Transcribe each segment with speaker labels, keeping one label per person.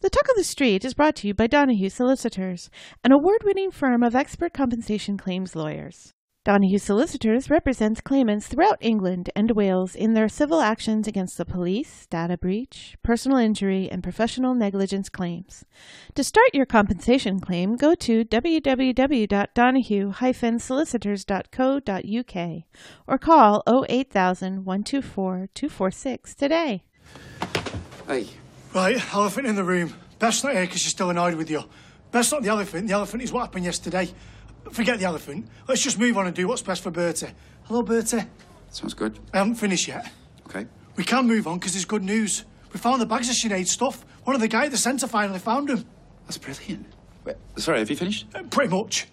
Speaker 1: The Talk of the Street is brought to you by Donahue Solicitors, an award winning firm of expert compensation claims lawyers. Donahue Solicitors represents claimants throughout England and Wales in their civil actions against the police, data breach, personal injury, and professional negligence claims. To start your compensation claim, go to www.donahue-solicitors.co.uk or call 08000 124 246 today.
Speaker 2: Hey,
Speaker 3: Right, elephant in the room. Best not here because you're still annoyed with you. Best not the elephant. The elephant is what happened yesterday. Forget the elephant. Let's just move on and do what's best for Bertie. Hello, Bertie.
Speaker 2: sounds good.
Speaker 3: I haven't finished yet.
Speaker 2: Okay.
Speaker 3: We can move on because there's good news. We found the bags of Sinead's stuff. One of the guys at the centre finally found them.
Speaker 2: That's brilliant. Wait, sorry, have you finished?
Speaker 3: Uh, pretty much.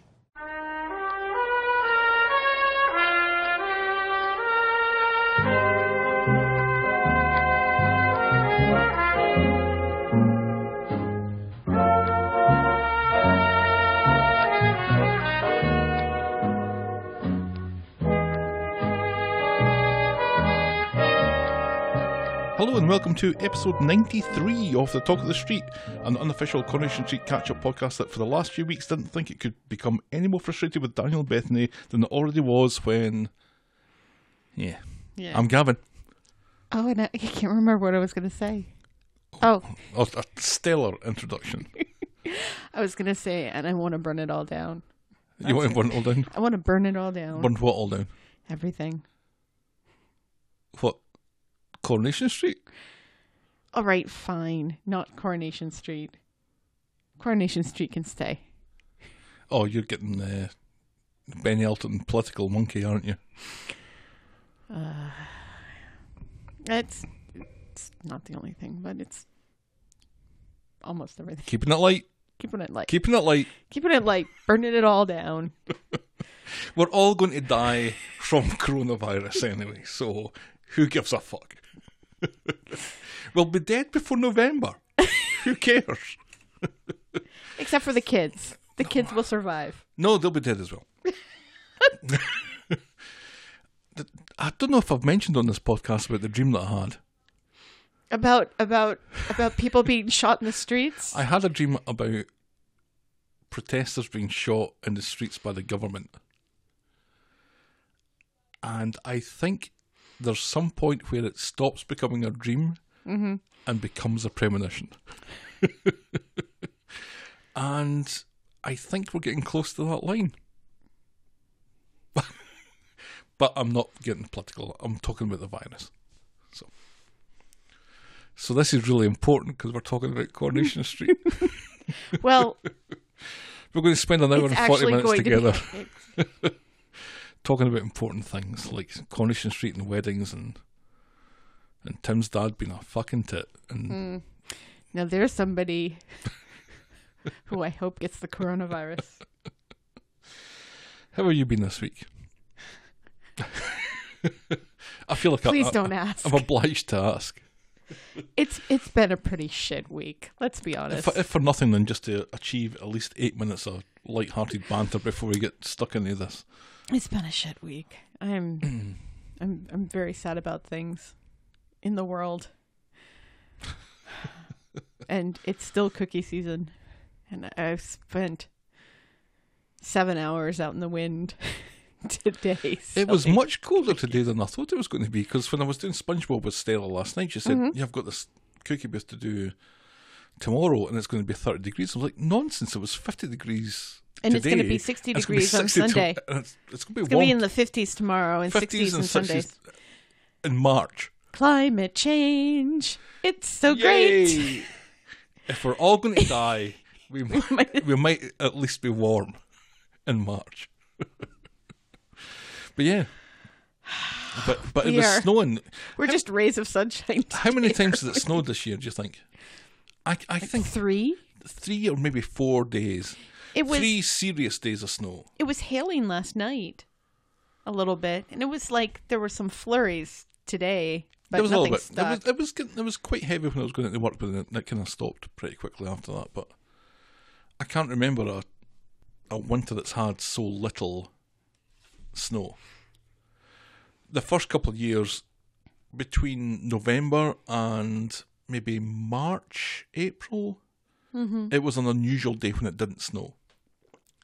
Speaker 4: Hello and welcome to episode 93 of The Talk of the Street, an unofficial Coronation Street catch up podcast that for the last few weeks didn't think it could become any more frustrated with Daniel Bethany than it already was when. Yeah.
Speaker 1: Yeah.
Speaker 4: I'm Gavin.
Speaker 1: Oh, and I, I can't remember what I was going to say. Oh,
Speaker 4: A, a stellar introduction.
Speaker 1: I was going to say, and I want to burn it all down.
Speaker 4: You want to burn it all down?
Speaker 1: I want to burn it all down.
Speaker 4: Burn what all down?
Speaker 1: Everything.
Speaker 4: What? Coronation Street?
Speaker 1: All right, fine. Not Coronation Street. Coronation Street can stay.
Speaker 4: Oh, you're getting uh, Benny Elton political monkey, aren't you?
Speaker 1: It's, it's not the only thing, but it's almost everything.
Speaker 4: Keeping it light.
Speaker 1: Keeping it light.
Speaker 4: Keeping it light.
Speaker 1: Keeping it light. Burning it all down.
Speaker 4: We're all going to die from coronavirus anyway, so who gives a fuck? we'll be dead before November. Who cares?
Speaker 1: Except for the kids. The kids will survive.
Speaker 4: No, they'll be dead as well. Th- I don't know if I've mentioned on this podcast about the dream that I had.
Speaker 1: About about about people being shot in the streets.
Speaker 4: I had a dream about protesters being shot in the streets by the government. And I think there's some point where it stops becoming a dream and becomes a premonition. and I think we're getting close to that line. but I'm not getting political. I'm talking about the virus. So, so this is really important because we're talking about Coronation Street.
Speaker 1: Well,
Speaker 4: We're going to spend an hour
Speaker 1: it's
Speaker 4: and 40
Speaker 1: actually
Speaker 4: minutes
Speaker 1: going
Speaker 4: together
Speaker 1: to be.
Speaker 4: talking about important things like Coronation Street and weddings and and Tim's dad being a fucking tit. And
Speaker 1: Hmm. Now there's somebody who I hope gets the coronavirus.
Speaker 4: how have you been this week? I feel like I-
Speaker 1: Please
Speaker 4: I,
Speaker 1: don't ask.
Speaker 4: uh, I'm obliged to ask.
Speaker 1: It's it's been a pretty shit week. Let's be honest.
Speaker 4: If, if for nothing, then just to achieve at least eight minutes of light-hearted banter before we get stuck into this.
Speaker 1: It's been a shit week. I'm I'm I'm very sad about things in the world. and it's still cookie season. And I've spent seven hours out in the wind today.
Speaker 4: It
Speaker 1: so
Speaker 4: was much colder today than I thought it was going to be because when I was doing SpongeBob with Stella last night, she said,
Speaker 1: Mm-hmm.
Speaker 4: "Yeah, I've got this cookie booth to do tomorrow, and it's going to be thirty degrees." I was like, "Nonsense! It was fifty degrees."
Speaker 1: And it's
Speaker 4: going
Speaker 1: gonna
Speaker 4: to
Speaker 1: be 60
Speaker 4: It's gonna be
Speaker 1: degrees on
Speaker 4: 60 to-
Speaker 1: Sunday.
Speaker 4: and it's it's going to
Speaker 1: it's
Speaker 4: be
Speaker 1: gonna
Speaker 4: warm.
Speaker 1: be in the fifties tomorrow and sixties and, Sundays.
Speaker 4: in March.
Speaker 1: Climate change. It's so Oh, great.
Speaker 4: Yay! if we're all going to die, we might, we might at least be warm in March. but yeah, but but it
Speaker 1: We
Speaker 4: was
Speaker 1: are-
Speaker 4: snowing.
Speaker 1: We're just rays of sunshine.
Speaker 4: How many times has it snowed this year? Do you think? I, I think
Speaker 1: Three?
Speaker 4: three or maybe four days.
Speaker 1: It was
Speaker 4: three serious days of snow.
Speaker 1: it was hailing last night a little bit and it was like there were some flurries today but
Speaker 4: there was a
Speaker 1: nothing
Speaker 4: little bit. It
Speaker 1: stuck.
Speaker 4: was, it was getting- it was quite heavy when I was going into work, but then it, kind of stopped pretty quickly after that. But I can't remember a a winter that's had so little snow. The first couple of years, between November and maybe March, April,
Speaker 1: Mm-hmm.
Speaker 4: It was an unusual day when it didn't snow.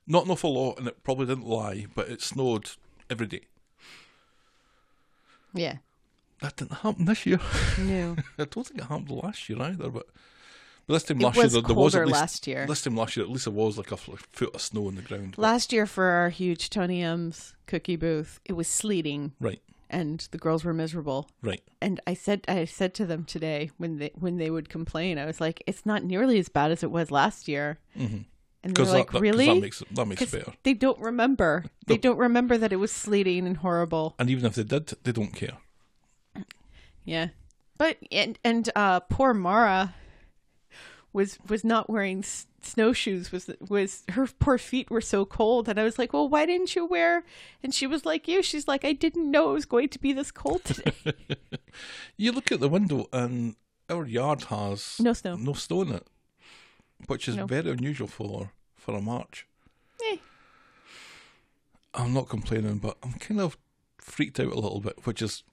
Speaker 4: Not an awful lot, and it probably didn't lie, but it snowed every day.
Speaker 1: Yeah.
Speaker 4: That didn't happen this year.
Speaker 1: No.
Speaker 4: I don't think it happened last year either, but. but This time
Speaker 1: It
Speaker 4: last year,
Speaker 1: was
Speaker 4: there, there was at
Speaker 1: colder
Speaker 4: least,
Speaker 1: last year.
Speaker 4: This time last year, at least there was like a f- like foot of snow on the ground.
Speaker 1: Last year for our huge Tony M's cookie booth, it was sleeting
Speaker 4: Right,
Speaker 1: and the girls were miserable.
Speaker 4: right.
Speaker 1: And I said I said to them today when they when they would complain, I was like, It's not nearly as bad as it was last year. Mm-hmm. And they're
Speaker 4: Because
Speaker 1: like,
Speaker 4: that, that, 'cause
Speaker 1: Really?
Speaker 4: that makes it, that makes it
Speaker 1: 'Cause
Speaker 4: better.
Speaker 1: they don't remember. They
Speaker 4: No.
Speaker 1: don't remember that it was sleeting and horrible.
Speaker 4: And even if they did, they don't care.
Speaker 1: Yeah. But and and uh poor Mara was was not wearing s- snowshoes was was her poor feet were so cold and I was like, "Well, why didn't you wear?" And she was like, "You." She's like, "I didn't know it was going to be this cold today."
Speaker 4: You look at the window, and our yard has
Speaker 1: No snow.
Speaker 4: no snow in it, which is
Speaker 1: No.
Speaker 4: very unusual for for a March.
Speaker 1: Eh.
Speaker 4: I'm not complaining, but I'm kind of freaked out a little bit, which is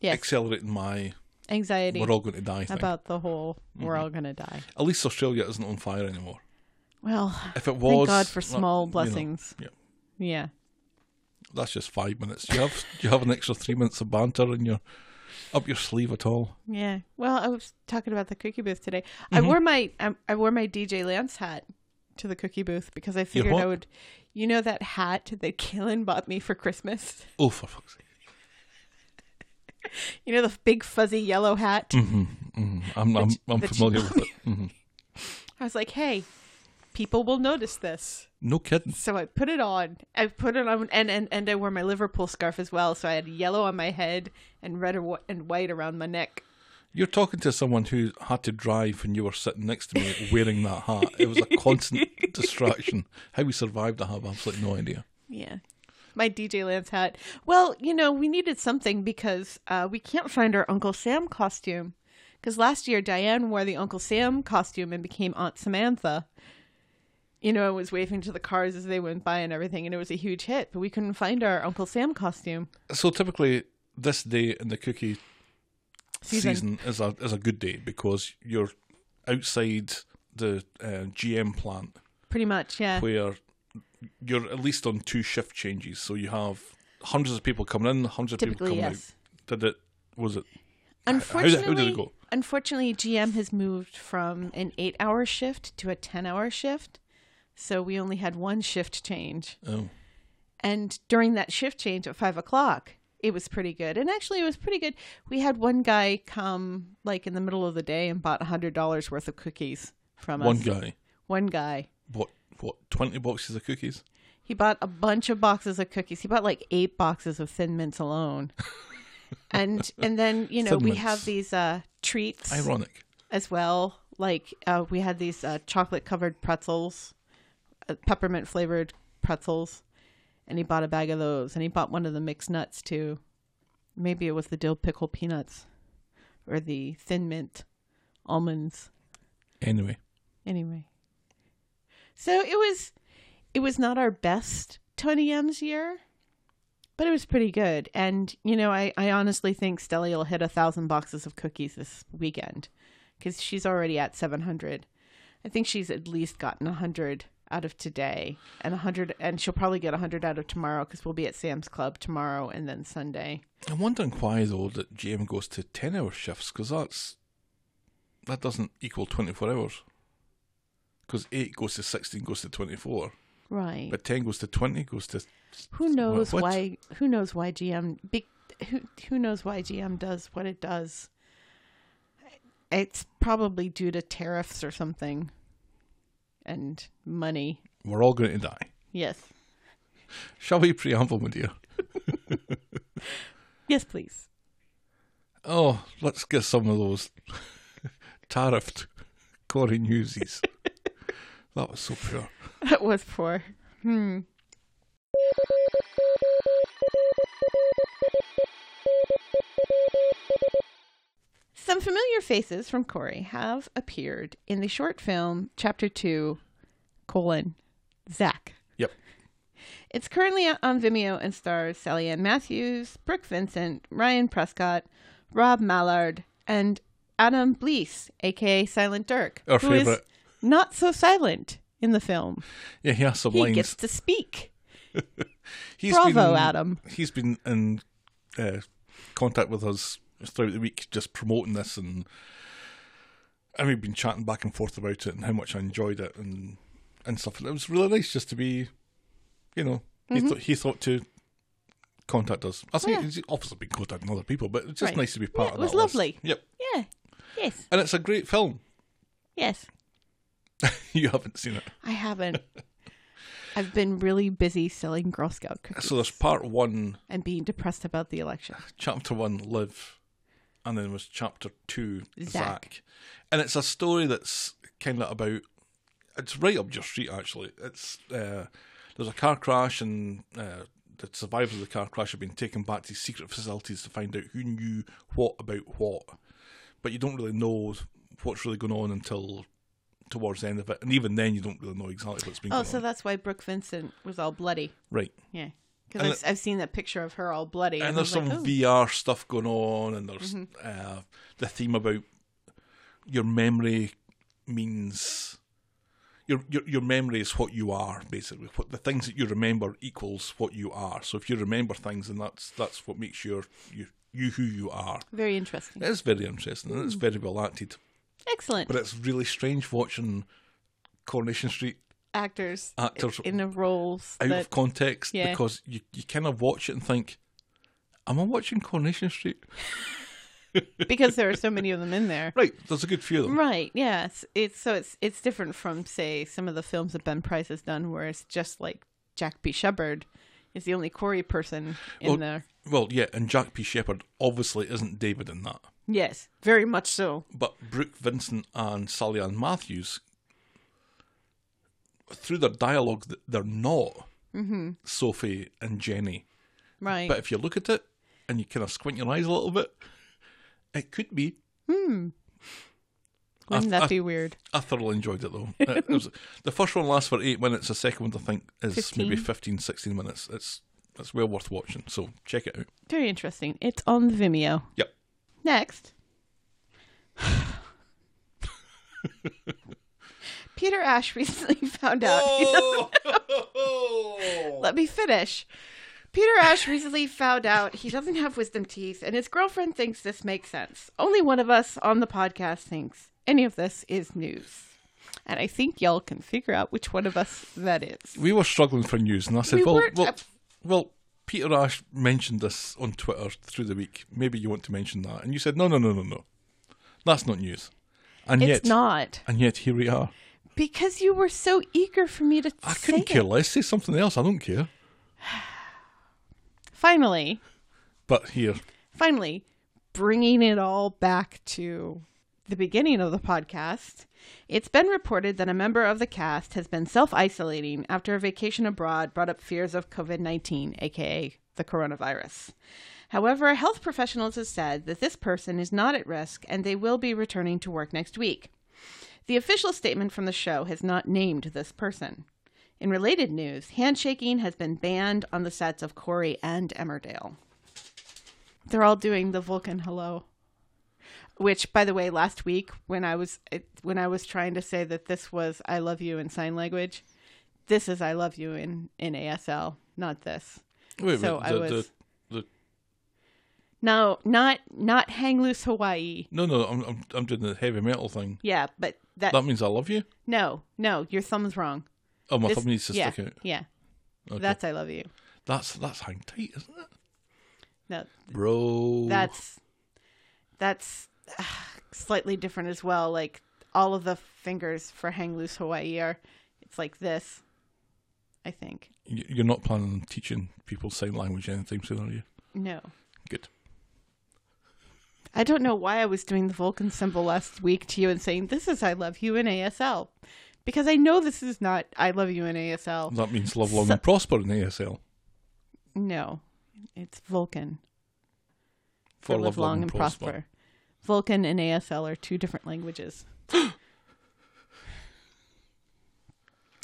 Speaker 1: yes.
Speaker 4: accelerating my
Speaker 1: Anxiety
Speaker 4: "we're all going to die" thing.
Speaker 1: about the whole we're all going to die.
Speaker 4: at least Australia isn't on fire anymore.
Speaker 1: Well,
Speaker 4: If it was,
Speaker 1: God for
Speaker 4: like,
Speaker 1: small
Speaker 4: you know,
Speaker 1: blessings.
Speaker 4: yeah,
Speaker 1: yeah.
Speaker 4: that's just five minutes. Do you have do you have an extra three minutes of banter in your up your sleeve at all?
Speaker 1: Yeah. Well, I was talking about the cookie booth today. I wore my I, I wore my DJ Lance hat to the cookie booth because I figured I
Speaker 4: what?
Speaker 1: would. You know that hat that Kaylin bought me for Christmas.
Speaker 4: Oh, for fuck's sake!
Speaker 1: You know the big fuzzy yellow hat.
Speaker 4: Mm, I'm I'm, I'm
Speaker 1: that you
Speaker 4: familiar
Speaker 1: bought
Speaker 4: with it.
Speaker 1: I was like, hey, people will notice this.
Speaker 4: No kidding.
Speaker 1: So I put it on. I put it on, and and, and I wore my Liverpool scarf as well. So I had yellow on my head and red and wh- and white around my neck.
Speaker 4: You're talking to someone who had to drive when you were sitting next to me wearing that hat. It was a constant distraction. How we survived, I have absolutely no idea.
Speaker 1: Yeah. My DJ Lance hat. Well, you know, we needed something because uh, we can't find our Uncle Sam costume. Because last year, Diane wore the Uncle Sam costume and became Aunt Samantha. You know, and was waving to the cars as they went by and everything, and it was a huge hit, but we couldn't find our Uncle Sam costume.
Speaker 4: So typically, this day in the cookie
Speaker 1: Season.
Speaker 4: season, is a is a good day because you're outside the uh, GM plant
Speaker 1: Pretty much, yeah.
Speaker 4: where you're at least on two shift changes. So you have hundreds of people coming in, hundreds of people
Speaker 1: Typically,
Speaker 4: coming
Speaker 1: yes.
Speaker 4: out. Did it? Was it? how did
Speaker 1: Unfortunately,
Speaker 4: it go?
Speaker 1: unfortunately, GM has moved from an eight-hour shift to a ten-hour shift, so we only had one shift change.
Speaker 4: Oh,
Speaker 1: And during that shift change at five o'clock, it was pretty good. And actually, it was pretty good. We had one guy come like in the middle of the day and bought a hundred dollars worth of cookies from
Speaker 4: one
Speaker 1: us.
Speaker 4: guy
Speaker 1: One guy.
Speaker 4: bought what twenty boxes of cookies.
Speaker 1: He bought a bunch of boxes of cookies. He bought like eight boxes of Thin Mints alone. and and then you know
Speaker 4: Thin
Speaker 1: we
Speaker 4: Mints.
Speaker 1: have these uh, treats
Speaker 4: Ironic.
Speaker 1: as well. Like uh, we had these uh, chocolate covered pretzels, uh, peppermint flavored pretzels, and he bought a bag of those. And he bought one of the mixed nuts too. Maybe it was the dill pickle peanuts, or the thin mint almonds.
Speaker 4: Anyway.
Speaker 1: Anyway, so it was, it was not our best Tony M's year. But it was pretty good, and you know, I, I honestly think Stella will hit a thousand boxes of cookies this weekend because she's already at 700. I think she's at least gotten 100 out of today and 100 and she'll probably get 100 out of tomorrow cuz we'll be at Sam's Club tomorrow and then Sunday.
Speaker 4: I'm wondering why though that GM goes to ten hour shifts because that's that doesn't equal twenty four hours. Because eight goes to sixteen goes to twenty four,
Speaker 1: Right.
Speaker 4: but ten goes to twenty goes to
Speaker 1: who knows
Speaker 4: what?
Speaker 1: why who knows why GM be, who who knows why GM does what it does. It's probably due to tariffs or something and money.
Speaker 4: we're all going to die.
Speaker 1: Yes.
Speaker 4: Shall we preamble, my dear?
Speaker 1: Yes, please.
Speaker 4: Oh, let's get some of those tariffed Corey newsies. that was so pure.
Speaker 1: That was poor. Hmm. Some familiar faces from Corey have appeared in the short film Chapter 2, colon, Zach.
Speaker 4: Yep.
Speaker 1: It's currently out on Vimeo and stars Sally Ann Matthews, Brooke Vincent, Ryan Prescott, Rob Mallard, and Adam Bleese, aka Silent Dirk.
Speaker 4: Our
Speaker 1: who is
Speaker 4: favourite.
Speaker 1: not so silent in the film.
Speaker 4: Yeah, he has some
Speaker 1: He
Speaker 4: lines.
Speaker 1: gets to speak.
Speaker 4: He's
Speaker 1: Bravo,
Speaker 4: been,
Speaker 1: Adam.
Speaker 4: He's been in uh, contact with us throughout the week, just promoting this, and and we've been chatting back and forth about it and how much I enjoyed it and and stuff. And it was really nice just to be, you know, he thought he thought to contact us. I think
Speaker 1: Mm-hmm. Yeah.
Speaker 4: he's obviously been contacting other people, but it's just
Speaker 1: Right.
Speaker 4: nice to be
Speaker 1: Yeah,
Speaker 4: part
Speaker 1: it
Speaker 4: of
Speaker 1: was
Speaker 4: that list.
Speaker 1: lovely.
Speaker 4: Yep,
Speaker 1: Yeah. Yes.
Speaker 4: and it's a great film.
Speaker 1: Yes.
Speaker 4: you haven't seen it.
Speaker 1: I haven't. I've been really busy selling Girl Scout cookies
Speaker 4: So there's part one,
Speaker 1: and being depressed about the election.
Speaker 4: chapter one, live, and then was chapter two, Zach.
Speaker 1: Zack.
Speaker 4: And it's a story that's kind of about. It's right up your street, actually. It's uh, there's a car crash, and uh, the survivors of the car crash have been taken back to secret facilities to find out who knew what about what. But you don't really know what's really going on until towards the end of it, and even then, you don't really know exactly what's been
Speaker 1: Oh,
Speaker 4: going
Speaker 1: so
Speaker 4: on.
Speaker 1: that's why Brooke Vincent was all bloody.
Speaker 4: right.
Speaker 1: Yeah.
Speaker 4: And
Speaker 1: Because I've, I've seen that picture of her all bloody.
Speaker 4: and
Speaker 1: I
Speaker 4: there's
Speaker 1: was
Speaker 4: some
Speaker 1: like, "Oh." Mm-hmm.
Speaker 4: VR stuff going on, and there's uh, the theme about your memory means your, your your memory is what you are basically. What the things that you remember equals what you are. So if you remember things, then that's that's what makes your you you who you are.
Speaker 1: Very interesting.
Speaker 4: It's very interesting and
Speaker 1: Mm.
Speaker 4: it's very well acted,
Speaker 1: Excellent.
Speaker 4: but uh, it's really strange watching Coronation Street
Speaker 1: actors,
Speaker 4: actors
Speaker 1: in the roles
Speaker 4: out
Speaker 1: that
Speaker 4: of context
Speaker 1: yeah.
Speaker 4: because you you kind of watch it and think, "Am I watching Coronation Street?"
Speaker 1: because there are so many of them in there.
Speaker 4: Right, there's a good few of them.
Speaker 1: Right. Yeah. It's, it's so it's it's different from say some of the films that Ben Price has done, where it's just like Jack B. Shepard is the only Corey person in
Speaker 4: Well-
Speaker 1: there.
Speaker 4: Well, yeah, and Jack P. Shepherd obviously isn't David in that.
Speaker 1: Yes, very much so.
Speaker 4: But Brooke Vincent and Sally Ann Matthews, through their dialogue, th- they're not Sophie and Jenny.
Speaker 1: Right.
Speaker 4: But uh, if you look at it and you kind of squint your eyes a little bit, it could be.
Speaker 1: Wouldn't
Speaker 4: I-
Speaker 1: that
Speaker 4: I-
Speaker 1: be weird?
Speaker 4: I thoroughly enjoyed it though. It- it was- the first one lasts for eight minutes, the second one I think is maybe
Speaker 1: 15?
Speaker 4: 15, 16 minutes. It's, it's well worth watching, so check it out.
Speaker 1: Very interesting. It's on Vimeo.
Speaker 4: Yep.
Speaker 1: Next. Peter Ash recently found out.
Speaker 4: Oh!
Speaker 1: he doesn't- Let me finish. Peter Ash recently found out he doesn't have wisdom teeth, and his girlfriend thinks this makes sense. Only one of us on the podcast thinks any of this is news. And I think y'all can figure out which one of us that is.
Speaker 4: we were struggling for news, and I said,
Speaker 1: We
Speaker 4: "Well,
Speaker 1: were-
Speaker 4: well,
Speaker 1: uh,
Speaker 4: well." Peter Ash mentioned this on Twitter through the week. Maybe you want to mention that, and you said, "No, no, no, no, no, that's not news." And
Speaker 1: It's
Speaker 4: yet,
Speaker 1: not.
Speaker 4: and yet here we are.
Speaker 1: Because you were so eager for me to
Speaker 4: I
Speaker 1: say
Speaker 4: couldn't
Speaker 1: it.
Speaker 4: care less. Say something else. I don't care.
Speaker 1: Finally,
Speaker 4: But here,
Speaker 1: finally, bringing it all back to the beginning of the podcast, it's been reported that a member of the cast has been self isolating after a vacation abroad brought up fears of COVID 19, aka the coronavirus. However, health professionals have said that this person is not at risk and they will be returning to work next week. The official statement from the show has not named this person. In related news, handshaking has been banned on the sets of Corey and Emmerdale. They're all doing the Vulcan hello. Which, by the way, last week when I was it- when I was trying to say that this was "I love you" in sign language, this is "I love you" in in ASL, not this.
Speaker 4: wait, a
Speaker 1: So
Speaker 4: minute,
Speaker 1: I
Speaker 4: the,
Speaker 1: was-
Speaker 4: the, the,
Speaker 1: No, not not "Hang Loose Hawaii."
Speaker 4: no, no, I'm, I'm, I'm doing the heavy metal thing.
Speaker 1: Yeah, but that,
Speaker 4: That means I love you.
Speaker 1: no, no, your thumb's wrong.
Speaker 4: Oh, my
Speaker 1: This-
Speaker 4: thumb needs to
Speaker 1: yeah,
Speaker 4: stick out.
Speaker 1: Yeah,
Speaker 4: Okay.
Speaker 1: that's "I love you."
Speaker 4: that's that's hang tight, isn't it,
Speaker 1: No,
Speaker 4: bro?
Speaker 1: that's that's ah, slightly different as well. Like all of the fingers for "Hang Loose Hawaii" are it's like this, I think.
Speaker 4: You- you're not planning on teaching people sign language anytime soon, are you?
Speaker 1: No.
Speaker 4: Good.
Speaker 1: I don't know why I was doing the Vulcan symbol last week to you and saying, This is I love you in ASL. Because I know this is not I love you in ASL.
Speaker 4: That means live long and prosper in ASL.
Speaker 1: No, it's Vulcan.
Speaker 4: For
Speaker 1: live long and prosper. Vulcan and ASL are two different languages.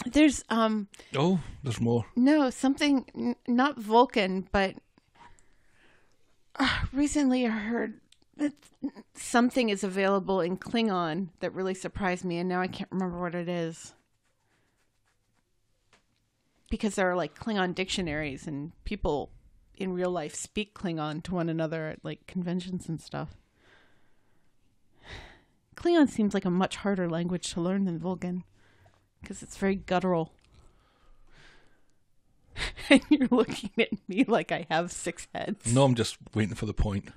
Speaker 1: There's, um,
Speaker 4: Oh, there's more.
Speaker 1: No, something n- not Vulcan, but Ah, recently I heard something is available in Klingon that really surprised me, and now I can't remember what it is. Because there are like Klingon dictionaries, and people in real life speak Klingon to one another at like conventions and stuff. Klingon seems like a much harder language to learn than Vulcan because it's very guttural. and you're looking at me like I have six heads.
Speaker 4: No, I'm just waiting for the point.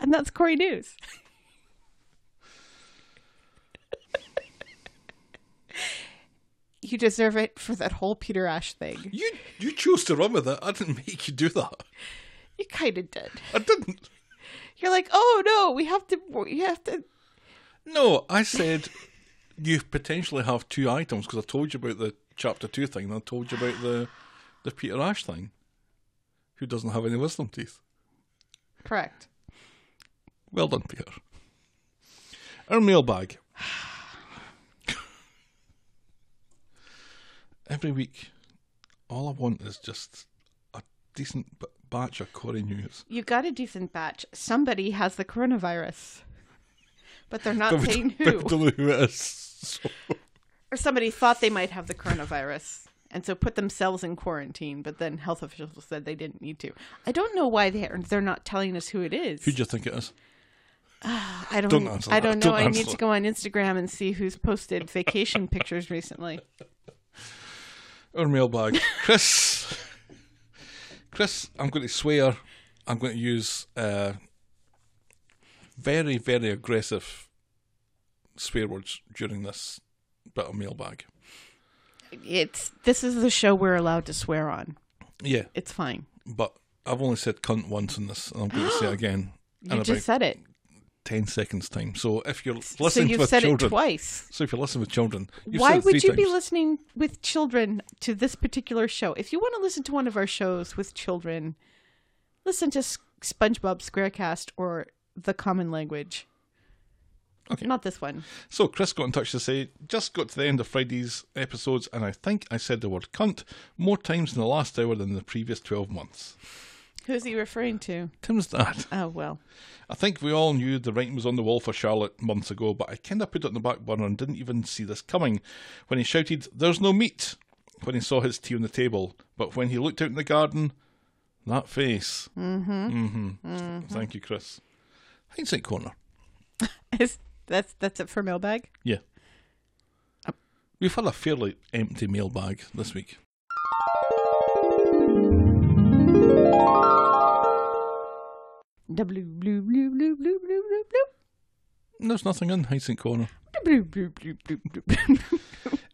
Speaker 1: And that's Corey News. you deserve it for that whole Peter Ash thing.
Speaker 4: You you chose to run with it. I didn't make you do that.
Speaker 1: You kind of did.
Speaker 4: I didn't.
Speaker 1: You're like, oh no, we have to, we have to.
Speaker 4: No, I said you potentially have two items because I told you about the chapter two thing and I told you about the the Peter Ash thing, who doesn't have any wisdom teeth.
Speaker 1: Correct.
Speaker 4: Well done, Peter. Our mailbag. Every week, all I want is just a decent b- batch of Corey news.
Speaker 1: You got a decent batch. Somebody has the coronavirus, but they're not
Speaker 4: But we
Speaker 1: saying
Speaker 4: don't- but
Speaker 1: who.
Speaker 4: we don't know who it is. So,
Speaker 1: Or somebody thought they might have the coronavirus and so put themselves in quarantine, but then health officials said they didn't need to. I don't know why they are, they're not telling us who it is.
Speaker 4: who do you think it is?
Speaker 1: I don't,
Speaker 4: Don't answer
Speaker 1: I
Speaker 4: that.
Speaker 1: don't know.
Speaker 4: Don't
Speaker 1: I need
Speaker 4: answer
Speaker 1: to go on Instagram and see who's posted vacation pictures recently.
Speaker 4: Our mailbag. Chris. Chris, I'm going to swear. I'm going to use uh, very, very aggressive swear words during this bit of mailbag.
Speaker 1: It's this is the show we're allowed to swear on.
Speaker 4: Yeah,
Speaker 1: It's fine.
Speaker 4: but I've only said cunt once in this, and I'm going to say it again
Speaker 1: You
Speaker 4: in about
Speaker 1: just said it.
Speaker 4: 10 seconds' time. So if you're
Speaker 1: So
Speaker 4: listening
Speaker 1: you've
Speaker 4: with
Speaker 1: said
Speaker 4: children.
Speaker 1: it twice.
Speaker 4: So if you're listening with children, you've
Speaker 1: Why
Speaker 4: said it
Speaker 1: would
Speaker 4: three
Speaker 1: you be
Speaker 4: times.
Speaker 1: listening with children to this particular show? If you want to listen to one of our shows with children, listen to S- SpongeBob SquareCast or The Common Language.
Speaker 4: Okay.
Speaker 1: Not this one.
Speaker 4: So Chris got in touch to say, just got to the end of Friday's episodes, and I think I said the word cunt more times in the last hour than in the previous 12 months.
Speaker 1: Who's he referring to?
Speaker 4: Tim's dad.
Speaker 1: Oh well.
Speaker 4: I think we all knew the writing was on the wall for Charlotte months ago, but I kind of put it on the back burner and didn't even see this coming when he shouted, There's no meat! when he saw his tea on the table. But when he looked out in the garden, that face. Mm-hmm. Mm-hmm. Thank you, Chris. Hindsight corner.
Speaker 1: Is that's that's it for mailbag?
Speaker 4: Yeah. We've had a fairly empty mailbag this week.
Speaker 1: Blue blue blue blue blue blue blue
Speaker 4: There's nothing in Hindsight corner.
Speaker 1: blue blue blue blue blue blue.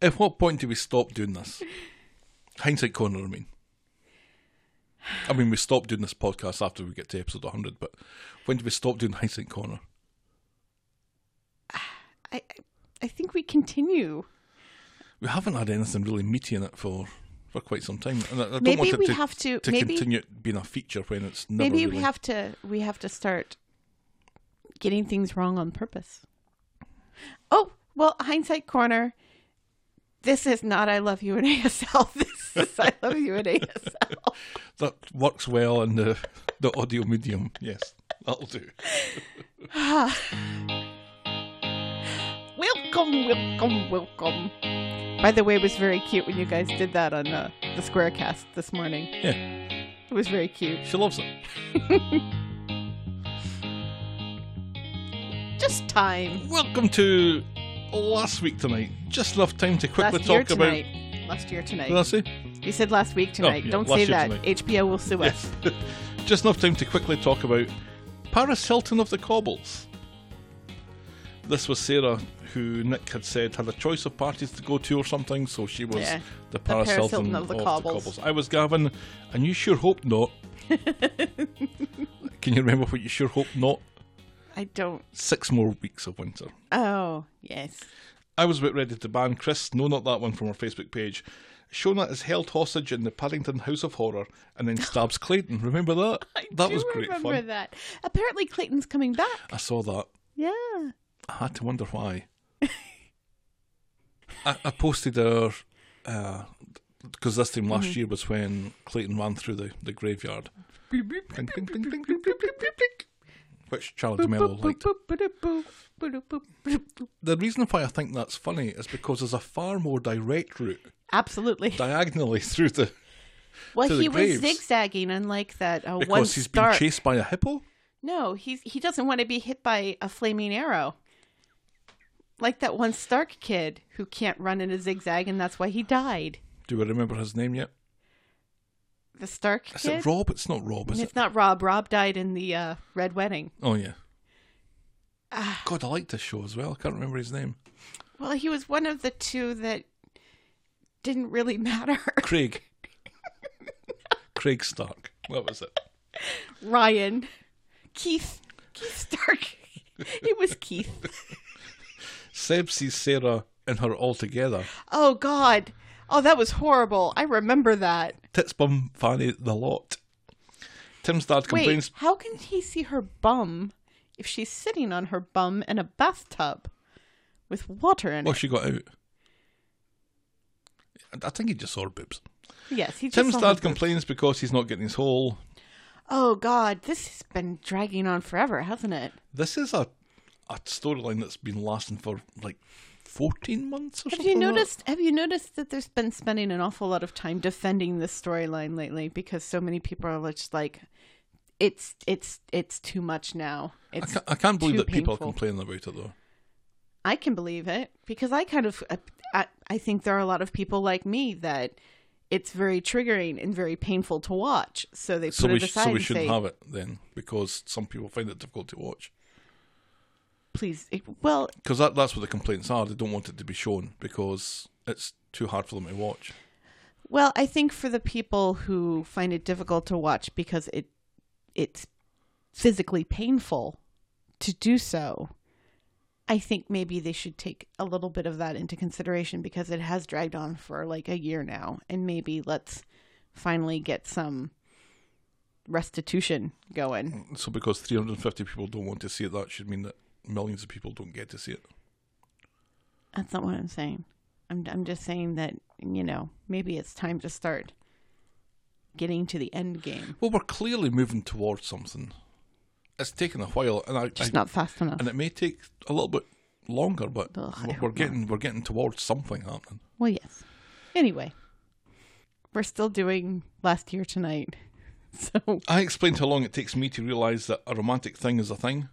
Speaker 4: At what point do we stop doing this? Hindsight corner, I mean. I mean, we stopped doing this podcast after we get to episode 100, but when do we stop doing Hindsight corner?
Speaker 1: I I- I think we continue.
Speaker 4: We haven't had anything really meaty in it for, for quite some time. And I, I don't
Speaker 1: Maybe
Speaker 4: want it
Speaker 1: we
Speaker 4: to,
Speaker 1: have to-
Speaker 4: to
Speaker 1: maybe-
Speaker 4: continue it being a feature when it's never
Speaker 1: Maybe
Speaker 4: really.
Speaker 1: we have to we have to start getting things wrong on purpose. Oh, well, hindsight corner. This is not I love you in ASL. This is I love you in ASL.
Speaker 4: That works well in the, the audio medium. Yes, that'll do.
Speaker 1: Welcome, welcome, welcome. By the way, it was very cute when you guys did that on uh, the Squarecast this morning.
Speaker 4: Yeah,
Speaker 1: It was very cute.
Speaker 4: she loves it.
Speaker 1: Just time.
Speaker 4: Welcome to last week tonight. Just enough time to quickly
Speaker 1: last year
Speaker 4: talk about.
Speaker 1: tonight. Last year tonight.
Speaker 4: Did I say?
Speaker 1: You said last week tonight.
Speaker 4: yeah,
Speaker 1: Don't
Speaker 4: last
Speaker 1: say
Speaker 4: year
Speaker 1: that.
Speaker 4: tonight.
Speaker 1: HBO will sue us.
Speaker 4: Yes. Just enough time to quickly talk about Paris Hilton of the Cobbles. This was Sarah, who Nick had said had a choice of parties to go to or something, so she was
Speaker 1: Yeah.
Speaker 4: the Paris,
Speaker 1: Paris
Speaker 4: Hilton, of, the,
Speaker 1: Cobbles.
Speaker 4: I was Gavin, and you sure hope not. Can you remember what you sure hope not?
Speaker 1: I don't.
Speaker 4: Six more weeks of winter.
Speaker 1: Oh, yes.
Speaker 4: I was about ready to ban Chris, no, not that one, from her Facebook page. Shona is held hostage in the Paddington House of Horror and then stabs Clayton. Remember that?
Speaker 1: I
Speaker 4: that
Speaker 1: do
Speaker 4: was great
Speaker 1: remember
Speaker 4: fun.
Speaker 1: that. Apparently, Clayton's coming back.
Speaker 4: I saw that.
Speaker 1: Yeah.
Speaker 4: I had to wonder why. I, I posted our because this time last year was when Clayton ran through the, the graveyard. Pling, pling, pling, pling, pling, pling, pling, pling. which Charlie DeMello liked. The reason why I think that's funny is because there's a far more direct route
Speaker 1: Absolutely.
Speaker 4: diagonally through the
Speaker 1: Well,
Speaker 4: to the
Speaker 1: he was
Speaker 4: graves.
Speaker 1: zigzagging, unlike that uh, one
Speaker 4: because he's
Speaker 1: star.
Speaker 4: been chased by a hippo.
Speaker 1: No, he's he doesn't want to be hit by a flaming arrow. Like that one Stark kid who can't run in a zigzag, and that's why he died.
Speaker 4: Do I remember his name yet?
Speaker 1: The Stark
Speaker 4: Is
Speaker 1: kid.
Speaker 4: it Rob? It's not Rob, is
Speaker 1: And
Speaker 4: it?
Speaker 1: it's not Rob. Rob died in the uh, Red Wedding.
Speaker 4: Oh yeah. God, I liked this show as well. I can't remember his name.
Speaker 1: Well, he was one of the two that didn't really matter.
Speaker 4: Craig. Craig Stark. What was it?
Speaker 1: Ryan, Keith, Keith Stark. it was Keith.
Speaker 4: Seb sees Sarah in her altogether.
Speaker 1: Oh God. Oh, that was horrible. I remember that.
Speaker 4: Tits bum fanny the lot. Tim's dad
Speaker 1: Wait,
Speaker 4: complains
Speaker 1: how can he see her bum if she's sitting on her bum in a bathtub with water in
Speaker 4: Oh,
Speaker 1: it?
Speaker 4: she got out. I think he just saw her boobs.
Speaker 1: Yes, he just
Speaker 4: Tim's
Speaker 1: saw her
Speaker 4: dad
Speaker 1: boobs.
Speaker 4: complains because he's not getting his hole.
Speaker 1: Oh God, this has been dragging on forever, hasn't it?
Speaker 4: This is a a storyline that's been lasting for like fourteen months or
Speaker 1: Have
Speaker 4: something.
Speaker 1: you
Speaker 4: like that.
Speaker 1: noticed? Have you noticed that there's been spending an awful lot of time defending this storyline lately because so many people are just like, it's it's it's too much now.
Speaker 4: I
Speaker 1: It's
Speaker 4: can't, I can't believe
Speaker 1: too
Speaker 4: that
Speaker 1: painful.
Speaker 4: people are complaining about it though.
Speaker 1: I can believe it because I kind of uh, I, I think there are a lot of people like me that it's very triggering and very painful to watch, so they put
Speaker 4: So
Speaker 1: it
Speaker 4: we sh-
Speaker 1: aside
Speaker 4: so we
Speaker 1: and
Speaker 4: shouldn't
Speaker 1: say,
Speaker 4: have it then because some people find it difficult to watch
Speaker 1: "Please, it, well,
Speaker 4: because that that's what the complaints are. They don't want it to be shown because it's too hard for them to watch.
Speaker 1: Well, I think for the people who find it difficult to watch because it it's physically painful to do so, I think maybe they should take a little bit of that into consideration because it has dragged on for like a year now and maybe let's finally get some restitution going.
Speaker 4: So because three hundred and fifty people don't want to see it, that should mean that millions of people don't get to see it.
Speaker 1: That's not what I'm saying. I'm I'm just saying that, you know, maybe it's time to start getting to the end game.
Speaker 4: Well, we're clearly moving towards something. It's taken a while, and I,
Speaker 1: Just
Speaker 4: I-
Speaker 1: not fast enough.
Speaker 4: and it may take a little bit longer, but
Speaker 1: Ugh, I
Speaker 4: we're,
Speaker 1: hope
Speaker 4: we're
Speaker 1: not.
Speaker 4: getting we're getting towards something happening.
Speaker 1: Well, yes. Anyway, we're still doing last year tonight. So,
Speaker 4: I explained how long it takes me to realise that a romantic thing is a thing.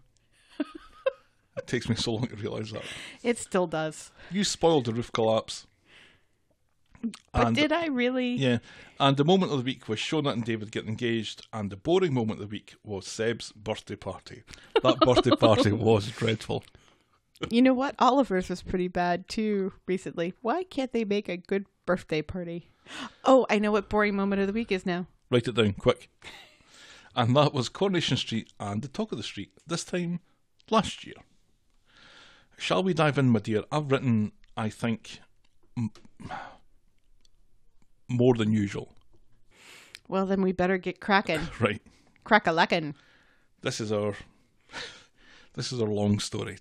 Speaker 4: it takes me so long to realise that.
Speaker 1: it still does.
Speaker 4: You spoiled the roof collapse.
Speaker 1: But
Speaker 4: And-
Speaker 1: did I really?
Speaker 4: Um, Yeah, and the moment of the week was Shona and David getting engaged, and the boring moment of the week was Seb's birthday party. That birthday party was dreadful.
Speaker 1: You know what? Oliver's was pretty bad too recently. Why can't they make a good birthday party? Oh, I know what boring moment of the week is now.
Speaker 4: Write it down quick. And that was Coronation Street and the Talk of the Street, this time last year. Shall we dive in, my dear? I've written, I think, m- more than usual.
Speaker 1: Well, then we better get cracking.
Speaker 4: Right.
Speaker 1: Crack a lackin'.
Speaker 4: This is our this is our long story.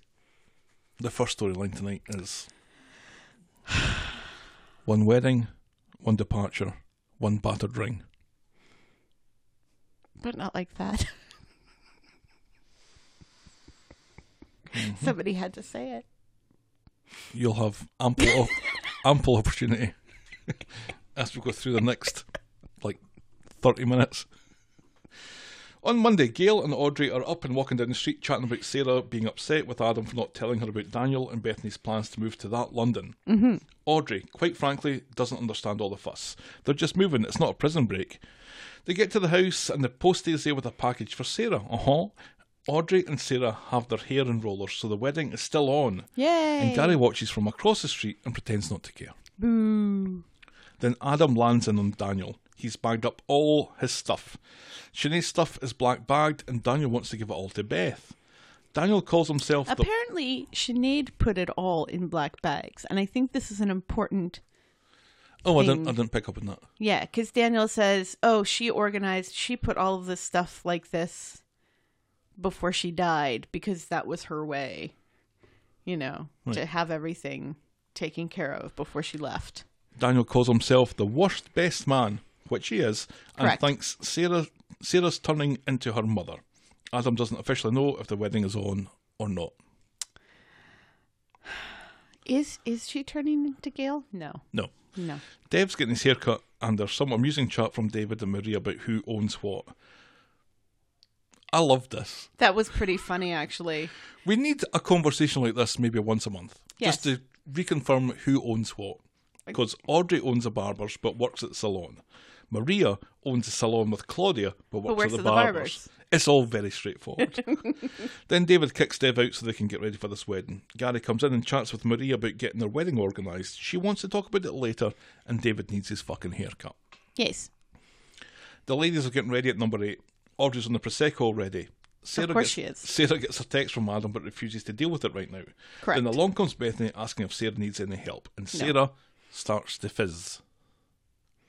Speaker 4: The first storyline tonight is one wedding, one departure, one battered ring.
Speaker 1: But not like that. Somebody had to say it.
Speaker 4: you'll have ample ample opportunity as we go through the next like 30 minutes. On Monday, Gail and Audrey are up and walking down the street chatting about Sarah being upset with Adam for not telling her about Daniel and Bethany's plans to move to that London. Mm-hmm. Audrey, quite frankly, doesn't understand all the fuss. They're just moving, it's not a prison break. They get to the house and the postie is there with a package for Sarah. Uh huh. Audrey and Sarah have their hair in rollers, so the wedding is still on.
Speaker 1: Yay!
Speaker 4: And Gary watches from across the street and pretends not to care.
Speaker 1: Boo.
Speaker 4: Then Adam lands in on Daniel. He's bagged up all his stuff. Sinead's stuff is black bagged, and Daniel wants to give it all to Beth. Daniel calls himself the.
Speaker 1: Apparently, Sinead put it all in black bags, and I think this is an important.
Speaker 4: Oh, I didn't, I didn't pick up on that.
Speaker 1: Yeah, because Daniel says, "Oh, she organized. She put all of this stuff like this before she died because that was her way, you know, to have everything taken care of before she left."
Speaker 4: Daniel calls himself the worst best man, which he is, and
Speaker 1: Correct.
Speaker 4: thinks Sarah, Sarah's turning into her mother. Adam doesn't officially know if the wedding is on or not.
Speaker 1: Is is she turning into Gail? No,
Speaker 4: No.
Speaker 1: no.
Speaker 4: Dev's getting his hair cut, and there's some amusing chat from David and Maria about who owns what. I love this.
Speaker 1: That was pretty funny, actually.
Speaker 4: We need a conversation like this maybe once a month, just
Speaker 1: Yes.
Speaker 4: to reconfirm who owns what. Because Audrey owns a barber's but works at the salon. Maria owns a salon with Claudia but works,
Speaker 1: works
Speaker 4: at the
Speaker 1: at the
Speaker 4: barber's.
Speaker 1: barber's.
Speaker 4: It's all very straightforward. then David kicks Dev out so they can get ready for this wedding. Gary comes in and chats with Maria about getting their wedding organised. She wants to talk about it later, and David needs his fucking haircut.
Speaker 1: Yes,
Speaker 4: The ladies are getting ready at number eight. Audrey's on the Prosecco already. Sarah
Speaker 1: course
Speaker 4: gets,
Speaker 1: she is.
Speaker 4: Sarah gets a text from Adam but refuses to deal with it right now.
Speaker 1: Correct.
Speaker 4: Then along comes Bethany asking if Sarah needs any help, and Sarah starts to fizz.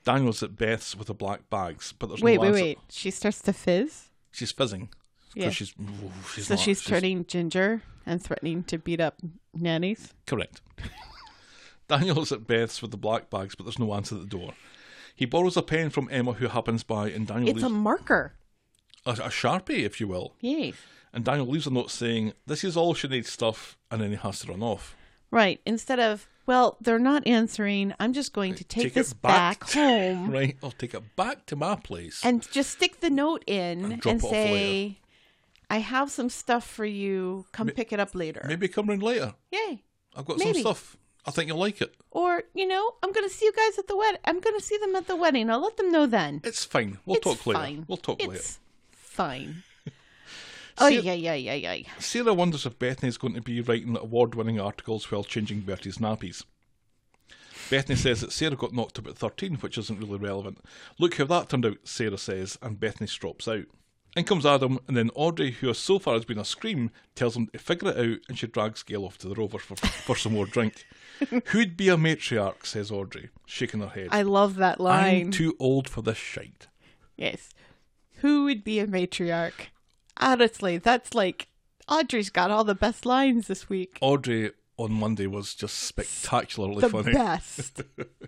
Speaker 4: Daniel's at Beth's with the black bags, but there's
Speaker 1: wait,
Speaker 4: no
Speaker 1: wait,
Speaker 4: answer.
Speaker 1: wait. She starts to fizz.
Speaker 4: She's fizzing. 'Cause
Speaker 1: Yeah.
Speaker 4: She's, ooh, she's
Speaker 1: So
Speaker 4: not-
Speaker 1: she's turning ginger and threatening to beat up nannies.
Speaker 4: Correct. Daniel's at Beth's with the black bags, but there's no answer at the door. He borrows a pen from Emma, who happens by, and Daniel
Speaker 1: It's a
Speaker 4: leaves
Speaker 1: marker.
Speaker 4: a, a sharpie, if you will.
Speaker 1: Yes.
Speaker 4: And Daniel leaves a note saying, This is all Sinead's stuff, and then he has to run off.
Speaker 1: Right. Instead of, well, they're not answering. I'm just going to take, this back,
Speaker 4: to-
Speaker 1: home
Speaker 4: right, I'll take it back to my place.
Speaker 1: Mm-hmm. and just stick the note in
Speaker 4: And
Speaker 1: and,
Speaker 4: drop it off
Speaker 1: say, I have some stuff for you. Come pick it up later.
Speaker 4: Maybe come round later.
Speaker 1: Yay.
Speaker 4: I've got
Speaker 1: Maybe.
Speaker 4: some stuff. I think you'll like it.
Speaker 1: Or, you know, I'm going to see you guys at the wedding. I'm going to see them at the wedding. I'll let them know then.
Speaker 4: It's fine. We'll
Speaker 1: it's
Speaker 4: talk later.
Speaker 1: fine.
Speaker 4: We'll talk
Speaker 1: it's
Speaker 4: later.
Speaker 1: fine. oh,
Speaker 4: See-
Speaker 1: yeah, yeah, yeah, yeah.
Speaker 4: Sarah wonders if Bethany's going to be writing award winning articles while changing Bertie's nappies. Bethany says that Sarah got knocked up at 13, which isn't really relevant. Look how that turned out, Sarah says, and Bethany strops out. In comes Adam, and then Audrey, who has so far has been a scream, tells him to figure it out, and she drags Gail off to the rover for, for some more drink. Who'd be a matriarch, says Audrey, shaking her head.
Speaker 1: I love that line.
Speaker 4: I'm too old for this shite.
Speaker 1: Yes. Who would be a matriarch? Honestly, that's like Audrey's got all the best lines this week.
Speaker 4: Audrey on Monday was just spectacularly
Speaker 1: the
Speaker 4: funny.
Speaker 1: best.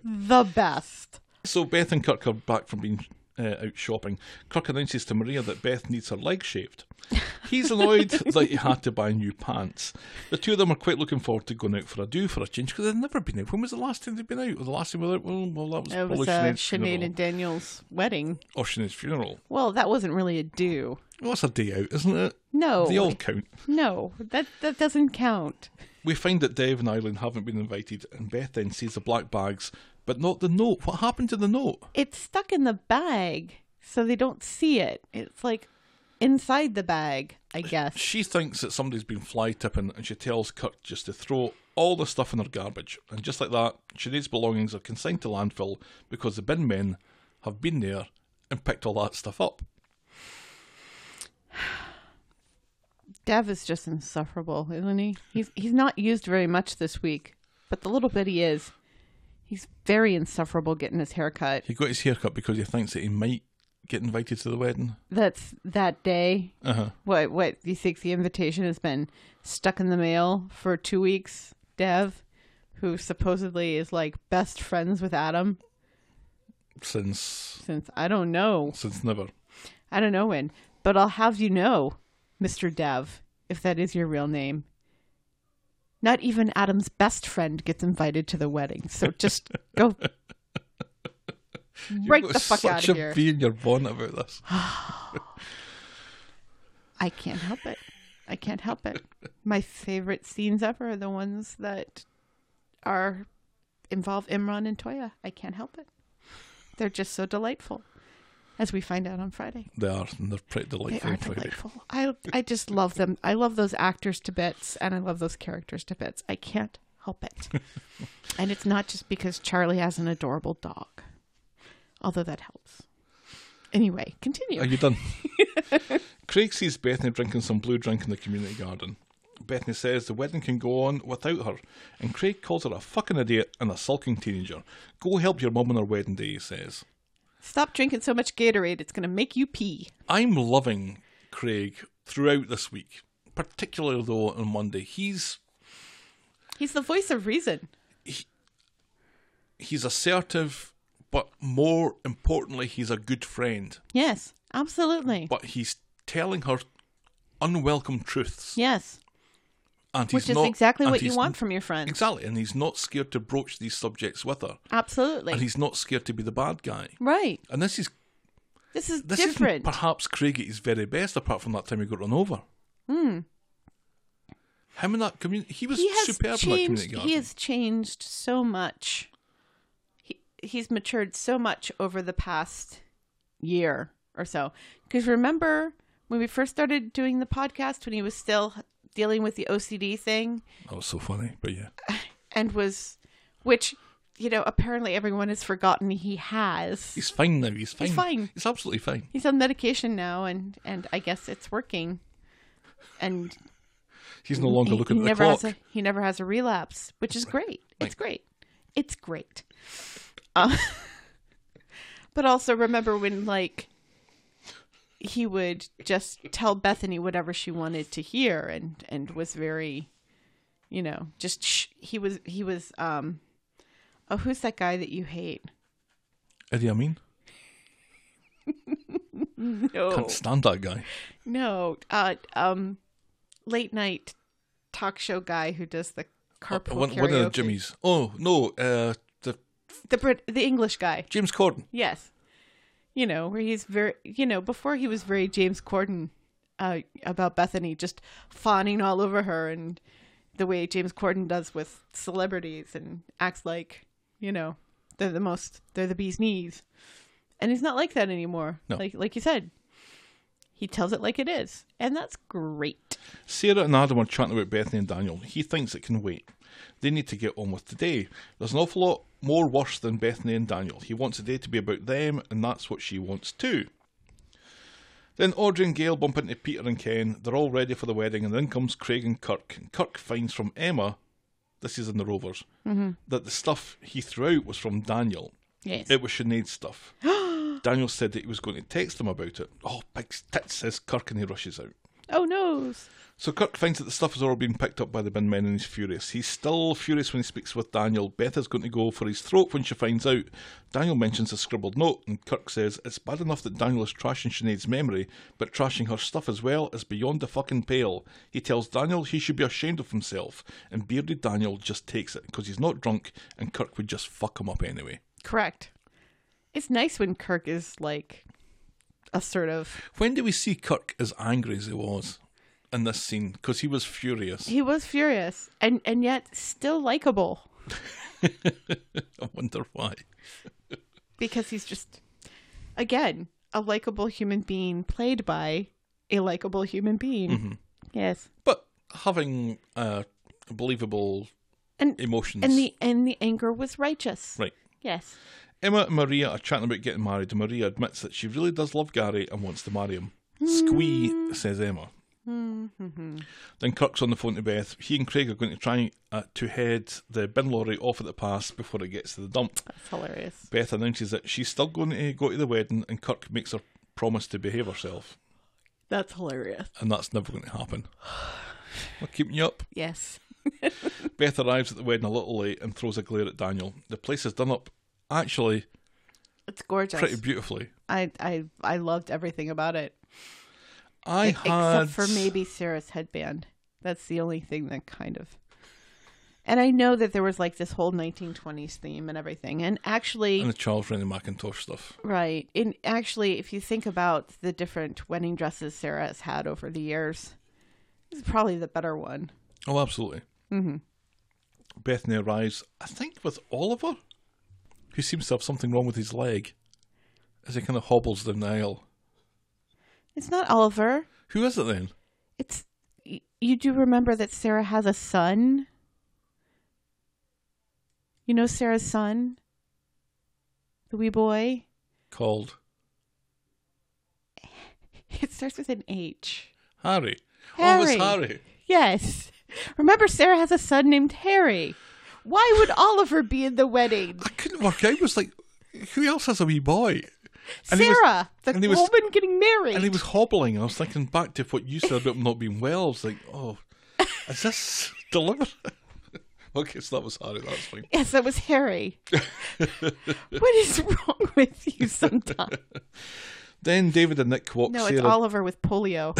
Speaker 1: the best.
Speaker 4: So Beth and Kirk are back from being uh, out shopping. Kirk announces to Maria that Beth needs her leg shaved. He's annoyed that he had to buy new pants. The two of them are quite looking forward to going out for a do for a change because they've never been out. When was the last time they've been out? Or the last time we were out? Well, well that was
Speaker 1: It
Speaker 4: probably
Speaker 1: was uh, Sinead
Speaker 4: Sinead's funeral.
Speaker 1: and Daniel's wedding.
Speaker 4: or Sinead's funeral.
Speaker 1: Well, that wasn't really a do.
Speaker 4: Well, that's a day out, isn't it?
Speaker 1: No.
Speaker 4: They all count.
Speaker 1: No, that that doesn't count.
Speaker 4: We find that Dave and Eileen haven't been invited, and Beth then sees the black bags, but not the note. What happened to the note?
Speaker 1: It's stuck in the bag, so they don't see it. It's like inside the bag, I guess.
Speaker 4: She thinks that somebody's been fly tipping and she tells Kirk just to throw all the stuff in her garbage. And just like that, Sinead's belongings are consigned to landfill because the bin men have been there and picked all that stuff up.
Speaker 1: Dev is just insufferable, isn't he? He's he's not used very much this week, but the little bit he is, he's very insufferable getting his hair cut.
Speaker 4: He got his haircut because he thinks that he might get invited to the wedding.
Speaker 1: That's that day.
Speaker 4: Uh-huh.
Speaker 1: What what you think the invitation has been stuck in the mail for two weeks? Dev, who supposedly is like best friends with Adam
Speaker 4: Since
Speaker 1: since I don't know,
Speaker 4: since never.
Speaker 1: I don't know when, but I'll have you know, Mister Dev, if that is your real name. Not even Adam's best friend gets invited to the wedding, so just go right
Speaker 4: You've got
Speaker 1: the fuck
Speaker 4: such
Speaker 1: out of
Speaker 4: a
Speaker 1: here.
Speaker 4: bee in your bonnet about this.
Speaker 1: I can't help it. I can't help it. My favorite scenes ever are the ones that are involve Imran and Toya. I can't help it. They're just so delightful, as we find out on Friday.
Speaker 4: They are, and they're pretty
Speaker 1: They
Speaker 4: delightful.
Speaker 1: are
Speaker 4: on Friday.
Speaker 1: delightful. I I just love them. I love those actors to bits, and I love those characters to bits. I can't help it. and it's not just because Charlie has an adorable dog, although that helps. Anyway, continue.
Speaker 4: Are you done? Craig sees Bethany drinking some blue drink in the community garden. Bethany says the wedding can go on without her, and Craig calls her a fucking idiot and a sulking teenager. Go help your mum on her wedding day, he says.
Speaker 1: Stop drinking so much Gatorade. It's going to make you pee.
Speaker 4: I'm loving Craig throughout this week, particularly though on Monday. He's
Speaker 1: He's the voice of reason.
Speaker 4: he's assertive, but more importantly, he's a good friend.
Speaker 1: Yes, absolutely.
Speaker 4: But he's telling her unwelcome truths.
Speaker 1: Yes.
Speaker 4: and
Speaker 1: Which
Speaker 4: he's
Speaker 1: is
Speaker 4: not-
Speaker 1: exactly
Speaker 4: and
Speaker 1: what you
Speaker 4: he's-
Speaker 1: want from your friend.
Speaker 4: Exactly, and he's not scared to broach these subjects with her, and
Speaker 1: Absolutely.
Speaker 4: he's not scared to be the bad guy.
Speaker 1: Right.
Speaker 4: And this is
Speaker 1: This is
Speaker 4: this is
Speaker 1: different.
Speaker 4: perhaps Craig at his very best, apart from that time he got run over. Hmm. Him and that community, he was
Speaker 1: he has
Speaker 4: superb in that community
Speaker 1: changed.
Speaker 4: garden.
Speaker 1: He has changed so much. He he's matured so much over the past year or so. Because remember when we first started doing the podcast, when he was still dealing with the OCD thing,
Speaker 4: That was so funny, but yeah,
Speaker 1: and was, which you know, apparently everyone has forgotten he has.
Speaker 4: he's fine now. He's fine.
Speaker 1: fine.
Speaker 4: He's absolutely fine.
Speaker 1: He's on medication now, and and I guess it's working. And
Speaker 4: He's no longer
Speaker 1: he,
Speaker 4: looking
Speaker 1: he
Speaker 4: at the
Speaker 1: never
Speaker 4: clock.
Speaker 1: Has a, he never has a relapse, which is great. It's great. It's great. Uh, but also remember when like he would just tell Bethany whatever she wanted to hear, and and was very, you know, just shh. he was he was um, oh who's that guy that you hate?
Speaker 4: Eddie Amin
Speaker 1: No, Oh.
Speaker 4: can't stand that guy.
Speaker 1: no, uh, um, late night talk show guy who does the carpool
Speaker 4: Uh, one,
Speaker 1: karaoke.
Speaker 4: one of the Jimmys. Oh no, uh, the
Speaker 1: the Brit, the English guy.
Speaker 4: James Corden.
Speaker 1: Yes. You know, where he's very, you know, before he was very James Corden uh, about Bethany, just fawning all over her and the way James Corden does with celebrities and acts like, you know, they're the most, they're the bee's knees. And he's not like that anymore.
Speaker 4: No.
Speaker 1: Like, like you said, he tells it like it is. And that's great.
Speaker 4: Sarah and Adam are chatting about Bethany and Daniel. He thinks it can wait. They need to get on with today. There's an awful lot more worse than Bethany and Daniel. He wants today to be about them, and that's what she wants too. Then Audrey and Gail bump into Peter and Ken. They're all ready for the wedding, and then comes Craig and Kirk. And Kirk finds from Emma, this is in the Rovers, that the stuff he threw out was from Daniel.
Speaker 1: Yes.
Speaker 4: It was Sinead's stuff. Daniel said that he was going to text him about it. Oh, big tits, says Kirk, and he rushes out.
Speaker 1: oh, no.
Speaker 4: So Kirk finds that the stuff has all been picked up by the bin men and he's furious. He's still furious when he speaks with Daniel. Beth is going to go for his throat when she finds out. Daniel mentions a scribbled note and Kirk says it's bad enough that Daniel is trashing Sinead's memory, but trashing her stuff as well is beyond the fucking pale. He tells Daniel he should be ashamed of himself and bearded Daniel just takes it because he's not drunk and Kirk would just fuck him up anyway.
Speaker 1: Correct. It's nice when Kirk is like assertive.
Speaker 4: When do we see Kirk as angry as he was in this scene? Because he was furious.
Speaker 1: He was furious and and yet still likable
Speaker 4: I wonder why.
Speaker 1: because he's just again a likable human being played by a likable human being. Yes.
Speaker 4: but having uh, believable
Speaker 1: And
Speaker 4: emotions.
Speaker 1: and the and the anger was righteous.
Speaker 4: right.
Speaker 1: Yes.
Speaker 4: Emma and Maria are chatting about getting married, and Maria admits that she really does love Gary and wants to marry him.
Speaker 1: Hmm.
Speaker 4: Squee, says Emma.
Speaker 1: Mm-hmm.
Speaker 4: Then Kirk's on the phone to Beth. He and Craig are going to try uh, to head the bin lorry off at the pass before it gets to the dump.
Speaker 1: That's hilarious.
Speaker 4: Beth announces that she's still going to go to the wedding, and Kirk makes her promise to behave herself,
Speaker 1: That's hilarious.
Speaker 4: and that's never going to happen. We're keeping you up.
Speaker 1: Yes.
Speaker 4: Beth arrives at the wedding a little late and throws a glare at Daniel. The place is done up actually
Speaker 1: It's gorgeous.
Speaker 4: pretty beautifully.
Speaker 1: I I I loved everything about it.
Speaker 4: I had
Speaker 1: except for maybe Sarah's headband. That's the only thing that kind of. And I know that there was like this whole 1920s theme and everything. And actually,
Speaker 4: and the Charles Rennie Macintosh stuff.
Speaker 1: Right. And actually, if you think about the different wedding dresses Sarah has had over the years, this is probably the better one.
Speaker 4: Oh, absolutely. Mm-hmm. Bethany arrives, I think, with Oliver, who seems to have something wrong with his leg, as he kind of hobbles down the aisle.
Speaker 1: It's not Oliver.
Speaker 4: Who is it then?
Speaker 1: It's y- you do remember that Sarah has a son. You know Sarah's son, the wee boy.
Speaker 4: Called
Speaker 1: It starts with an H.
Speaker 4: Harry. Oh, it's
Speaker 1: Harry.
Speaker 4: Harry.
Speaker 1: Yes. Remember, Sarah has a son named Harry. Why would Oliver be in the wedding?
Speaker 4: I couldn't work out. It was like, who else has a wee boy? And he was-
Speaker 1: Sarah,
Speaker 4: and
Speaker 1: the
Speaker 4: he was-
Speaker 1: woman getting married.
Speaker 4: And he was hobbling. I was thinking back to what you said about him not being well. I was like, oh, is this deliberate? okay, so that was Harry. That's fine.
Speaker 1: Yes, that was Harry. what is wrong with you sometimes?
Speaker 4: Then David and Nick walk
Speaker 1: No, it's
Speaker 4: Sarah.
Speaker 1: Oliver with polio.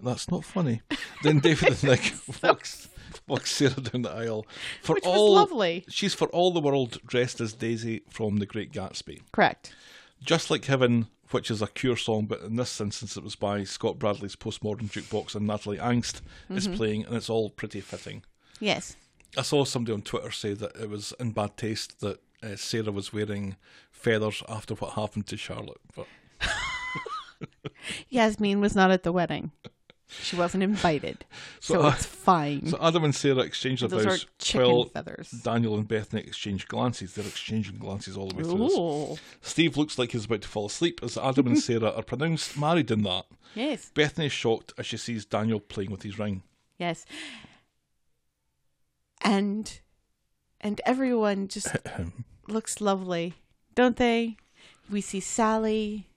Speaker 4: That's not funny. Then David and Nick walks, walks Sarah down the aisle. For
Speaker 1: Which was
Speaker 4: all
Speaker 1: lovely.
Speaker 4: she's for all the world dressed as Daisy from The Great Gatsby.
Speaker 1: Correct.
Speaker 4: Just Like Heaven, which is a Cure song, but in this instance it was by Scott Bradley's postmodern jukebox and Natalie Angst is
Speaker 1: Mm-hmm.
Speaker 4: playing, and it's all pretty fitting.
Speaker 1: Yes.
Speaker 4: I saw somebody on Twitter say that it was in bad taste that uh, Sarah was wearing feathers after what happened to Charlotte, but
Speaker 1: Yasmin was not at the wedding. She wasn't invited. so,
Speaker 4: uh,
Speaker 1: it's fine.
Speaker 4: So Adam and Sarah exchange their
Speaker 1: Those
Speaker 4: vows
Speaker 1: are chicken
Speaker 4: while
Speaker 1: feathers.
Speaker 4: Daniel and Bethany exchange glances. They're exchanging glances all the way through. this.
Speaker 1: Ooh.
Speaker 4: Steve looks like he's about to fall asleep as Adam and Sarah are pronounced married in that.
Speaker 1: Yes.
Speaker 4: Bethany is shocked as she sees Daniel playing with his ring.
Speaker 1: Yes. And and everyone just looks lovely, don't they? We see Sally.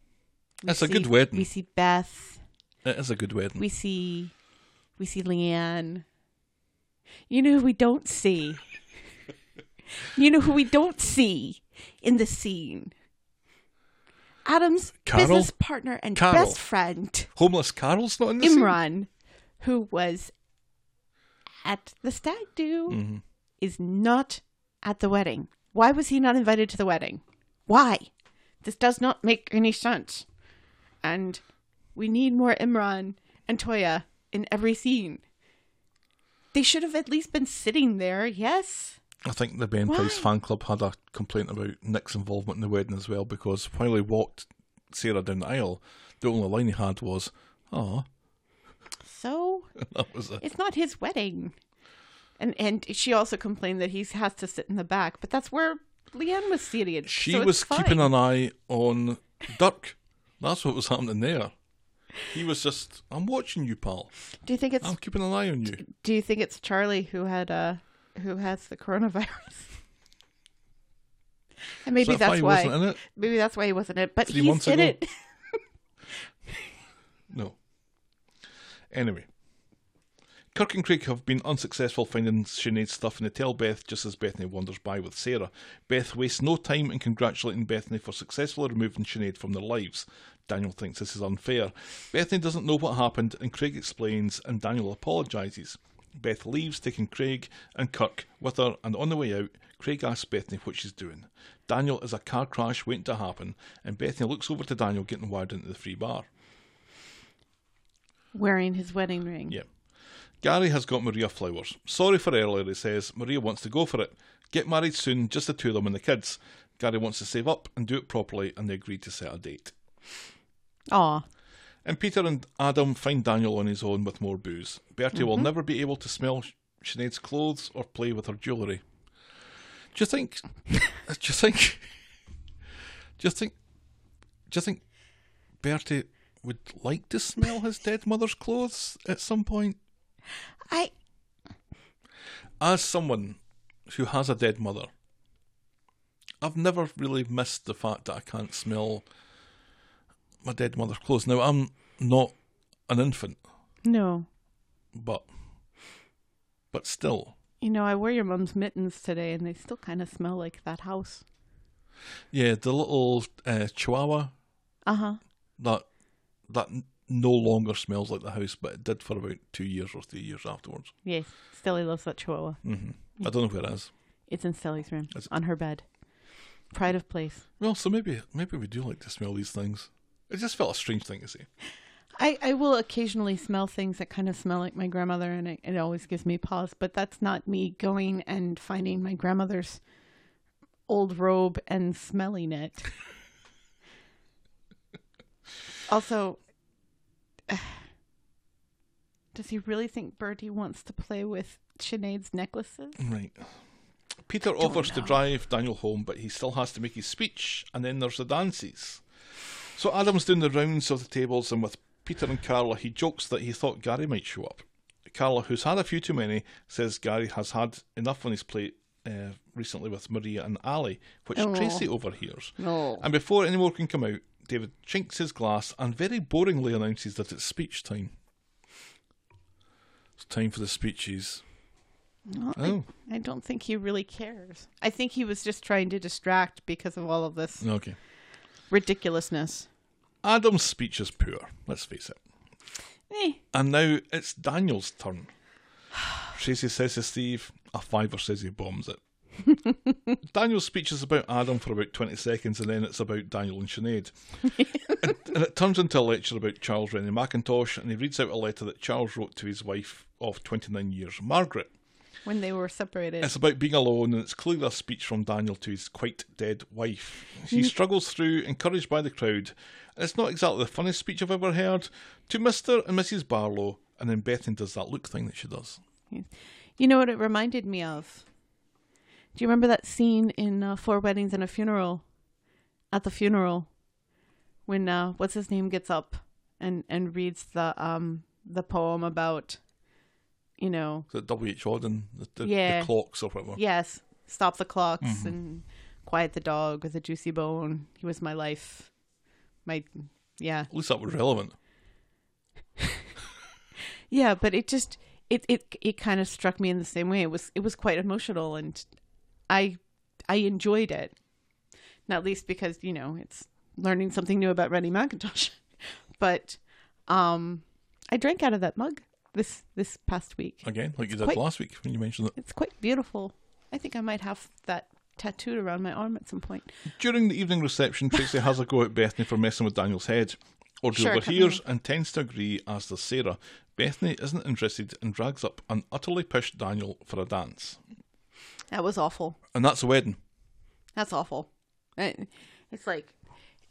Speaker 1: we
Speaker 4: It's a
Speaker 1: see-
Speaker 4: good wedding.
Speaker 1: We see Beth.
Speaker 4: It is a good wedding.
Speaker 1: We see we see Leanne. You know who we don't see. you know who we don't see in the scene. Adam's
Speaker 4: Carol?
Speaker 1: business partner and
Speaker 4: Carol.
Speaker 1: best friend.
Speaker 4: Homeless Carol's not in the scene.
Speaker 1: Imran, who was at the stag do,
Speaker 4: Mm. Mm-hmm.
Speaker 1: is not at the wedding. Why was he not invited to the wedding? Why? This does not make any sense. And we need more Imran and Toya in every scene. They should have at least been sitting there, yes?
Speaker 4: I think the Ben Price
Speaker 1: Why?
Speaker 4: fan club had a complaint about Nick's involvement in the wedding as well because while he walked Sarah down the aisle, the only line he had was, "Ah,"
Speaker 1: So
Speaker 4: that was it.
Speaker 1: it's not his wedding. And and she also complained that he has to sit in the back, but that's where Leanne was seated.
Speaker 4: She
Speaker 1: so it's
Speaker 4: was keeping
Speaker 1: fine.
Speaker 4: an eye on Dirk. That's what was happening there. He was just, I'm watching you, pal.
Speaker 1: Do you think it's
Speaker 4: I'm keeping an eye on you.
Speaker 1: Do you think it's Charlie who had uh who has the coronavirus? and maybe
Speaker 4: Is that
Speaker 1: that's
Speaker 4: he
Speaker 1: why.
Speaker 4: wasn't in it?
Speaker 1: Maybe that's why he wasn't in it. But
Speaker 4: Three
Speaker 1: he's
Speaker 4: months
Speaker 1: in
Speaker 4: ago?
Speaker 1: it.
Speaker 4: No. Anyway, Kirk and Craig have been unsuccessful finding Sinead's stuff and they tell Beth just as Bethany wanders by with Sarah. Beth wastes no time in congratulating Bethany for successfully removing Sinead from their lives. Daniel thinks this is unfair. Bethany doesn't know what happened and Craig explains and Daniel apologises. Beth leaves, taking Craig and Kirk with her, and on the way out, Craig asks Bethany what she's doing. Daniel is a car crash waiting to happen, and Bethany looks over to Daniel getting wired into the free bar.
Speaker 1: Wearing his wedding ring.
Speaker 4: Yeah. Gary has got Maria flowers. Sorry for earlier, he says. Maria wants to go for it. Get married soon, just the two of them and the kids. Gary wants to save up and do it properly, and they agree to set a date.
Speaker 1: Aw.
Speaker 4: And Peter and Adam find Daniel on his own with more booze. Bertie will never be able to smell Sh- Sinead's clothes or play with her jewellery. Do you think? do you think? Do you think? Do you think Bertie would like to smell his dead mother's clothes at some point?
Speaker 1: I
Speaker 4: as someone who has a dead mother, I've never really missed the fact that I can't smell my dead mother's clothes. Now I'm not an infant,
Speaker 1: no.
Speaker 4: but but still,
Speaker 1: You know, I wore your mum's mittens today and they still kind of smell like that house.
Speaker 4: yeah, the little uh, Chihuahua
Speaker 1: Uh-huh.
Speaker 4: that that n- no longer smells like the house, but it did for about two years or three years afterwards.
Speaker 1: Yes. Stelly loves that chihuahua.
Speaker 4: I don't know where it is.
Speaker 1: It's in Stelly's room.
Speaker 4: Mm. That's-
Speaker 1: On her bed. Pride of place.
Speaker 4: Well, so maybe maybe we do like to smell these things. It just felt a strange thing to say.
Speaker 1: I, I will occasionally smell things that kind of smell like my grandmother, and it, it always gives me pause. But that's not me going and finding my grandmother's old robe and smelling it. also, does he really think Bertie wants to play with Sinead's necklaces?
Speaker 4: Right. Peter offers to drive Daniel home, but he still has to make his speech, and then there's the dances. So Adam's doing the rounds of the tables, and with Peter and Carla, he jokes that he thought Gary might show up. Carla, who's had a few too many, says Gary has had enough on his plate uh, recently with Maria and Ali, which
Speaker 1: Oh.
Speaker 4: Tracy overhears.
Speaker 1: No.
Speaker 4: And before any more can come out, David chinks his glass and very boringly announces that it's speech time. It's time for the speeches. Oh.
Speaker 1: I don't think he really cares. I think he was just trying to distract because of all of this.
Speaker 4: Okay.
Speaker 1: ridiculousness.
Speaker 4: Adam's speech is poor, let's face it.
Speaker 1: Eh,
Speaker 4: And now it's Daniel's turn. Tracy says to Steve, a fiver says he bombs it. Daniel's speech is about Adam for about 20 seconds and then it's about Daniel and Sinead. and, and it turns into a lecture about Charles Rennie Mackintosh and he reads out a letter that Charles wrote to his wife of 29 years, Margaret.
Speaker 1: when they were separated.
Speaker 4: It's about being alone, and it's clearly a speech from Daniel to his quite dead wife.
Speaker 1: Mm.
Speaker 4: She struggles through, encouraged by the crowd. And it's not exactly the funniest speech I've ever heard to Mr. and Mrs. Barlow, and then Bethany does that look thing that she does.
Speaker 1: You know what it reminded me of? Do you remember that scene in uh, Four Weddings and a Funeral? At the funeral, when uh, what's his name gets up and and reads the um the poem about, you know,
Speaker 4: Is it W.H. Auden, the, the,
Speaker 1: Yeah.
Speaker 4: the clocks or whatever?
Speaker 1: yes, stop the clocks and quiet the dog with a juicy bone. He was my life, my yeah.
Speaker 4: At least that was relevant.
Speaker 1: Yeah, but it just it it it kind of struck me in the same way. It was it was quite emotional, and I I enjoyed it, not least because you know it's learning something new about Rennie McIntosh. but um, I drank out of that mug this this past week.
Speaker 4: Again, like you did
Speaker 1: quite-
Speaker 4: last week when you mentioned it.
Speaker 1: It's quite beautiful. I think I might have that tattooed around my arm at some point.
Speaker 4: During the evening reception, Tracy has a go at Bethany for messing with Daniel's head. Audrey
Speaker 1: Sure,
Speaker 4: overhears and tends to agree, as does Sarah. Bethany isn't interested and drags up an utterly pished Daniel for a dance.
Speaker 1: That was awful.
Speaker 4: And that's a wedding.
Speaker 1: That's awful. And it's like,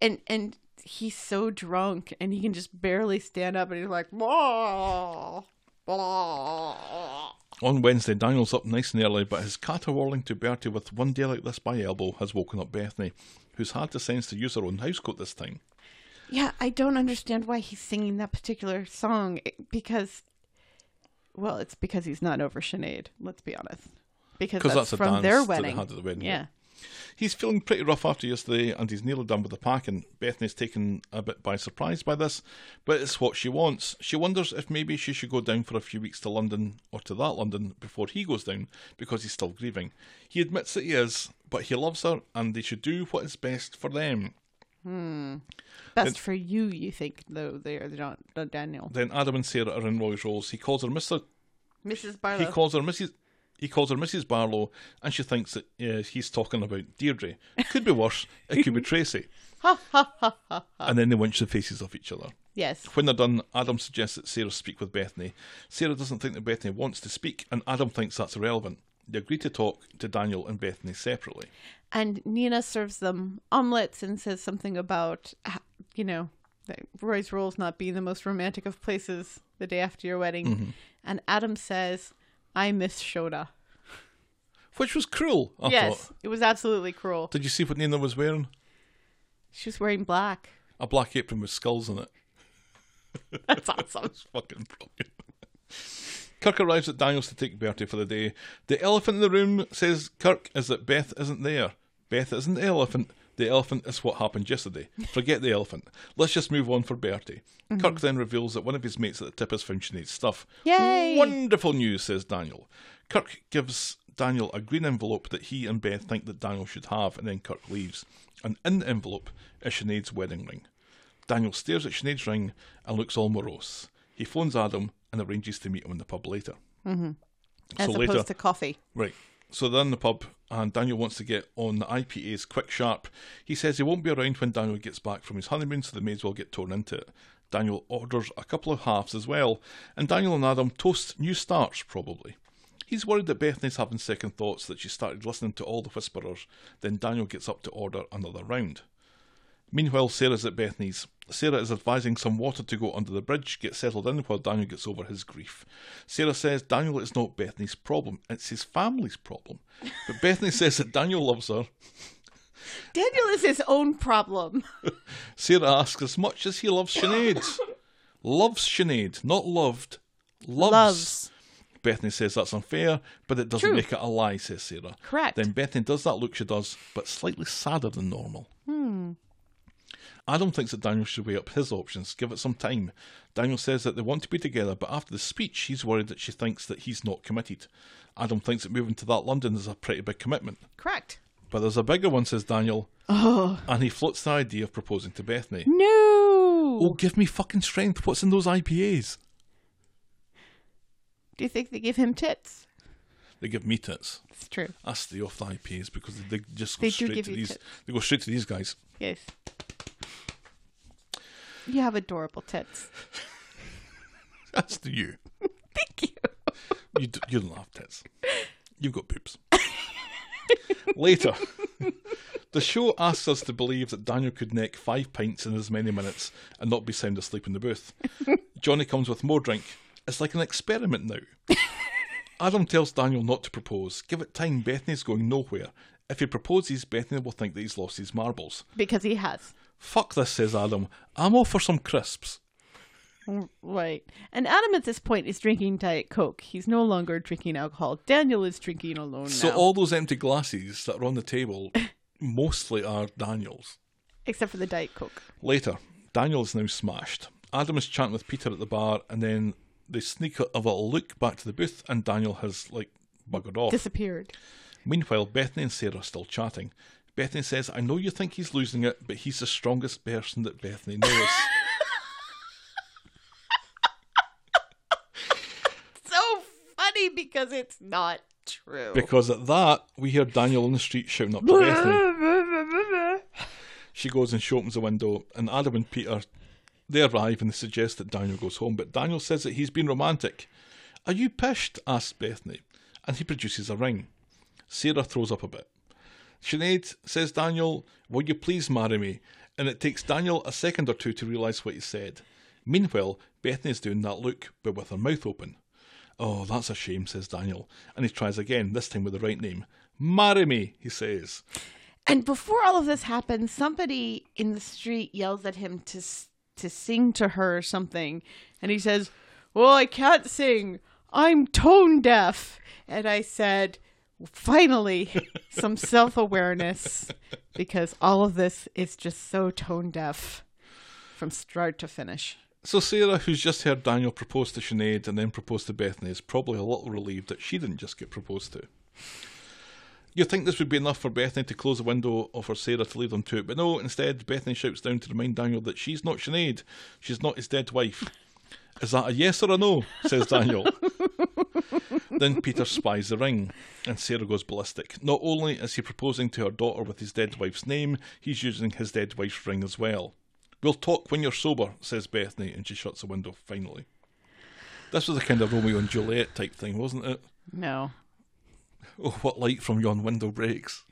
Speaker 1: and and he's so drunk and he can just barely stand up and he's like, "Blah, blah."
Speaker 4: On Wednesday, Daniel's up nice and early, but his caterwauling to Bertie with one day like this by elbow has woken up Bethany, who's had the sense to use her own housecoat this time.
Speaker 1: Yeah, I don't understand why he's singing that particular song it- because, well, it's because he's not over Sinead. Let's be honest, because
Speaker 4: 'Cause
Speaker 1: that's,
Speaker 4: that's a
Speaker 1: from
Speaker 4: dance
Speaker 1: their
Speaker 4: that they
Speaker 1: wedding.
Speaker 4: had at the wedding,
Speaker 1: Yeah,
Speaker 4: He's feeling pretty rough after yesterday, and he's nearly done with the packing. Bethany's taken a bit by surprise by this, but it's what she wants. She wonders if maybe she should go down for a few weeks to London or to that London before he goes down because he's still grieving. He admits that he is, but he loves her and they should do what is best for them.
Speaker 1: best for you, you think though. They're they're not they're Daniel,
Speaker 4: Then Adam and Sarah are in Roy's roles. He calls her Mr.
Speaker 1: Mrs. Barlow.
Speaker 4: He calls her Mrs. He calls her Mrs. Barlow, and she thinks that uh, he's talking about Deirdre. Could be worse. It could be Tracy. and then they winch the faces off each other.
Speaker 1: yes,
Speaker 4: When they're done, Adam suggests that Sarah speak with Bethany. Sarah doesn't think that Bethany wants to speak, and Adam thinks that's irrelevant. They agree to talk to Daniel and Bethany separately.
Speaker 1: and Nina serves them omelets and says something about, ah, you know, that Roy's rules not being the most romantic of places the day after your wedding. And Adam says, I miss Shoda.
Speaker 4: Which was cruel, I
Speaker 1: yes,
Speaker 4: thought.
Speaker 1: it was absolutely cruel.
Speaker 4: Did you see what Nina was wearing?
Speaker 1: She was wearing black.
Speaker 4: A black apron with skulls in it.
Speaker 1: That's awesome.
Speaker 4: It's fucking brilliant. Kirk arrives at Daniel's to take Bertie for the day. The elephant in the room, says Kirk, is that Beth isn't there. Beth isn't the elephant. The elephant is what happened yesterday. Forget the elephant. Let's just move on for Bertie. Kirk then reveals that one of his mates at the tip has found Sinead's stuff.
Speaker 1: Yay!
Speaker 4: Wonderful news, says Daniel. Kirk gives Daniel a green envelope that he and Beth think that Daniel should have, and then Kirk leaves. And in the envelope is Sinead's wedding ring. Daniel stares at Sinead's ring and looks all morose. He phones Adam and arranges to meet him in the pub later. Mm-hmm.
Speaker 1: As
Speaker 4: So
Speaker 1: opposed
Speaker 4: later,
Speaker 1: to coffee.
Speaker 4: right. So they're in the pub, and Daniel wants to get on the IPA's quick sharp. He says he won't be around when Daniel gets back from his honeymoon, so they may as well get torn into it. Daniel orders a couple of halves as well, and Daniel and Adam toast new starts, probably. He's worried that Bethany's having second thoughts that she started listening to all the whisperers, then Daniel gets up to order another round. Meanwhile, Sarah's at Bethany's. Sarah is advising some water to go under the bridge, get settled in while Daniel gets over his grief. Sarah says Daniel is not Bethany's problem, it's his family's problem. But Bethany says that Daniel loves her.
Speaker 1: Daniel is his own problem.
Speaker 4: Sarah asks as much as he loves Sinead. loves Sinead, not loved. Loves.
Speaker 1: Loves.
Speaker 4: Bethany says that's unfair, but it doesn't
Speaker 1: True.
Speaker 4: make it a lie, says Sarah.
Speaker 1: Correct.
Speaker 4: Then Bethany does that look she does, but slightly sadder than normal.
Speaker 1: Hmm.
Speaker 4: Adam thinks that Daniel should weigh up his options, give it some time. Daniel says that they want to be together, but after the speech, he's worried that she thinks that he's not committed. Adam thinks that moving to that London is a pretty big commitment.
Speaker 1: Correct.
Speaker 4: But there's a bigger one, says Daniel.
Speaker 1: Oh
Speaker 4: and he floats the idea of proposing to Bethany.
Speaker 1: no!
Speaker 4: Oh, give me fucking strength. What's in those IPAs?
Speaker 1: Do you think they give him tits?
Speaker 4: They give me tits.
Speaker 1: It's true.
Speaker 4: I stay off the IPAs because they, they just go
Speaker 1: They do
Speaker 4: straight
Speaker 1: give
Speaker 4: to
Speaker 1: you
Speaker 4: these.
Speaker 1: tit.
Speaker 4: They go straight to these guys.
Speaker 1: Yes. You have adorable tits.
Speaker 4: That's to you.
Speaker 1: Thank you.
Speaker 4: You d- you don't have tits. You've got poops. Later, the show asks us to believe that Daniel could neck five pints in as many minutes and not be sound asleep in the booth. Johnny comes with more drink. It's like an experiment now. Adam tells Daniel not to propose. Give it time. Bethany's going nowhere. If he proposes, Bethany will think that he's lost his marbles.
Speaker 1: Because he has.
Speaker 4: Fuck this, says Adam. I'm off for some crisps.
Speaker 1: Right. And Adam at this point is drinking Diet Coke. He's no longer drinking alcohol. Daniel is drinking alone
Speaker 4: So
Speaker 1: now.
Speaker 4: all those empty glasses that are on the table mostly are Daniel's.
Speaker 1: except for the Diet Coke.
Speaker 4: Later, Daniel is now smashed. Adam is chatting with Peter at the bar, and then they sneak a, of a look back to the booth, and Daniel has like buggered off.
Speaker 1: Disappeared.
Speaker 4: Meanwhile, Bethany and Sarah are still chatting. Bethany says, "I know you think he's losing it, but he's the strongest person that Bethany knows."
Speaker 1: So funny because it's not true.
Speaker 4: because at that, we hear Daniel on the street shouting up to Bethany. She goes and she opens the window, and Adam and Peter they arrive and they suggest that Daniel goes home, but Daniel says that he's been romantic. Are you pissed? asks Bethany, and he produces a ring. Sarah throws up a bit. Sinead says, Daniel, will you please marry me? And it takes Daniel a second or two to realise what he said. Meanwhile, Bethany's doing that look, but with her mouth open. Oh, that's a shame, says Daniel, and he tries again, this time with the right name. Marry me, he says.
Speaker 1: and before all of this happens, somebody in the street yells at him to s- to sing to her or something, and he says, "Well, I can't sing. I'm tone deaf." And I said, "Finally, some self awareness, because all of this is just so tone deaf, from start to finish."
Speaker 4: So Sarah, who's just heard Daniel propose to Sinead and then propose to Bethany, is probably a little relieved that she didn't just get proposed to. You think this would be enough for Bethany to close the window or for Sarah to lead them to it, but no, instead Bethany shouts down to remind Daniel that she's not Sinead, she's not his dead wife. Is that a yes or a no? says Daniel. then Peter spies the ring, and Sarah goes ballistic. Not only is he proposing to her daughter with his dead wife's name, he's using his dead wife's ring as well. We'll talk when you're sober, says Bethany, and she shuts the window finally. This was a kind of Romeo and Juliet type thing, wasn't it?
Speaker 1: No,
Speaker 4: Oh, what light from yon window breaks.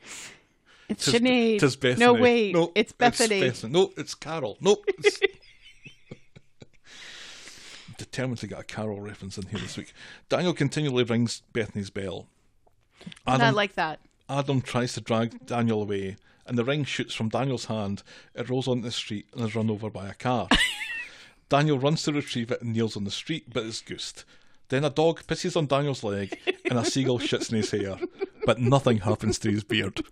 Speaker 1: it's
Speaker 4: Tis-
Speaker 1: Sinead.
Speaker 4: tis Bethany.
Speaker 1: No, wait,
Speaker 4: No,
Speaker 1: it's Bethany.
Speaker 4: No, it's Carol. No. It's... Determined to get a Carol reference in here this week. Daniel continually rings Bethany's bell.
Speaker 1: and I like that.
Speaker 4: Adam tries to drag Daniel away, and the ring shoots from Daniel's hand. It rolls onto the street and is run over by a car. Daniel runs to retrieve it and kneels on the street, but is goosed. Then a dog pisses on Daniel's leg, and a seagull shits in his hair, but nothing happens to his beard.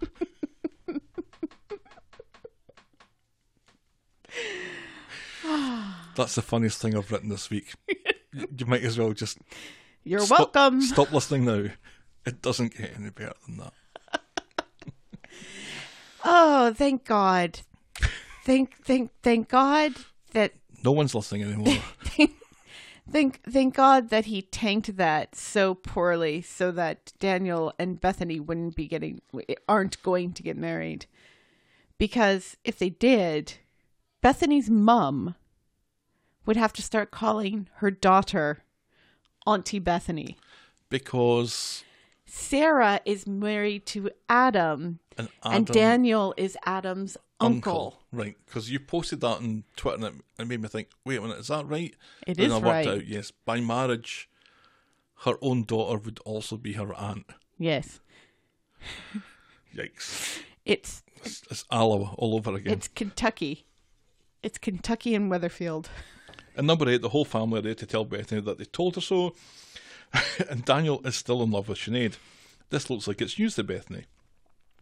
Speaker 4: That's the funniest thing I've written this week. You you might as well just
Speaker 1: You're
Speaker 4: stop-
Speaker 1: welcome.
Speaker 4: Stop listening now. It doesn't get any better than that.
Speaker 1: Oh, thank God. Thank thank thank God that
Speaker 4: No one's listening anymore.
Speaker 1: thank thank God that he tanked that so poorly so that Daniel and Bethany wouldn't be getting aren't going to get married. Because if they did, Bethany's mum would have to start calling her daughter Auntie Bethany.
Speaker 4: because
Speaker 1: Sarah is married to Adam,
Speaker 4: an Adam
Speaker 1: and Daniel is Adam's uncle.
Speaker 4: Right, because you posted that on Twitter and it, it made me think, wait a minute, is that right?
Speaker 1: It
Speaker 4: Then
Speaker 1: is
Speaker 4: I worked
Speaker 1: right.
Speaker 4: out, yes, by marriage, her own daughter would also be her aunt.
Speaker 1: Yes.
Speaker 4: Yikes.
Speaker 1: It's
Speaker 4: It's, it's Alloa all over again.
Speaker 1: It's Kentucky. It's Kentucky and Weatherfield.
Speaker 4: And number eight, the whole family are there to tell Bethany that they told her so, and Daniel is still in love with Sinead. This looks like it's news to Bethany.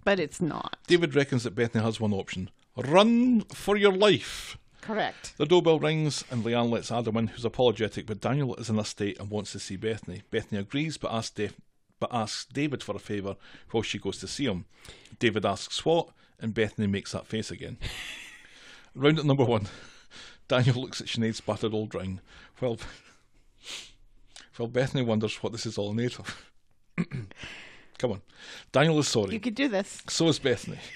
Speaker 1: But it's not.
Speaker 4: David reckons that Bethany has one option run for your life.
Speaker 1: Correct.
Speaker 4: The doorbell rings and Leanne lets Adam in, who's apologetic, but Daniel is in a state and wants to see Bethany. Bethany agrees, but asks, Def- but asks David for a favour while she goes to see him. David asks what, and Bethany makes that face again. Round at number one, Daniel looks at Sinead's battered old ring, while, while Bethany wonders what this is all made of. Come on. Daniel is sorry.
Speaker 1: You could do this.
Speaker 4: So is Bethany.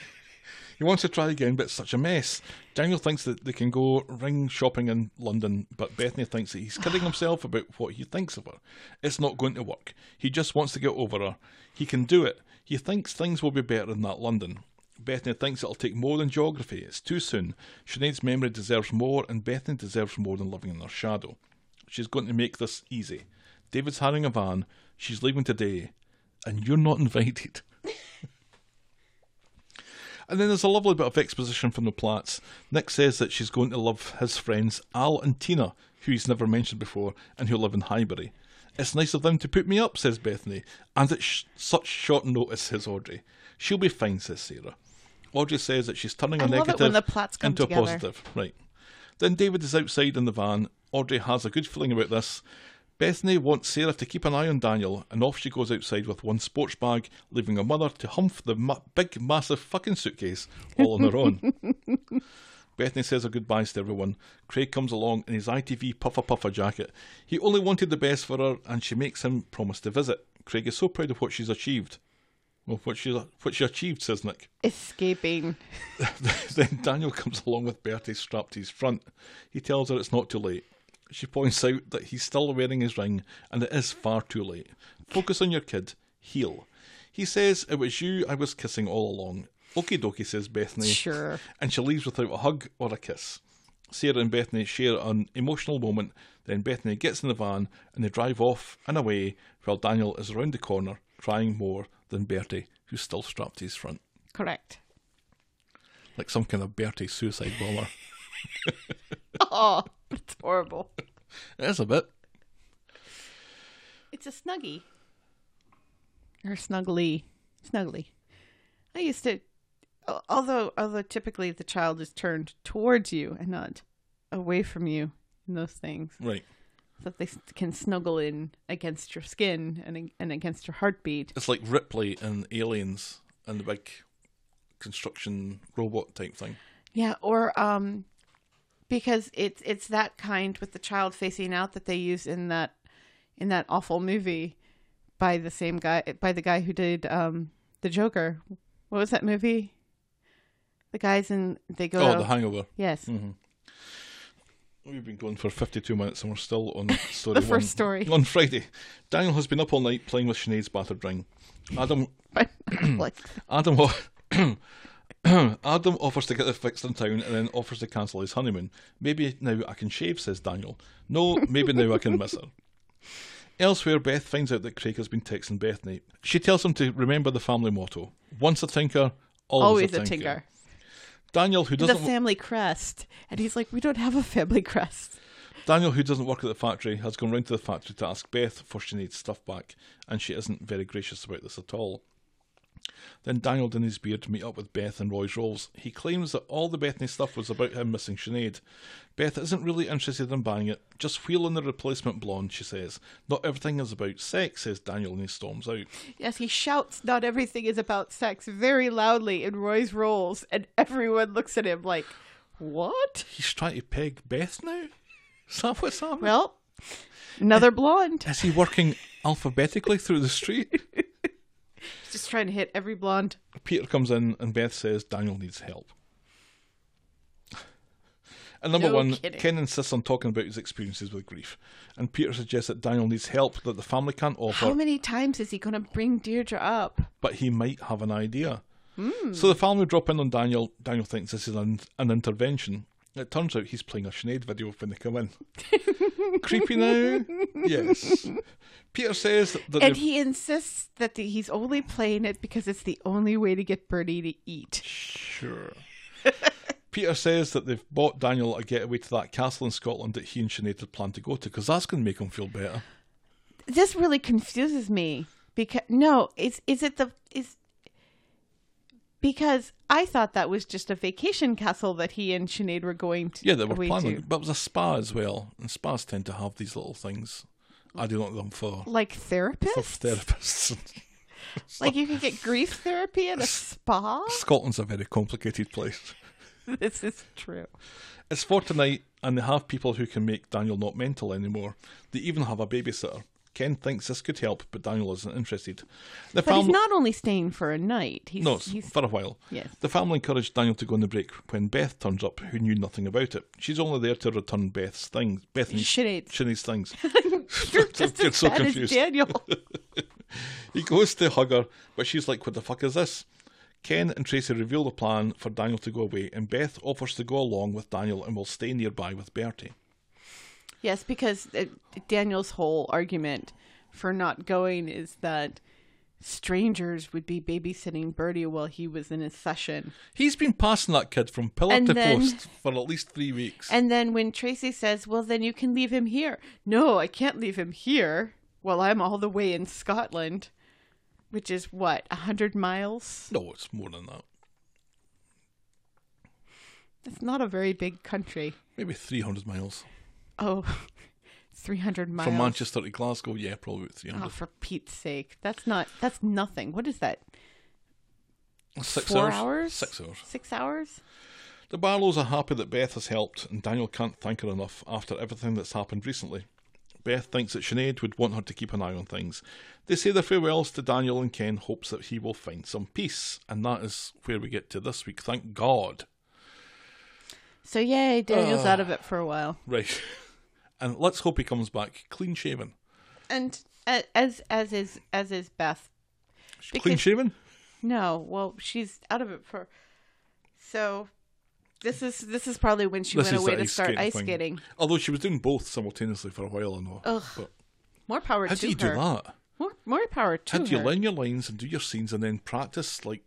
Speaker 4: He wants to try again, but it's such a mess. Daniel thinks that they can go ring shopping in London, but Bethany thinks that he's kidding himself about what he thinks of her. It's not going to work. He just wants to get over her. He can do it. He thinks things will be better in that London. Bethany thinks it'll take more than geography. It's too soon. Sinead's memory deserves more, and Bethany deserves more than living in her shadow. She's going to make this easy. David's hiring a van. She's leaving today, and you're not invited. And then there's a lovely bit of exposition from the Platts. Nick says that she's going to love his friends Al and Tina, who he's never mentioned before and who live in Highbury. It's nice of them to put me up, says Bethany, and at sh- such short notice, says Audrey. She'll be fine, says Sarah. Audrey says that she's turning
Speaker 1: I
Speaker 4: a
Speaker 1: love it
Speaker 4: negative
Speaker 1: when the Platts come
Speaker 4: into a
Speaker 1: together.
Speaker 4: positive. Right. Then David is outside in the van. Audrey has a good feeling about this. Bethany wants Sarah to keep an eye on Daniel, and off she goes outside with one sports bag, leaving her mother to humph the ma- big, massive fucking suitcase all on her own. Bethany says her goodbyes to everyone. Craig comes along in his ITV puffer puffer jacket. He only wanted the best for her, and she makes him promise to visit. Craig is so proud of what she's achieved. Well, what she what she achieved, says Nick.
Speaker 1: Escaping.
Speaker 4: then Daniel comes along with Bertie strapped to his front. He tells her it's not too late. She points out that he's still wearing his ring and it is far too late. Focus on your kid. Heal. He says it was you I was kissing all along. Okie dokie, says Bethany.
Speaker 1: Sure.
Speaker 4: And she leaves without a hug or a kiss. Sarah and Bethany share an emotional moment. Then Bethany gets in the van and they drive off and away while Daniel is round the corner crying more than Bertie, who's still strapped to his front
Speaker 1: Correct.
Speaker 4: like some kind of Bertie suicide bomber.
Speaker 1: Oh, it's horrible.
Speaker 4: it is a bit.
Speaker 1: It's a snuggie. Or snuggly. Snuggly. I used to al- although although typically the child is turned towards you and not away from you in those things.
Speaker 4: Right.
Speaker 1: So that they s- can snuggle in against your skin and ag- and against your heartbeat.
Speaker 4: It's like Ripley and Aliens and the big construction robot type thing.
Speaker 1: Yeah, or um because it's it's that kind with the child facing out that they use in that in that awful movie by the same guy by the guy who did um the Joker. What was that movie? The guys in they go
Speaker 4: Oh, The
Speaker 1: to-
Speaker 4: Hangover.
Speaker 1: Yes.
Speaker 4: We've been going for 52 minutes and we're still on story
Speaker 1: The first
Speaker 4: one.
Speaker 1: story.
Speaker 4: On Friday, Daniel has been up all night playing with Sinead's battered ring. Adam
Speaker 1: But like
Speaker 4: Adam o- Adam offers to get it fixed in town and then offers to cancel his honeymoon. Maybe now I can shave, says Daniel. No, maybe now I can miss her. Elsewhere, Beth finds out that Craig has been texting Bethany. She tells him to remember the family motto once a tinker, always,
Speaker 1: always a tinker.
Speaker 4: Daniel, who
Speaker 1: The
Speaker 4: doesn't
Speaker 1: family crest. And he's like, We don't have a family crest.
Speaker 4: Daniel, who doesn't work at the factory, has gone round to the factory to ask Beth for she needs stuff back, and she isn't very gracious about this at all. Then Daniel and his beard meet up with Beth and Roy's Rolls. He claims that all the Bethany stuff was about him missing Sinead. Beth isn't really interested in buying it, just wheel in the replacement blonde, she says. Not everything is about sex, says Daniel, and he storms out.
Speaker 1: Yes, he shouts, Not everything is about sex, very loudly in Roy's rolls, and everyone looks at him like, What?
Speaker 4: He's trying to peg Beth now? Is that what's happening?
Speaker 1: Well, another blonde.
Speaker 4: is he working alphabetically through the street?
Speaker 1: Just trying to hit every blonde.
Speaker 4: Peter comes in and Beth says Daniel needs help. And number
Speaker 1: No
Speaker 4: one,
Speaker 1: kidding.
Speaker 4: Ken insists on talking about his experiences with grief. And Peter suggests that Daniel needs help that the family can't offer,
Speaker 1: How many times is he going to bring Deirdre up?
Speaker 4: but he might have an idea.
Speaker 1: Hmm.
Speaker 4: So the family drop in on Daniel. Daniel thinks this is an, an intervention. It turns out he's playing a Sinead video when they come in. Creepy now? Yes. Peter says that they've-
Speaker 1: And he insists that the, he's only playing it because it's the only way to get Bernie to eat.
Speaker 4: Sure. Peter says that they've bought Daniel a getaway to that castle in Scotland that he and Sinead had planned to go to because that's going to make him feel better.
Speaker 1: This really confuses me because no, is is it the is because I thought that was just a vacation castle that he and Sinead were going to.
Speaker 4: Yeah, they were
Speaker 1: away
Speaker 4: planning,
Speaker 1: to.
Speaker 4: but it was a spa as well, and spas tend to have these little things. I do not them for,
Speaker 1: like
Speaker 4: for
Speaker 1: therapists.
Speaker 4: therapists.
Speaker 1: Like you can get grief therapy at a spa.
Speaker 4: Scotland's a very complicated place.
Speaker 1: This is true.
Speaker 4: It's for tonight, and they have people who can make Daniel not mental anymore. They even have a babysitter. Ken thinks this could help, but Daniel isn't interested. The
Speaker 1: But he's not only staying for a night. He's,
Speaker 4: No, it's
Speaker 1: he's
Speaker 4: for a while.
Speaker 1: Yes.
Speaker 4: The family encouraged Daniel to go on the break when Beth turns up, who knew nothing about it. She's only there to return Beth's things. Bethany's
Speaker 1: Sinead's.
Speaker 4: Sinead's things.
Speaker 1: you're just
Speaker 4: Get
Speaker 1: as
Speaker 4: so
Speaker 1: bad
Speaker 4: confused.
Speaker 1: as Daniel.
Speaker 4: He goes to hug her, but she's like, What the fuck is this? Ken and Tracy reveal the plan for Daniel to go away, and Beth offers to go along with Daniel and will stay nearby with Bertie.
Speaker 1: Yes, because uh, Daniel's whole argument for not going is that strangers would be babysitting Bertie while he was in his session.
Speaker 4: He's been passing that kid from pillar
Speaker 1: And
Speaker 4: to
Speaker 1: then-
Speaker 4: post for at least three weeks.
Speaker 1: And then when Tracy says, "Well, then you can leave him here." No, I can't leave him here. Well, I'm all the way in Scotland, which is what a hundred miles.
Speaker 4: no, it's more than that.
Speaker 1: It's not a very big country.
Speaker 4: Maybe 300 miles.
Speaker 1: Oh, 300 miles.
Speaker 4: From Manchester to Glasgow, yeah, probably about 300.
Speaker 1: Oh, for Pete's sake. That's not, that's nothing. What is that?
Speaker 4: Six
Speaker 1: Ah, Four
Speaker 4: hours?
Speaker 1: hours?
Speaker 4: Six hours.
Speaker 1: Six hours?
Speaker 4: The Barlows are happy that Beth has helped, and Daniel can't thank her enough after everything that's happened recently. Beth thinks that Sinead would want her to keep an eye on things. They say their farewells to Daniel and Ken, hopes that he will find some peace, and that is where we get to this week. Thank God.
Speaker 1: So, yay, Daniel's
Speaker 4: Ah.
Speaker 1: out of it for a while.
Speaker 4: Right. And let's hope he comes back clean shaven.
Speaker 1: And a- as, as is, as is Beth.
Speaker 4: Clean
Speaker 1: Because-
Speaker 4: shaven?
Speaker 1: No, well, she's out of it for, so this is, this is probably when she
Speaker 4: This
Speaker 1: went
Speaker 4: is
Speaker 1: away
Speaker 4: the
Speaker 1: to
Speaker 4: ice
Speaker 1: start
Speaker 4: skating
Speaker 1: ice
Speaker 4: thing.
Speaker 1: skating.
Speaker 4: Although she was doing both simultaneously for a while, I know. But
Speaker 1: More power
Speaker 4: how
Speaker 1: to
Speaker 4: do you
Speaker 1: her.
Speaker 4: do that?
Speaker 1: More, more power to
Speaker 4: How do you
Speaker 1: her.
Speaker 4: learn your lines and do your scenes and then practice like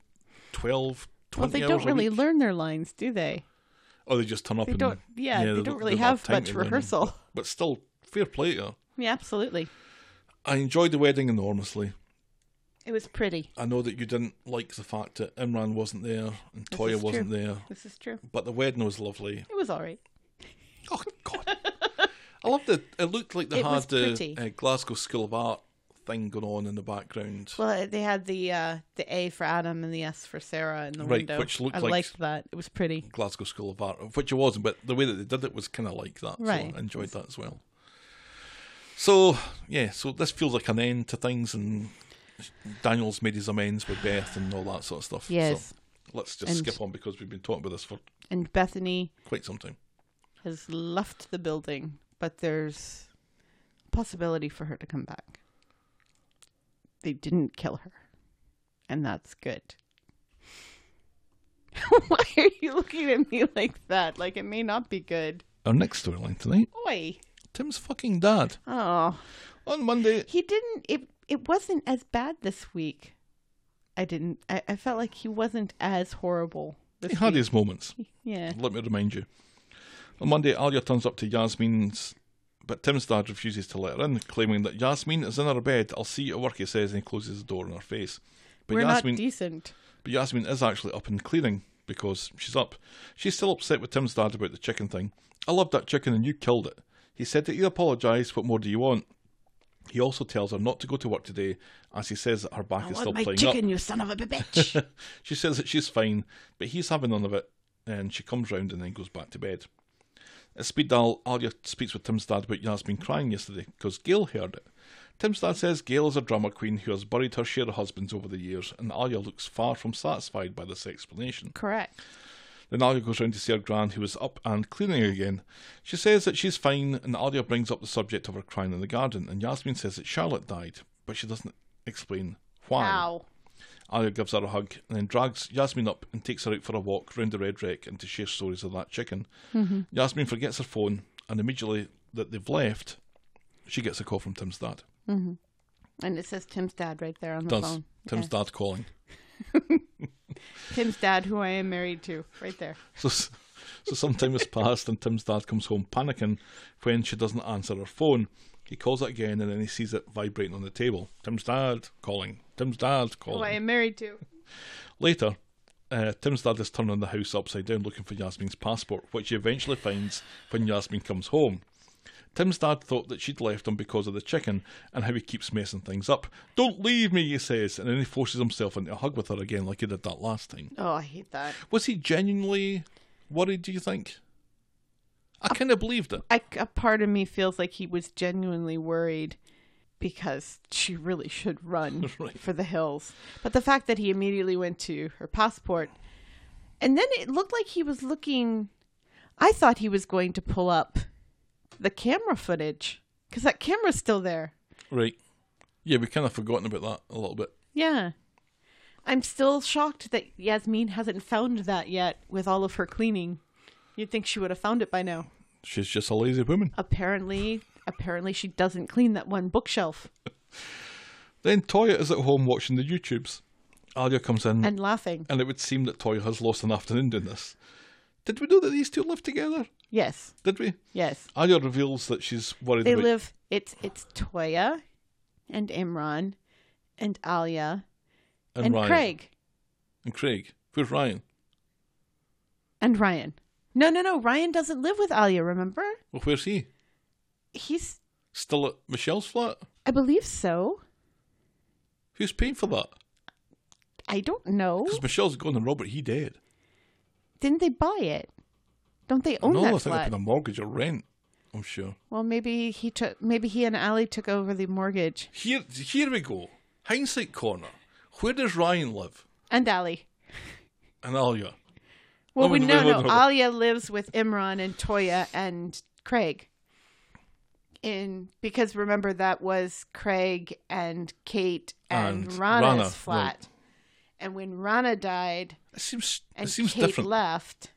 Speaker 4: 12, 20
Speaker 1: well, they
Speaker 4: hours
Speaker 1: don't
Speaker 4: a
Speaker 1: really
Speaker 4: week?
Speaker 1: learn their lines, do they?
Speaker 4: Or Oh, they just turn up
Speaker 1: They
Speaker 4: and
Speaker 1: don't- yeah, they don't really have
Speaker 4: time
Speaker 1: much
Speaker 4: to learn them.
Speaker 1: rehearsal.
Speaker 4: But, but still, fair play to her.
Speaker 1: Yeah, absolutely.
Speaker 4: I enjoyed the wedding enormously.
Speaker 1: It was pretty.
Speaker 4: I know that you didn't like the fact that Imran wasn't there and
Speaker 1: This
Speaker 4: Toya
Speaker 1: is
Speaker 4: wasn't
Speaker 1: true.
Speaker 4: there,
Speaker 1: This is true.
Speaker 4: but the wedding was lovely.
Speaker 1: It was all right.
Speaker 4: Oh God, I loved it. It looked like they
Speaker 1: It was
Speaker 4: had the
Speaker 1: pretty.
Speaker 4: uh, Glasgow School of Art thing going on in the background.
Speaker 1: Well, they had the uh, the A for Adam and the S for Sarah in the
Speaker 4: Right,
Speaker 1: window,
Speaker 4: which looked
Speaker 1: I
Speaker 4: like-
Speaker 1: liked that. It was pretty.
Speaker 4: Glasgow School of Art, which it wasn't, but the way that they did it was kind of like that.
Speaker 1: Right.
Speaker 4: So I enjoyed that as well. So, yeah, so this feels like an end to things, and Daniel's made his amends with Beth and all that sort of stuff.
Speaker 1: Yes.
Speaker 4: So let's just
Speaker 1: And-
Speaker 4: skip on because we've been talking about this for
Speaker 1: And Bethany
Speaker 4: quite some time.
Speaker 1: has left the building, but there's possibility for her to come back. They didn't kill her, and that's good. Why are you looking at me like that? Like it may not be good.
Speaker 4: Our next storyline tonight
Speaker 1: Oi.
Speaker 4: Tim's fucking dad.
Speaker 1: Oh.
Speaker 4: On Monday,
Speaker 1: he didn't it it wasn't as bad this week i didn't i, I felt like he wasn't as horrible this
Speaker 4: he had
Speaker 1: week.
Speaker 4: his moments.
Speaker 1: yeah
Speaker 4: Let me remind you. On Monday, Alia turns up to Yasmin's, but Tim's dad refuses to let her in, claiming that Yasmin is in her bed. I'll see you at work, he says, and he closes the door in her face. But
Speaker 1: we're
Speaker 4: Yasmin,
Speaker 1: not decent
Speaker 4: but Yasmin is actually up and cleaning because she's up. She's still upset with Tim's dad about the chicken thing. I loved that chicken and you killed it. He said that he apologised. What more do you want? He also tells her not to go to work today, as he says that her back is still
Speaker 1: my
Speaker 4: playing up.
Speaker 1: chicken you son of a bitch
Speaker 4: She says that she's fine, but he's having none of it, and she comes round and then goes back to bed. At speed dial, Alia speaks with Tim's dad about Yasmin crying yesterday because Gail heard it. Tim's dad says Gail is a drama queen who has buried her share of husbands over the years, and Alia looks far from satisfied by this explanation.
Speaker 1: correct
Speaker 4: Then Alia goes round to see her gran, who is up and cleaning again. She says that she's fine, and Alia brings up the subject of her crying in the garden, and Yasmin says that Charlotte died, but she doesn't explain why.
Speaker 1: wow
Speaker 4: Alia gives her a hug and then drags Yasmin up and takes her out for a walk round the red wreck and to share stories of that chicken.
Speaker 1: Mm-hmm.
Speaker 4: Yasmin forgets her phone and immediately that they've left, she gets a call from Tim's dad.
Speaker 1: and it says tim's dad right there on the
Speaker 4: Does
Speaker 1: phone
Speaker 4: Tim's dad calling?
Speaker 1: tim's dad who i am married to right there
Speaker 4: So, s- so some time has passed and Tim's dad comes home panicking when she doesn't answer her phone. He calls it again and then he sees it vibrating on the table. Tim's dad calling. Tim's dad
Speaker 1: who
Speaker 4: calling.
Speaker 1: i am married to
Speaker 4: Later, uh, Tim's dad is turning the house upside down looking for Yasmin's passport, which he eventually finds when Yasmin comes home. Tim's dad thought that she'd left him because of the chicken and how he keeps messing things up. Don't leave me, he says, and then he forces himself into a hug with her again like he did that last time.
Speaker 1: Oh, I hate that.
Speaker 4: Was he genuinely worried, do you think? I kind of believed it.
Speaker 1: I, a part of me feels like he was genuinely worried because she really should run
Speaker 4: Right.
Speaker 1: for the hills. But the fact that he immediately went to her passport and then it looked like he was looking I thought he was going to pull up the camera footage cuz that camera's still there.
Speaker 4: Right. Yeah, we kind of forgotten about that a little bit.
Speaker 1: Yeah. I'm still shocked that Yasmin hasn't found that yet with all of her cleaning. You'd think she would have found it by now.
Speaker 4: She's just a lazy woman.
Speaker 1: Apparently, apparently she doesn't clean that one bookshelf
Speaker 4: Then Toya is at home watching the YouTubes. Alia comes in, and,
Speaker 1: and laughing.
Speaker 4: it would seem that Toya has lost an afternoon doing this. Did we know that these two live together?
Speaker 1: Yes.
Speaker 4: Did we?
Speaker 1: Yes.
Speaker 4: Alia reveals that she's worried
Speaker 1: They
Speaker 4: about.
Speaker 1: live. It's it's Toya, and Imran, and Alia,
Speaker 4: and,
Speaker 1: and,
Speaker 4: Ryan.
Speaker 1: Craig,
Speaker 4: And Craig. Where's Ryan?
Speaker 1: and Ryan. No, no, no. Ryan doesn't live with Alia. Remember?
Speaker 4: Well, where's he?
Speaker 1: He's.
Speaker 4: Still at Michelle's flat?
Speaker 1: I believe so.
Speaker 4: Who's paying for that?
Speaker 1: I don't know.
Speaker 4: Because Michelle's gone and Robert, he dead.
Speaker 1: Didn't they buy it? Don't they own
Speaker 4: no, I
Speaker 1: that
Speaker 4: think they're
Speaker 1: flat?
Speaker 4: paying a mortgage or rent, I'm sure.
Speaker 1: Well, maybe he took. Maybe he and Ali took over the mortgage.
Speaker 4: Here, here we go. Hindsight corner. Where does Ryan live?
Speaker 1: And Ali.
Speaker 4: And Alia.
Speaker 1: Well,
Speaker 4: Oh,
Speaker 1: we
Speaker 4: wait,
Speaker 1: no,
Speaker 4: wait,
Speaker 1: no.
Speaker 4: wait, wait.
Speaker 1: Alia lives with Imran and Toya and Craig. In because remember that was Craig and Kate and,
Speaker 4: And
Speaker 1: Rana's
Speaker 4: Rana,
Speaker 1: flat.
Speaker 4: right.
Speaker 1: And when Rana died
Speaker 4: It seems
Speaker 1: and
Speaker 4: it seems
Speaker 1: Kate
Speaker 4: different.
Speaker 1: left,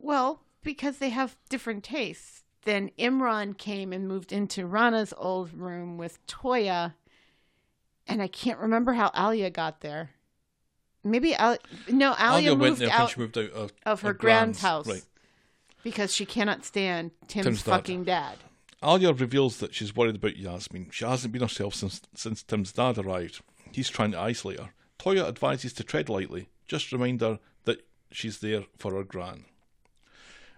Speaker 1: well, because they have different tastes. Then Imran came and moved into Rana's old room with Toya, and I can't remember how Alia got there. Maybe Al- no, Alia,
Speaker 4: Alia
Speaker 1: moved
Speaker 4: went there when
Speaker 1: out
Speaker 4: she moved out of,
Speaker 1: of her grand's
Speaker 4: grand's
Speaker 1: house
Speaker 4: Right.
Speaker 1: because she cannot stand Tim's,
Speaker 4: Tim's dad.
Speaker 1: fucking dad.
Speaker 4: Alia reveals that she's worried about Yasmin. She hasn't been herself since since Tim's dad arrived. He's trying to isolate her. Toya advises to tread lightly. Just remind her that she's there for her gran.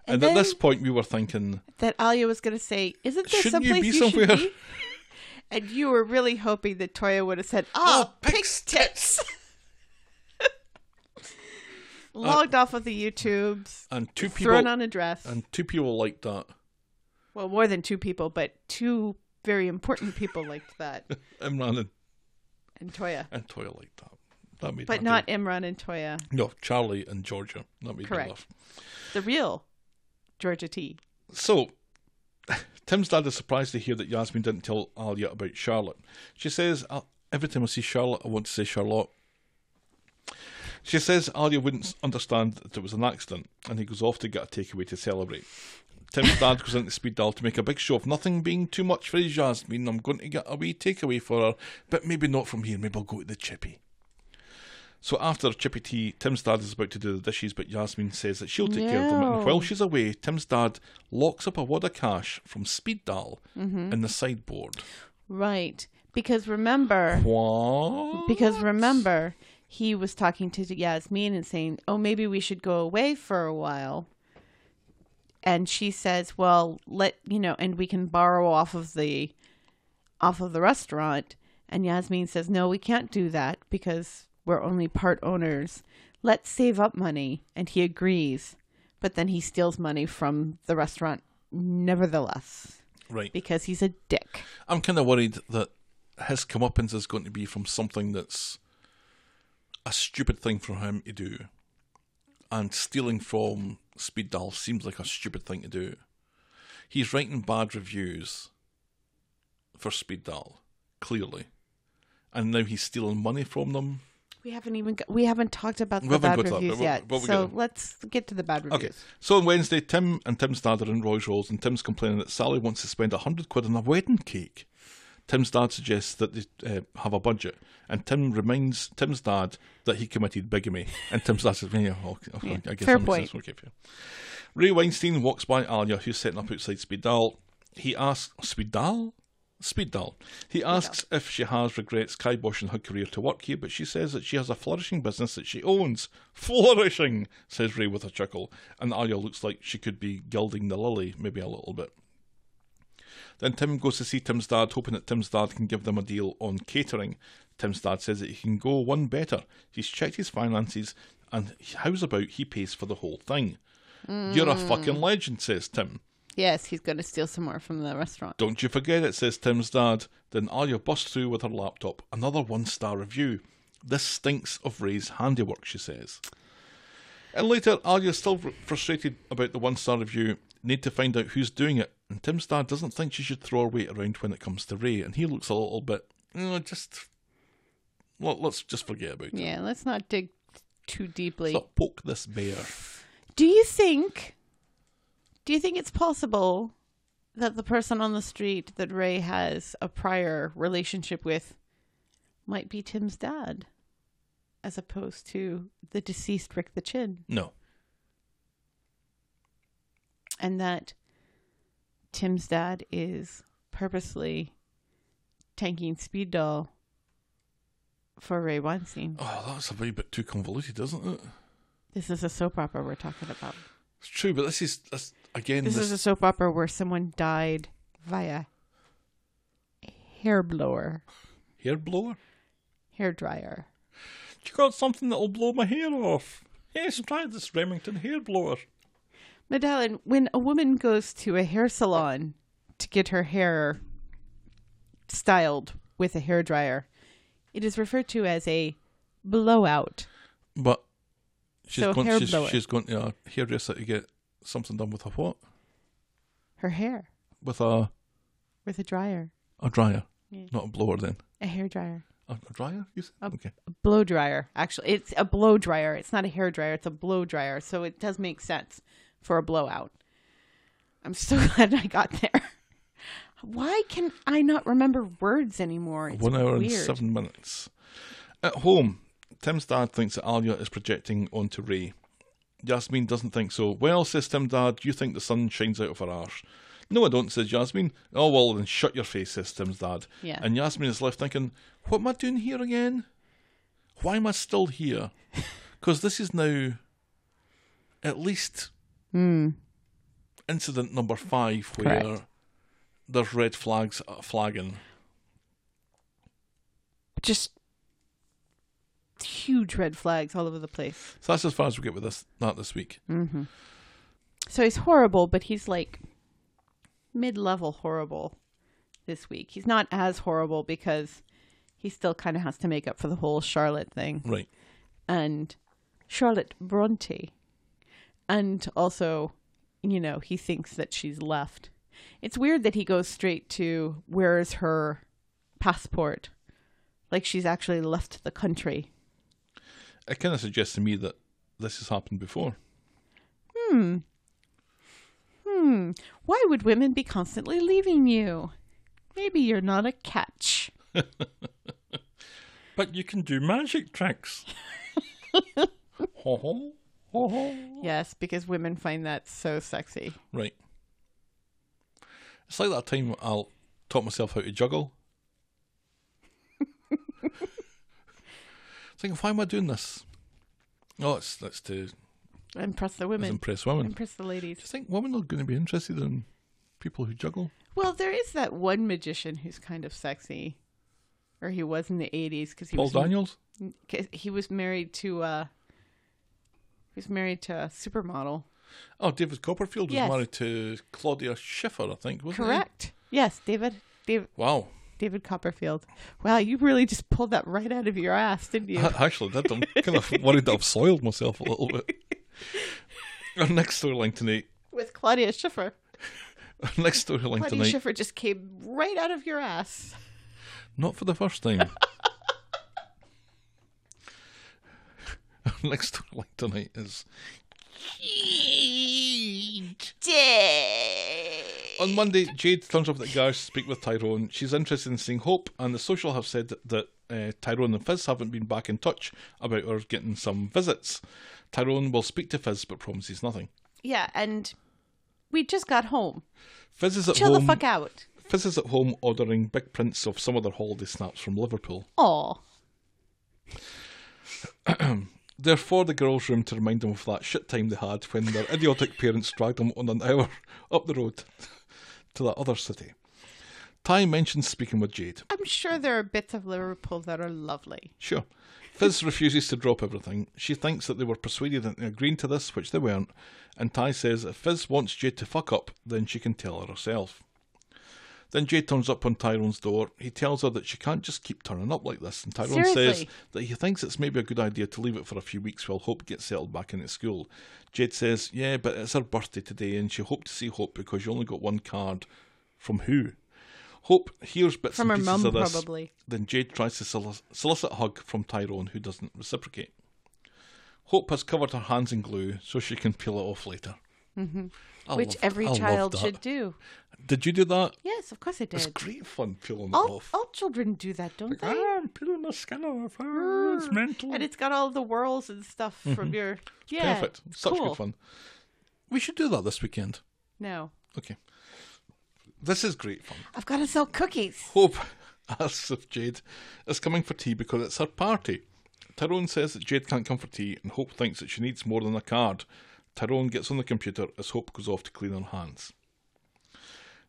Speaker 4: And,
Speaker 1: And
Speaker 4: at this
Speaker 1: then-
Speaker 4: point, we were thinking,
Speaker 1: That Alia was going to say, "Isn't there
Speaker 4: Shouldn't you
Speaker 1: someplace
Speaker 4: be
Speaker 1: you,
Speaker 4: somewhere?"
Speaker 1: should be?" And you were really hoping that Toya would have said, "Oh,
Speaker 4: "Oh,
Speaker 1: pig's
Speaker 4: pig's
Speaker 1: tits." Logged off of the YouTubes,
Speaker 4: and two
Speaker 1: thrown
Speaker 4: people
Speaker 1: on a dress.
Speaker 4: and two people liked that,
Speaker 1: well, more than two people, but two very important people liked that,
Speaker 4: Imran and,
Speaker 1: and Toya,
Speaker 4: and Toya liked that. That made
Speaker 1: but
Speaker 4: me
Speaker 1: not
Speaker 4: do-
Speaker 1: Imran and Toya,
Speaker 4: no Charlie and Georgia. That made
Speaker 1: Correct.
Speaker 4: me laugh.
Speaker 1: the real Georgia T.
Speaker 4: So, Tim's dad is surprised to hear that Yasmin didn't tell Alia about Charlotte. She says, "Uh, Every time I see Charlotte, I want to say Charlotte. She says Alia wouldn't s- understand that it was an accident, and he goes off to get a takeaway to celebrate. Tim's dad goes into speed dial to make a big show of nothing being too much for his Yasmin. I'm going to get a wee takeaway for her, but maybe not from here. Maybe I'll go to the chippy. So after chippy tea, Tim's dad is about to do the dishes, but Yasmin says that she'll take care of them. And while she's away, Tim's dad locks up a wad of cash from speed dial in the sideboard.
Speaker 1: Right, because remember,
Speaker 4: What?
Speaker 1: Because remember, he was talking to Yasmin and saying, "Oh, maybe we should go away for a while." And she says, "Well, let you know, and we can borrow off of the, off of the restaurant." And Yasmin says, "No, we can't do that because we're only part owners. Let's save up money." And he agrees, but then he steals money from the restaurant, nevertheless,
Speaker 4: right.
Speaker 1: because he's a dick.
Speaker 4: I'm kind of worried that his comeuppance is going to be from something that's a stupid thing for him to do, and stealing from Speed Dial seems like a stupid thing to do. He's writing bad reviews for Speed Dial, clearly, and now he's stealing money from them.
Speaker 1: We haven't even got, we haven't talked about
Speaker 4: We
Speaker 1: the
Speaker 4: haven't
Speaker 1: bad
Speaker 4: got to that,
Speaker 1: reviews
Speaker 4: but we'll-
Speaker 1: yet.
Speaker 4: but we'll
Speaker 1: so
Speaker 4: get-
Speaker 1: let's get to the bad reviews.
Speaker 4: Okay, so on Wednesday, Tim and Tim's dad are in Rolls Royce, and Tim's complaining that Sally wants to spend a hundred quid on a wedding cake. Tim's dad suggests that they uh, have a budget, and Tim reminds Tim's dad that he committed bigamy. And Tim's dad says, "Yeah, okay, okay, I guess
Speaker 1: fair
Speaker 4: that makes sense. Okay, fair." Ray Weinstein walks by Alia, who's setting up outside Speed Dial. He asks, Speed Dial? Speed Dial. He asks if she has regrets kiboshing her career to work here, but she says that she has a flourishing business that she owns. Flourishing, says Ray with a chuckle, and Alia looks like she could be gilding the lily, maybe a little bit. Then Tim goes to see Tim's dad, hoping that Tim's dad can give them a deal on catering. Tim's dad says that he can go one better. He's checked his finances, and how's about he pays for the whole thing? You're a fucking legend, says Tim.
Speaker 1: Yes, he's going to steal some more from the restaurant.
Speaker 4: Don't you forget it, says Tim's dad. Then Arya busts through with her laptop. Another one star review. This stinks of Ray's handiwork, she says. And later, Arya's still fr- frustrated about the one star review, need to find out who's doing it. And Tim's dad doesn't think she should throw her weight around when it comes to Ray, and he looks a little bit, "Mm, just. Well, let's just forget about it.
Speaker 1: Yeah, let's not dig too deeply.
Speaker 4: Let's not poke this bear.
Speaker 1: Do you think? Do you think it's possible that the person on the street that Ray has a prior relationship with might be Tim's dad, as opposed to the deceased Rick the Chin,
Speaker 4: No.
Speaker 1: and that Tim's dad is purposely tanking Speed Doll for Ray Weinstein?
Speaker 4: Oh, that's a wee bit too convoluted, isn't it?
Speaker 1: This is a soap opera we're talking about.
Speaker 4: It's true, but this is this, again.
Speaker 1: This is a soap opera where someone died via hair blower,
Speaker 4: hair blower.
Speaker 1: hair dryer.
Speaker 4: You got something that'll blow my hair off. Yes, try this Remington hair blower.
Speaker 1: Medallin, when a woman goes to a hair salon to get her hair styled with a hair dryer, it is referred to as a blowout.
Speaker 4: But she's
Speaker 1: So
Speaker 4: going.
Speaker 1: hair
Speaker 4: She's,
Speaker 1: blower.
Speaker 4: she's going to a hairdresser to get something done with a what?
Speaker 1: Her hair
Speaker 4: With a
Speaker 1: with a dryer,
Speaker 4: a dryer,
Speaker 1: Yeah.
Speaker 4: not a blower. Then
Speaker 1: a hair dryer,
Speaker 4: a, a dryer. You said?
Speaker 1: A-
Speaker 4: okay.
Speaker 1: a blow dryer. Actually, it's a blow dryer. It's not a hair dryer. It's a blow dryer. So it does make sense for a blowout. I'm so glad I got there. Why can I not remember words anymore? It's
Speaker 4: One hour
Speaker 1: weird.
Speaker 4: and seven minutes. At home, Tim's dad thinks that Alia is projecting onto Ray. Yasmin doesn't think so. Well, says Tim Dad, you think the sun shines out of her arse. No, I don't, says Yasmin. Oh, well, then shut your face, says Tim's dad.
Speaker 1: Yeah.
Speaker 4: And Yasmin is left thinking, what am I doing here again? Why am I still here? Because this is now at least incident number five where
Speaker 1: Hmm. Correct.
Speaker 4: there's red flags uh, flagging.
Speaker 1: Just huge red flags all over the place.
Speaker 4: So that's as far as we get with this that this week.
Speaker 1: So he's horrible, but he's like mid level horrible this week. He's not as horrible because he still kind of has to make up for the whole Charlotte thing.
Speaker 4: Right.
Speaker 1: and Charlotte Bronte. And also, you know, he thinks that she's left. It's weird that he goes straight to where is her passport? Like she's actually left the country.
Speaker 4: It kind of suggests to me that this has happened before.
Speaker 1: Hmm, Why would women be constantly leaving you? Maybe you're not a catch.
Speaker 4: But you can do magic tricks. Ho ho, ho ho.
Speaker 1: Yes, because women find that so sexy.
Speaker 4: Right. It's like that time I'll taught myself how to juggle. Thinking, why am I doing this? Oh, it's that's to
Speaker 1: Impress the
Speaker 4: it's
Speaker 1: women.
Speaker 4: impress women. Do
Speaker 1: Impress the ladies.
Speaker 4: you think women are going to be interested in people who juggle?
Speaker 1: Well, there is that one magician who's kind of sexy, or he was in the eighties because he
Speaker 4: Paul
Speaker 1: was
Speaker 4: Daniels.
Speaker 1: 'cause he was married to uh, he was married to a supermodel.
Speaker 4: Oh, David Copperfield was
Speaker 1: Yes.
Speaker 4: married to Claudia Schiffer, I think, wasn't
Speaker 1: Correct. Yes, David. David.
Speaker 4: he? Wow.
Speaker 1: David Copperfield. Wow, you really just pulled that right out of your ass, didn't you?
Speaker 4: I actually did. I'm kind of worried that I've soiled myself a little bit. Our next storyline tonight.
Speaker 1: With Claudia Schiffer.
Speaker 4: Our next storyline
Speaker 1: Claudia
Speaker 4: tonight.
Speaker 1: Schiffer just came right out of your ass.
Speaker 4: Not for the first time. Our next storyline tonight is. On Monday, Jade turns up at the garage to speak with Tyrone. She's interested in seeing Hope, and the social have said that, that uh, Tyrone and Fizz haven't been back in touch about her getting some visits. Tyrone will speak to Fizz but promises nothing.
Speaker 1: Yeah, and we just got home.
Speaker 4: Fizz is at
Speaker 1: Chill
Speaker 4: home.
Speaker 1: the fuck out.
Speaker 4: Fizz is at home ordering big prints of some of their holiday snaps from Liverpool.
Speaker 1: Aw.
Speaker 4: They're for the girls' room to remind them of that shit time they had when their idiotic parents dragged them on an hour up the road to that other city. Ty mentions speaking with Jade.
Speaker 1: I'm sure there are bits of Liverpool that are lovely.
Speaker 4: Sure. Fizz refuses to drop everything. She thinks that they were persuaded into agreeing to this, which they weren't, and Ty says if Fizz wants Jade to fuck up, then she can tell her herself. Then Jade turns up on Tyrone's door. He tells her that she can't just keep turning up like this, and Tyrone says
Speaker 1: Seriously?
Speaker 4: that he thinks it's maybe a good idea to leave it for a few weeks while Hope gets settled back in at school. Jade says, Yeah, but it's her birthday today, and she hoped to see Hope because you only got one card. From who? Hope hears bits
Speaker 1: From
Speaker 4: and
Speaker 1: her
Speaker 4: pieces
Speaker 1: mum,
Speaker 4: of this.
Speaker 1: probably.
Speaker 4: Then Jade tries to solic- solicit a hug from Tyrone, who doesn't reciprocate. Hope has covered her hands in glue so she can peel it off later. Mm-hmm.
Speaker 1: Which every child should do.
Speaker 4: Did you do that?
Speaker 1: Yes, of course I
Speaker 4: It's
Speaker 1: did.
Speaker 4: great fun peeling it
Speaker 1: All,
Speaker 4: off.
Speaker 1: all children do that, don't they?
Speaker 4: Ah, I'm peeling my skin off. Ah,
Speaker 1: Mm.
Speaker 4: it's mental.
Speaker 1: And it's got all the whirls and stuff from your. Yeah,
Speaker 4: Perfect.
Speaker 1: it's
Speaker 4: Such
Speaker 1: cool.
Speaker 4: good fun. We should do that this weekend.
Speaker 1: No,
Speaker 4: Okay. This is great fun.
Speaker 1: I've got to sell cookies.
Speaker 4: Hope asks if Jade is coming for tea because it's her party. Tyrone says that Jade can't come for tea, and Hope thinks that she needs more than a card. Tyrone gets on the computer as Hope goes off to clean her hands.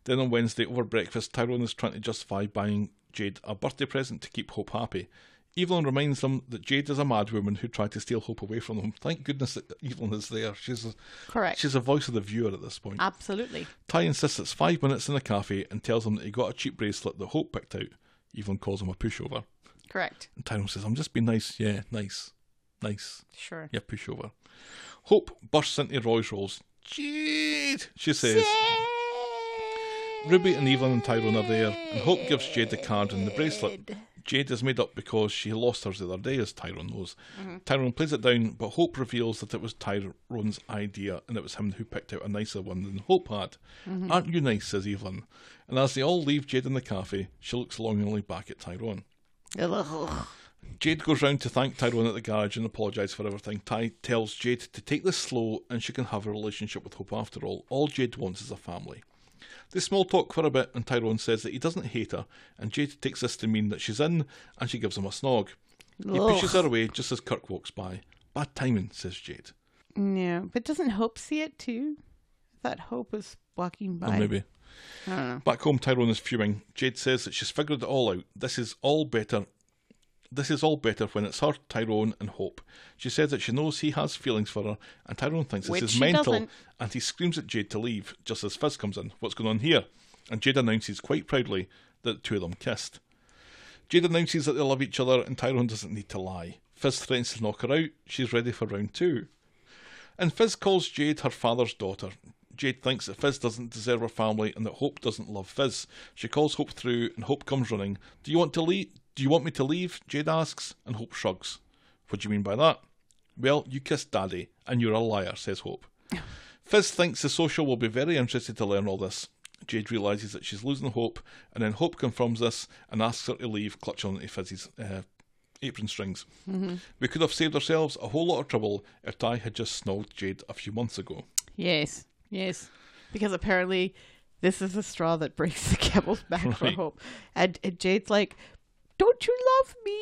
Speaker 4: Then on Wednesday, over breakfast, Tyrone is trying to justify buying Jade a birthday present to keep Hope happy. Evelyn reminds them that Jade is a mad woman who tried to steal Hope away from them. Thank goodness that Evelyn is there. She's a,
Speaker 1: Correct.
Speaker 4: She's a voice of the viewer at this point.
Speaker 1: Absolutely.
Speaker 4: Ty insists it's five minutes in a cafe and tells him that he got a cheap bracelet that Hope picked out. Evelyn calls him a pushover.
Speaker 1: Correct.
Speaker 4: And Tyrone says, I'm just being nice. Yeah, nice. Nice.
Speaker 1: Sure.
Speaker 4: Yeah, pushover. Hope bursts into Roy's Rolls. Jade! She says. Ruby and Evelyn and Tyrone are there, and Hope gives Jade the card and the bracelet. Jade is made up because she lost hers the other day, as Tyrone knows. Tyrone plays it down, but Hope reveals that it was Tyrone's idea and it was him who picked out a nicer one than Hope had. Aren't you nice, says Evelyn. And as they all leave Jade in the cafe, she looks longingly back at Tyrone.
Speaker 1: Ugh.
Speaker 4: Jade goes round to thank Tyrone at the garage and apologise for everything. Ty tells Jade to take this slow and she can have a relationship with Hope after all. All Jade wants is a family. They small talk for a bit and Tyrone says that he doesn't hate her and Jade takes this to mean that she's in and she gives him a snog. He pushes her away just as Kirk walks by. Bad timing, says Jade.
Speaker 1: No, but doesn't Hope see it too? I thought Hope was walking by.
Speaker 4: Or Oh, maybe.
Speaker 1: I don't know.
Speaker 4: Back home, Tyrone is fuming. Jade says that she's figured it all out. This is all better. This is all better when it's her, Tyrone, and Hope. She says that she knows he has feelings for her, and Tyrone thinks
Speaker 1: Which
Speaker 4: this is
Speaker 1: she
Speaker 4: mental,
Speaker 1: doesn't.
Speaker 4: and he screams at Jade to leave, just as Fizz comes in. What's going on here? And Jade announces quite proudly that the two of them kissed. Jade announces that they love each other, and Tyrone doesn't need to lie. Fizz threatens to knock her out. She's ready for round two. And Fizz calls Jade her father's daughter. Jade thinks that Fizz doesn't deserve her family and that Hope doesn't love Fizz. She calls Hope through and Hope comes running. Do you want to leave? Do you want me to leave? Jade asks, and Hope shrugs. What do you mean by that? Well, you kissed Daddy, and you're a liar, says Hope. Fizz thinks the social will be very interested to learn all this. Jade realises that she's losing hope, and then Hope confirms this and asks her to leave, clutching onto Fizz's uh, apron strings. We could have saved ourselves a whole lot of trouble if Ty had just snogged Jade a few months ago.
Speaker 1: Yes, yes. Because apparently this is the straw that breaks the camel's back for
Speaker 4: Right.
Speaker 1: Hope. And, and Jade's like, Don't you love me?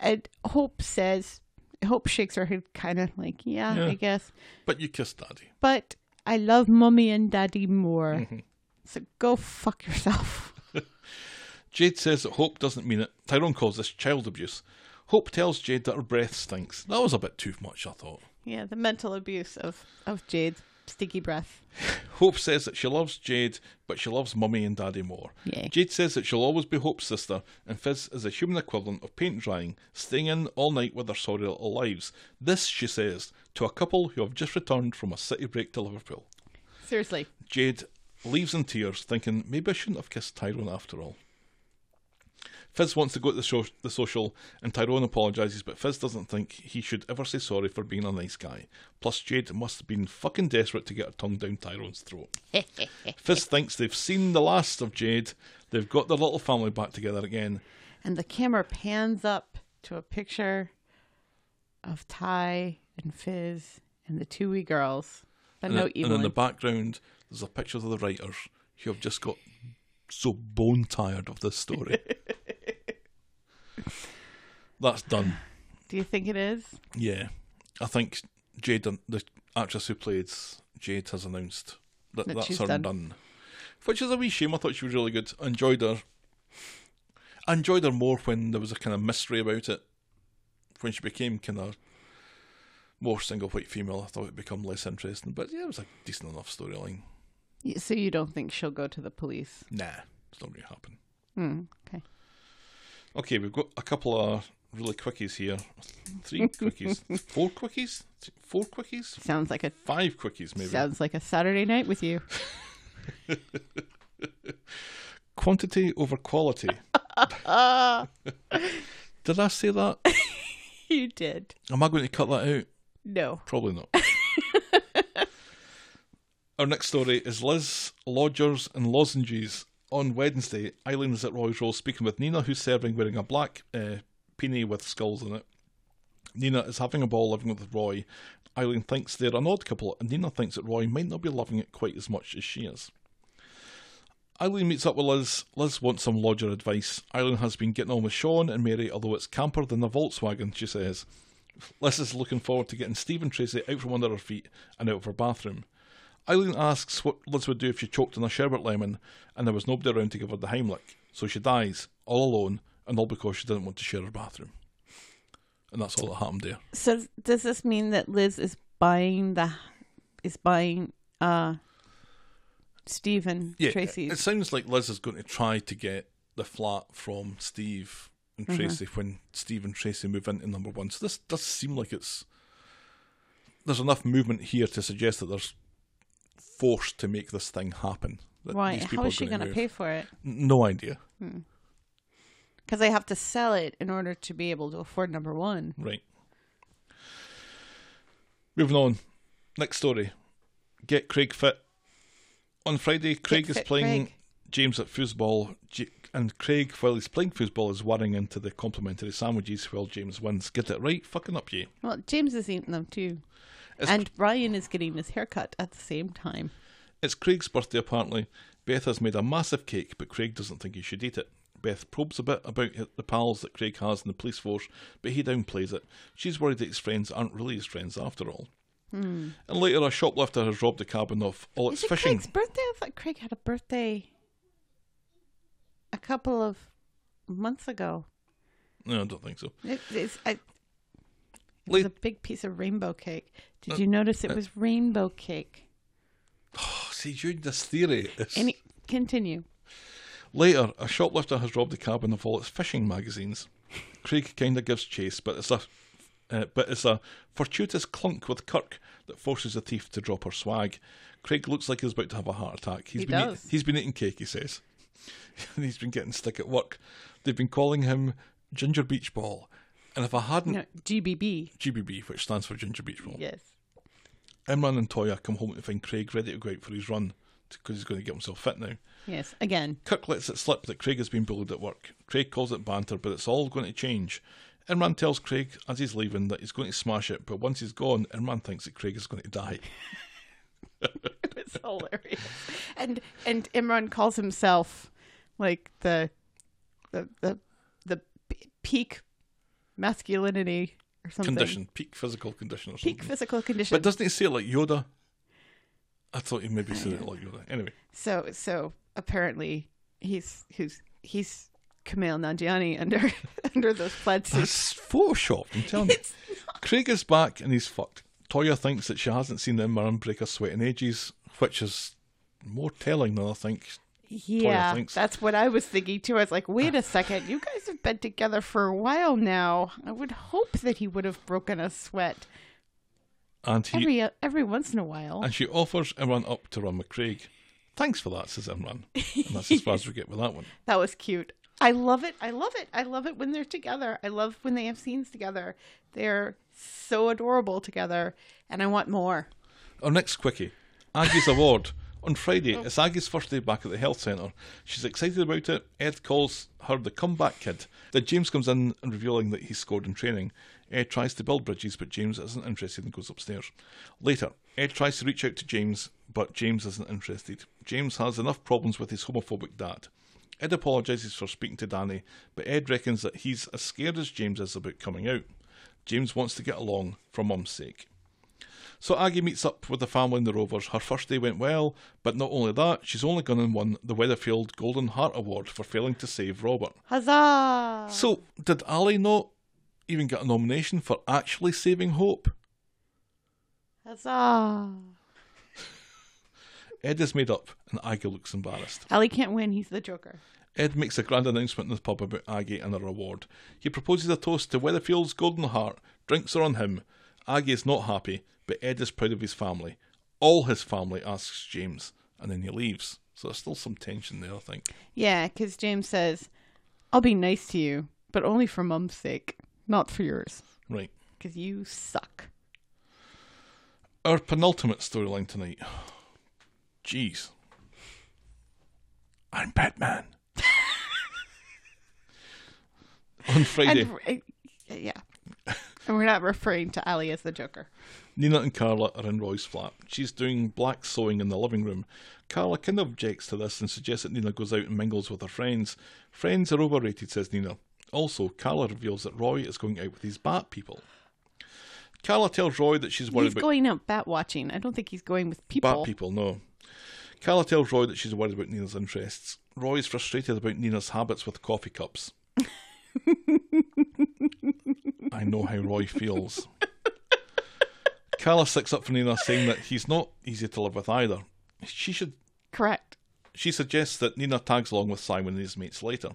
Speaker 1: And Hope says, Hope shakes her head, kind of like, yeah,
Speaker 4: Yeah.
Speaker 1: I guess.
Speaker 4: But you kissed Daddy.
Speaker 1: But I love mommy and daddy more.
Speaker 4: Mm-hmm.
Speaker 1: So go fuck yourself.
Speaker 4: Jade says that Hope doesn't mean it. Tyrone calls this child abuse. Hope tells Jade that her breath stinks. That was a bit too much, I thought.
Speaker 1: Yeah, the mental abuse of, of Jade's sticky breath.
Speaker 4: Hope says that she loves Jade, but she loves Mummy and Daddy more.
Speaker 1: Yay.
Speaker 4: Jade says that she'll always be Hope's sister, and Fizz is a human equivalent of paint drying, staying in all night with their sorry little lives. This, she says, to a couple who have just returned from a city break to Liverpool.
Speaker 1: Seriously.
Speaker 4: Jade leaves in tears, thinking maybe I shouldn't have kissed Tyrone after all. Fizz wants to go to the, sho- the social, and Tyrone apologises, but Fizz doesn't think he should ever say sorry for being a nice guy. Plus, Jade must have been fucking desperate to get her tongue down Tyrone's throat. Fizz thinks they've seen the last of Jade, they've got their little family back together again.
Speaker 1: And the camera pans up to a picture of Ty and Fizz and the two wee girls, but
Speaker 4: And,
Speaker 1: no
Speaker 4: in- and
Speaker 1: Evelyn.
Speaker 4: in the background, there's a picture of the writers who have just got so bone tired of this story. That's done.
Speaker 1: Do you think it is?
Speaker 4: Yeah, I think Jade, the actress who played Jade, has announced that,
Speaker 1: That
Speaker 4: that's
Speaker 1: she's
Speaker 4: her
Speaker 1: done.
Speaker 4: done. which is a wee shame. I thought she was really good. I enjoyed her. I enjoyed her more when there was a kind of mystery about it. When she became kind of more single white female, I thought it become less interesting. But yeah, it was a decent enough storyline.
Speaker 1: Y- So you don't think she'll go to the police?
Speaker 4: Nah, it's not going to happen.
Speaker 1: Hmm, okay.
Speaker 4: Okay, we've got a couple of really quickies here. Three quickies, four quickies, Th- four quickies,
Speaker 1: Sounds like a
Speaker 4: five quickies maybe.
Speaker 1: sounds like a Saturday night with you.
Speaker 4: Quantity over quality. Did I say that?
Speaker 1: you did.
Speaker 4: Am I going to cut that out?
Speaker 1: No.
Speaker 4: Probably not. Our next story is Liz Lodgers and Lozenges. On Wednesday, Eileen is at Roy's Roll speaking with Nina, who's serving wearing a black uh, peony with skulls in it. Nina is having a ball living with Roy. Eileen thinks they're an odd couple, and Nina thinks that Roy might not be loving it quite as much as she is. Eileen meets up with Liz. Liz wants some lodger advice. Eileen has been getting on with Sean and Mary, although it's camper than the Volkswagen, she says. Liz is looking forward to getting Steve and Tracy out from under her feet and out of her bathroom. Eileen asks what Liz would do if she choked on a sherbet lemon and there was nobody around to give her the Heimlich, so she dies, all alone, and all because she didn't want to share her bathroom. And that's all that happened there.
Speaker 1: So does this mean that Liz is buying the is buying uh Stephen
Speaker 4: Yeah,
Speaker 1: Tracy's
Speaker 4: it sounds like Liz is going to try to get the flat from Steve and
Speaker 1: Mm-hmm.
Speaker 4: Tracy when Steve and Tracy move into number one. So this does seem like it's there's enough movement here to suggest that there's force to make this thing happen. that
Speaker 1: Why?
Speaker 4: these
Speaker 1: How
Speaker 4: people
Speaker 1: is
Speaker 4: are
Speaker 1: she going to
Speaker 4: move.
Speaker 1: pay for it?
Speaker 4: N- No idea.
Speaker 1: Because they have to sell it in order to be able to afford number one.
Speaker 4: Right. Moving on. Next story. Get Craig fit. On Friday, Craig is
Speaker 1: fit
Speaker 4: playing
Speaker 1: Craig.
Speaker 4: James at foosball, J- and Craig, while he's playing foosball, is worrying into the complimentary sandwiches while James wins. Get it right, fucking up ye.
Speaker 1: Well, James is eating them too,
Speaker 4: It's,
Speaker 1: and Brian is getting his haircut at the same time.
Speaker 4: it's Craig's birthday, apparently. Beth has made a massive cake, but Craig doesn't think he should eat it. Beth probes a bit about the pals that Craig has in the police force, but he downplays it. She's worried that his friends aren't really his friends after all. And later, a shoplifter has robbed a cabin of all its
Speaker 1: Hmm. is it
Speaker 4: fishing.
Speaker 1: Craig's birthday? I thought Craig had a birthday a couple of months ago.
Speaker 4: No, I don't think so.
Speaker 1: It, it's, I, it was
Speaker 4: Late,
Speaker 1: a big piece of rainbow cake.
Speaker 4: Uh,
Speaker 1: Did you notice it was rainbow cake?
Speaker 4: oh, see, you this theory. It's,
Speaker 1: Any continue?
Speaker 4: Later, a shoplifter has robbed a cabin of all its fishing magazines. Craig kind of gives chase, but it's a uh, but it's a fortuitous clunk with Kirk that forces the thief to drop her swag. Craig looks like he's about to have a heart attack. He's
Speaker 1: He
Speaker 4: been eat-
Speaker 1: does.
Speaker 4: he's been eating cake, he says, and he's been getting stick at work. They've been calling him Ginger Beach Ball, and if I hadn't
Speaker 1: No, GBB.
Speaker 4: GBB, which stands for Ginger Beach Ball,
Speaker 1: Yes.
Speaker 4: Imran and Toya come home to find Craig ready to go out for his run because he's going to get himself fit now.
Speaker 1: Yes. Again.
Speaker 4: Kirk lets it slip that Craig has been bullied at work. Craig calls it banter, but it's all going to change. Irman tells Craig as he's leaving that he's going to smash it, but once he's gone, Irman thinks that Craig is going to die.
Speaker 1: It's hilarious. And and Imran calls himself like the the the the p- peak masculinity or something.
Speaker 4: Condition, peak physical condition or something.
Speaker 1: Peak physical condition.
Speaker 4: but doesn't he say it like Yoda? I thought he maybe said it like Yoda. Anyway,
Speaker 1: so so apparently he's who's he's Kamal Nanjiani under under those plaid suits.
Speaker 4: it's photoshopped, I'm telling you. Craig is back and he's fucked. Toya thinks that she hasn't seen Imran break a sweat in ages, which is more telling than I think.
Speaker 1: Yeah,
Speaker 4: thinks.
Speaker 1: that's what I was thinking too. I was like, wait a second, you guys have been together for a while now. I would hope that he would have broken a sweat
Speaker 4: And he
Speaker 1: every every once in a while.
Speaker 4: and she offers Imran up to run with Craig. Thanks for that, says Imran. And that's as far as we get with that one.
Speaker 1: That was cute. I love it. I love it. I love it when they're together. I love when they have scenes together. They're so adorable together, and I want more.
Speaker 4: Our next quickie Aggie's Award. On Friday, it's Aggie's first day back at the health centre. She's excited about it. Ed calls her the comeback kid. Then James comes in and revealing that he scored in training. Ed tries to build bridges, but James isn't interested and goes upstairs. Later, Ed tries to reach out to James, but James isn't interested. James has enough problems with his homophobic dad. Ed apologises for speaking to Danny, but Ed reckons that he's as scared as James is about coming out. James wants to get along for mum's sake. So Aggie meets up with the family in the Rovers. Her first day went well, but not only that, she's only gone and won the Weatherfield Golden Heart Award for failing to save Robert.
Speaker 1: Huzzah!
Speaker 4: So, did Ali not even get a nomination for actually saving Hope?
Speaker 1: Huzzah!
Speaker 4: Ed is made up, and Aggie looks embarrassed.
Speaker 1: Ellie can't win. He's the Joker.
Speaker 4: Ed makes a grand announcement in the pub about Aggie and her award. He proposes a toast to Weatherfield's Golden Heart. Drinks are on him. Aggie is not happy, but Ed is proud of his family. All his family asks James, and then he leaves. So there's still some tension there, I think.
Speaker 1: Yeah, because James says, I'll be nice to you, but only for mum's sake, not for yours,
Speaker 4: Right.
Speaker 1: because you suck.
Speaker 4: Our penultimate storyline tonight. Jeez. I'm Batman. On Friday.
Speaker 1: And, uh, yeah. and we're not referring to Ali as the Joker.
Speaker 4: Nina and Carla are in Roy's flat. She's doing black sewing in the living room. Carla kind of objects to this and suggests that Nina goes out and mingles with her friends. Friends are overrated, says Nina. Also, Carla reveals that Roy is going out with his bat people. Carla tells Roy that she's worried
Speaker 1: He's
Speaker 4: about
Speaker 1: going out bat watching. I don't think he's going with people.
Speaker 4: Bad people, no. Carla tells Roy that she's worried about Nina's interests. Roy is frustrated about Nina's habits with coffee cups. I know how Roy feels. Carla sticks up for Nina, saying that he's not easy to live with either. She should.
Speaker 1: Correct.
Speaker 4: She suggests that Nina tags along with Simon and his mates later.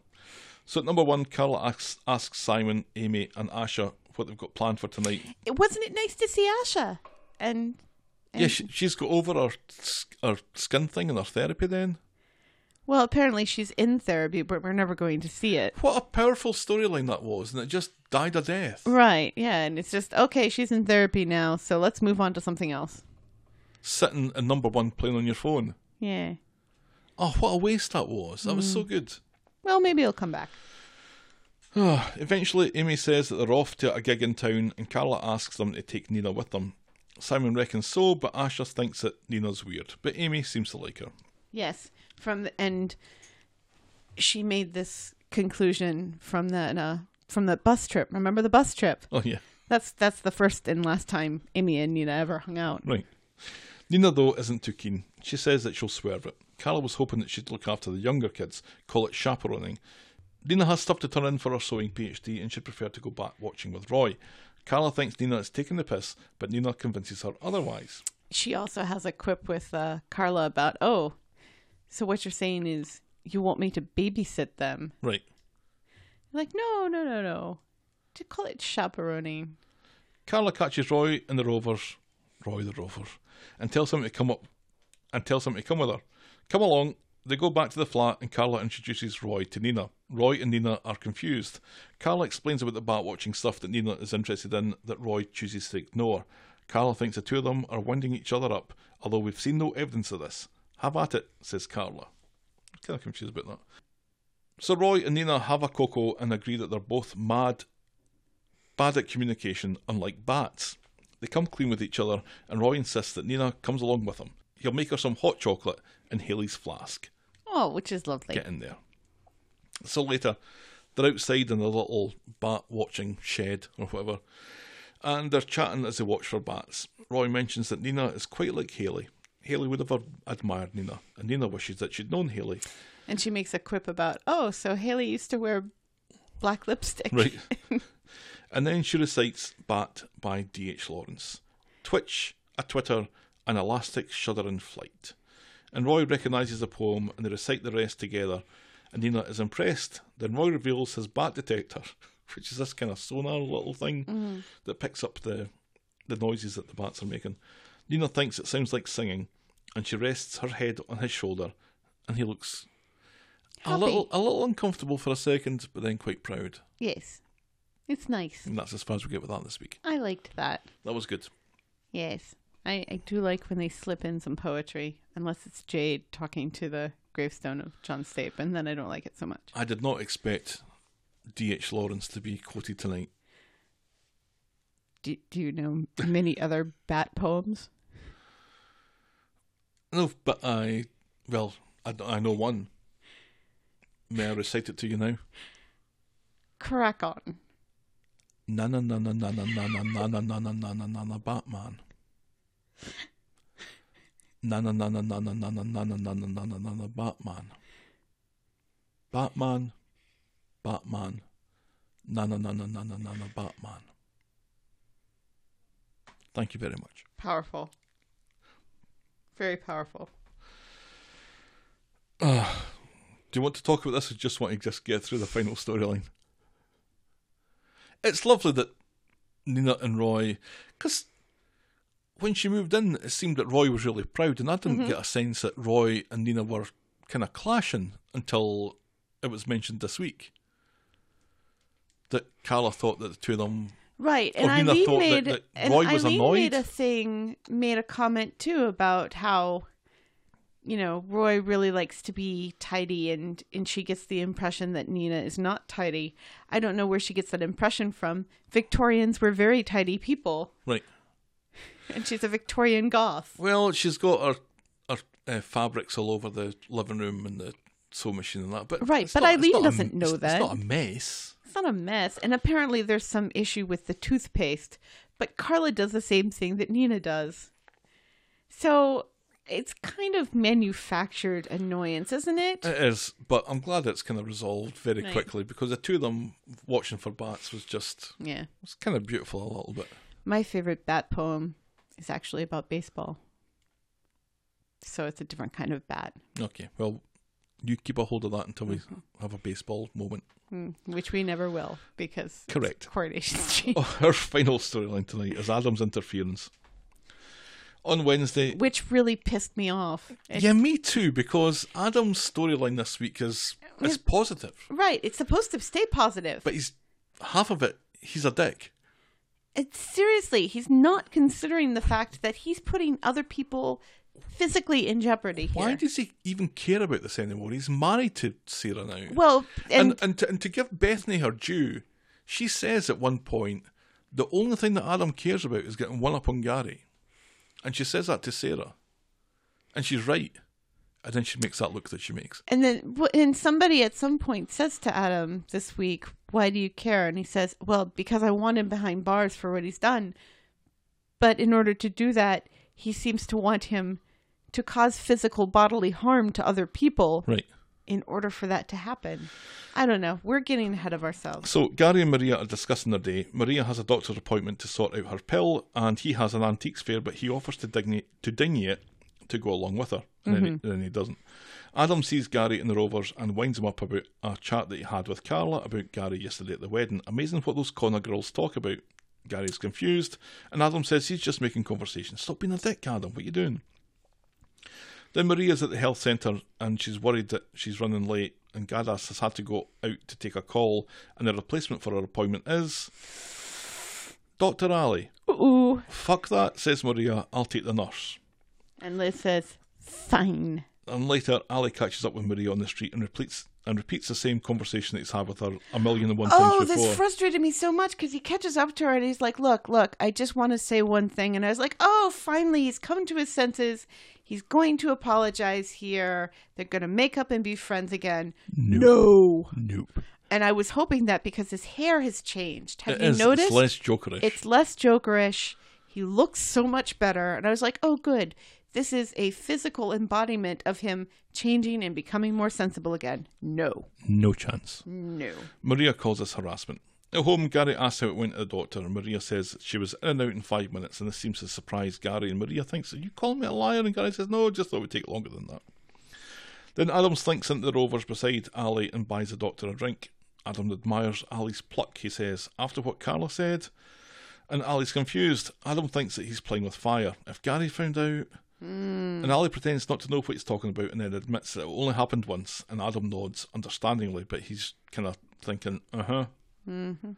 Speaker 4: So at number one, Carla asks, asks Simon, Amy, and Asha what they've got planned for tonight.
Speaker 1: It, wasn't it nice to see Asha? And
Speaker 4: Yeah, she, she's got over her s- her skin thing and her therapy. Then
Speaker 1: Well, apparently she's in therapy, but we're never going to see it.
Speaker 4: What a powerful storyline that was, and it just died a death.
Speaker 1: Right, yeah, and it's just okay, she's in therapy now, so let's move on to something else.
Speaker 4: Sitting in number one playing on your phone.
Speaker 1: Yeah.
Speaker 4: Oh, what a waste that was. That was so good. Ah,
Speaker 1: Well, maybe it'll come back.
Speaker 4: Eventually, Amy says that they're off to a gig in town, and Carla asks them to take Nina with them. Simon reckons so, but Asha thinks that Nina's weird, but Amy seems to like her.
Speaker 1: Yes, from the, and she made this conclusion from that uh, from the bus trip. Remember the bus trip?
Speaker 4: Oh, yeah,
Speaker 1: That's that's the first and last time Amy and Nina ever hung out.
Speaker 4: right. Nina, though, isn't too keen. She says that she'll swerve it. Carla was hoping that she'd look after the younger kids, call it chaperoning, Nina has stuff to turn in for her sewing PhD and should prefer to go back watching with Roy. Carla thinks Nina is taking the piss, but Nina convinces her otherwise.
Speaker 1: She also has a quip with uh, Carla about, "Oh, so what you're saying is you want me to babysit them?"
Speaker 4: Right.
Speaker 1: Like, no, no, no, no. To call it chaperoning.
Speaker 4: Carla catches Roy and the Rovers, Roy the Rover, and tells him to come up and tells him to come with her. Come along. They go back to the flat and Carla introduces Roy to Nina. Roy and Nina are confused. Carla explains about the bat watching stuff that Nina is interested in that Roy chooses to ignore. Carla thinks the two of them are winding each other up, although we've seen no evidence of this. Have at it, says Carla. I'm kind of confused about that. So Roy and Nina have a cocoa and agree that they're both mad bad at communication, unlike bats. They come clean with each other, and Roy insists that Nina comes along with him. He'll make her some hot chocolate in Haley's flask.
Speaker 1: Oh, which is lovely.
Speaker 4: Get in there. So later, they're outside in the little bat watching shed or whatever, and they're chatting as they watch for bats. Roy mentions that Nina is quite like Haley. Haley would have admired Nina, and Nina wishes that she'd known Haley.
Speaker 1: And she makes a quip about, oh, so Haley used to wear black lipstick.
Speaker 4: Right. and then she recites Bat by D.H. Lawrence. Twitch, a twitter, an elastic shudder in flight. And Roy recognises the poem and they recite the rest together. And Nina is impressed. Then Roy reveals his bat detector, which is this kind of sonar little thing that picks up the, the noises that the bats are making. Nina thinks it sounds like singing and she rests her head on his shoulder and he looks a
Speaker 1: Happy.
Speaker 4: little a little uncomfortable for a second, but then quite proud.
Speaker 1: Yes. It's nice.
Speaker 4: And that's as far as we get with that this week.
Speaker 1: I liked that.
Speaker 4: That was good.
Speaker 1: Yes. I, I do like when they slip in some poetry, unless it's Jade talking to the gravestone of John Stape, and then I don't like it so much.
Speaker 4: I did not expect D.H. Lawrence to be quoted tonight.
Speaker 1: Do, do you know many other bat poems?
Speaker 4: No, but I, well, I, I know one. May I recite it to you now?
Speaker 1: Crack on.
Speaker 4: Na na na na na na na na na na na na na na na Batman. na na na na na na na na na na na na na na na na Batman. Batman, Batman, na na na na na na na na Batman. Thank you very much.
Speaker 1: Powerful. Very powerful.
Speaker 4: Do you want to talk about this or just want to just get through the final storyline? It's lovely that Nina and Roy, because when she moved in, it seemed that Roy was really proud, and I didn't
Speaker 1: Mm-hmm.
Speaker 4: get a sense that Roy and Nina were kind of clashing until it was mentioned this week. That Carla thought that the two of them,
Speaker 1: Right, and
Speaker 4: Or Nina
Speaker 1: Eileen
Speaker 4: thought that-
Speaker 1: made
Speaker 4: that
Speaker 1: and
Speaker 4: Roy was
Speaker 1: Eileen made
Speaker 4: annoyed.
Speaker 1: a thing, made a comment too about how, you know, Roy really likes to be tidy, and and she gets the impression that Nina is not tidy. I don't know where she gets that impression from. Victorians were very tidy people,
Speaker 4: right,
Speaker 1: and she's a Victorian goth.
Speaker 4: Well, she's got her her uh, fabrics all over the living room and the sewing machine and that. But
Speaker 1: Right,
Speaker 4: it's
Speaker 1: but
Speaker 4: not- it's
Speaker 1: Eileen
Speaker 4: not a-
Speaker 1: doesn't know
Speaker 4: it's-
Speaker 1: that.
Speaker 4: It's not a mess.
Speaker 1: It's not a mess, and apparently there's some issue with the toothpaste, but Carla does the same thing that Nina does. So it's kind of manufactured annoyance, isn't it?
Speaker 4: It is, but I'm glad it's kind of resolved very
Speaker 1: Right.
Speaker 4: quickly because the two of them watching for bats was just
Speaker 1: yeah.
Speaker 4: it's kind of beautiful a little bit.
Speaker 1: My favorite bat poem is actually about baseball. So it's a different kind of bat,
Speaker 4: Okay, well, you keep a hold of that until we
Speaker 1: Mm-hmm.
Speaker 4: have a baseball moment.
Speaker 1: mm, which we never will because it's
Speaker 4: Correct.
Speaker 1: coronation street.
Speaker 4: Oh, our final storyline tonight is Adam's interference. On Wednesday,
Speaker 1: Which really pissed me off. It's-
Speaker 4: yeah, me too, because Adam's storyline this week is is positive.
Speaker 1: Right. It's supposed to stay positive.
Speaker 4: but he's half of it. He's a dick.
Speaker 1: It's seriously, he's not considering the fact that he's putting other people physically in jeopardy here.
Speaker 4: Why does he even care about this anymore? He's married to Sarah now.
Speaker 1: well,
Speaker 4: and
Speaker 1: and,
Speaker 4: and, to, and to give Bethany her due, she says at one point, the only thing that Adam cares about is getting one up on Gary, and she says that to Sarah, and she's right, and then she makes that look that she makes.
Speaker 1: and then wh- and somebody at some point says to Adam this week, "Why do you care?" And he says, "Well, because I want him behind bars for what he's done." But in order to do that, he seems to want him to cause physical bodily harm to other people
Speaker 4: Right.
Speaker 1: in order for that to happen. I don't know. We're getting ahead of ourselves.
Speaker 4: So Gary and Maria are discussing their day. Maria has a doctor's appointment to sort out her pill, and he has an antiques fair, but he offers to Digny to Dingy it to go along with her, and then, he, then he doesn't. Adam sees Gary in the Rovers and winds him up about a chat that he had with Carla about Gary yesterday at the wedding. Amazing what those Connor girls talk about. Gary's confused, and Adam says he's just making conversation. Stop being a dick, Adam. What are you doing? Then Maria's at the health centre and she's worried that she's running late, and Gadas has had to go out to take a call, and the replacement for her appointment is. Dr. Ali.
Speaker 1: Ooh,
Speaker 4: Fuck that, says Maria, I'll take the nurse.
Speaker 1: and Liz says, "Fine."
Speaker 4: And later, Ali catches up with Maria on the street and repeats, and repeats the same conversation that he's had with her a million and one
Speaker 1: Oh,
Speaker 4: times before.
Speaker 1: this frustrated me so much because he catches up to her and he's like, "Look, look, I just want to say one thing." And I was like, "Oh, finally, he's come to his senses. He's going to apologize here. They're going to make up and be friends again." No.
Speaker 4: nope.
Speaker 1: And I was hoping that because his hair has changed. Have
Speaker 4: It
Speaker 1: you
Speaker 4: is,
Speaker 1: noticed?
Speaker 4: It's less jokerish.
Speaker 1: It's less jokerish. He looks so much better, and I was like, "Oh, good. This is a physical embodiment of him changing and becoming more sensible again." No,
Speaker 4: no chance.
Speaker 1: no.
Speaker 4: Maria calls this harassment. At home, Gary asks how it went to the doctor, and Maria says she was in and out in five minutes, and this seems to surprise Gary. And Maria thinks, Are you calling me a liar? And Gary says, No, just thought it would take longer than that. Then Adam slinks into the rovers beside Ali and buys the doctor a drink. Adam admires Ali's pluck, he says, after what Carla said. And Ali's confused. Adam thinks that he's playing with fire. If Gary found out.
Speaker 1: Hmm.
Speaker 4: And Ali pretends not to know what he's talking about and then admits that it only happened once. And Adam nods, understandingly, but he's kind of thinking, uh huh.
Speaker 1: Mm-hmm.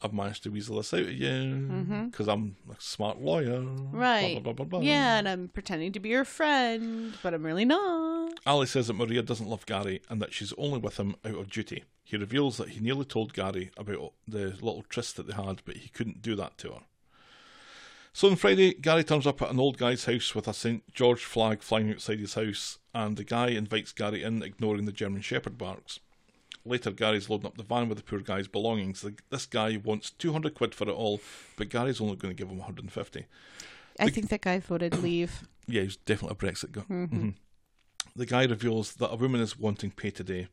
Speaker 4: I've managed to weasel this out of you because I'm a smart lawyer.
Speaker 1: Right.
Speaker 4: Blah, blah, blah, blah.
Speaker 1: Yeah, and I'm pretending to be your friend, but I'm really not.
Speaker 4: Ali says that Maria doesn't love Gary and that she's only with him out of duty. He reveals that he nearly told Gary about the little tryst that they had, but he couldn't do that to her. So on Friday, Gary turns up at an old guy's house with a St. George flag flying outside his house, and the guy invites Gary in, ignoring the German Shepherd barks. Later, Gary's loading up the van with the poor guy's belongings. The- This guy wants 200 quid for it all, but Gary's only going to give him 150.
Speaker 1: I think that guy voted leave.
Speaker 4: yeah, he's definitely a Brexit guy.
Speaker 1: Mm-hmm.
Speaker 4: Mhm. The guy reveals that a woman is wanting pay today,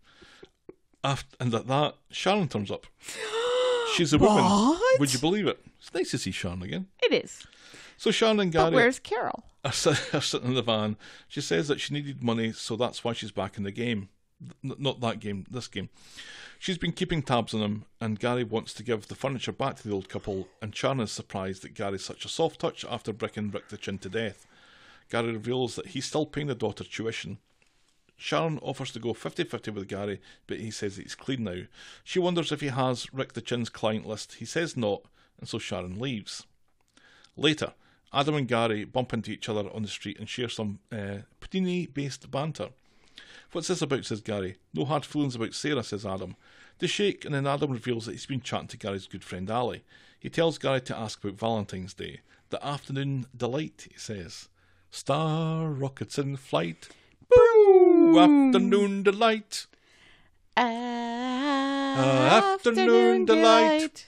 Speaker 4: after, and at that, Sharon turns up. She's a woman.
Speaker 1: What?
Speaker 4: Would you believe it? It's nice to see Sharon again.
Speaker 1: It is.
Speaker 4: So Sharon and Gary
Speaker 1: But where's Carol?
Speaker 4: are, sit- are sitting in the van. She says that she needed money, so that's why she's back in the game. N- not that game, this game. She's been keeping tabs on him, and Gary wants to give the furniture back to the old couple, and Sharon is surprised that Gary's such a soft touch after Bricken ripped the chin to death. Gary reveals that he's still paying the daughter tuition. Sharon offers to go 50 50 with Gary, but he says he's clean now. She wonders if he has Rick the Chin's client list. He says not, and so Sharon leaves. Later, Adam and Gary bump into each other on the street and share some uh, Padini based banter. What's this about? says Gary. No hard feelings about Sarah, says Adam. They shake, and then Adam reveals that he's been chatting to Gary's good friend Ali. He tells Gary to ask about Valentine's Day. The afternoon delight, he says. Star rockets in flight. Boo! Afternoon delight.
Speaker 1: Afternoon,
Speaker 4: Uh, delight.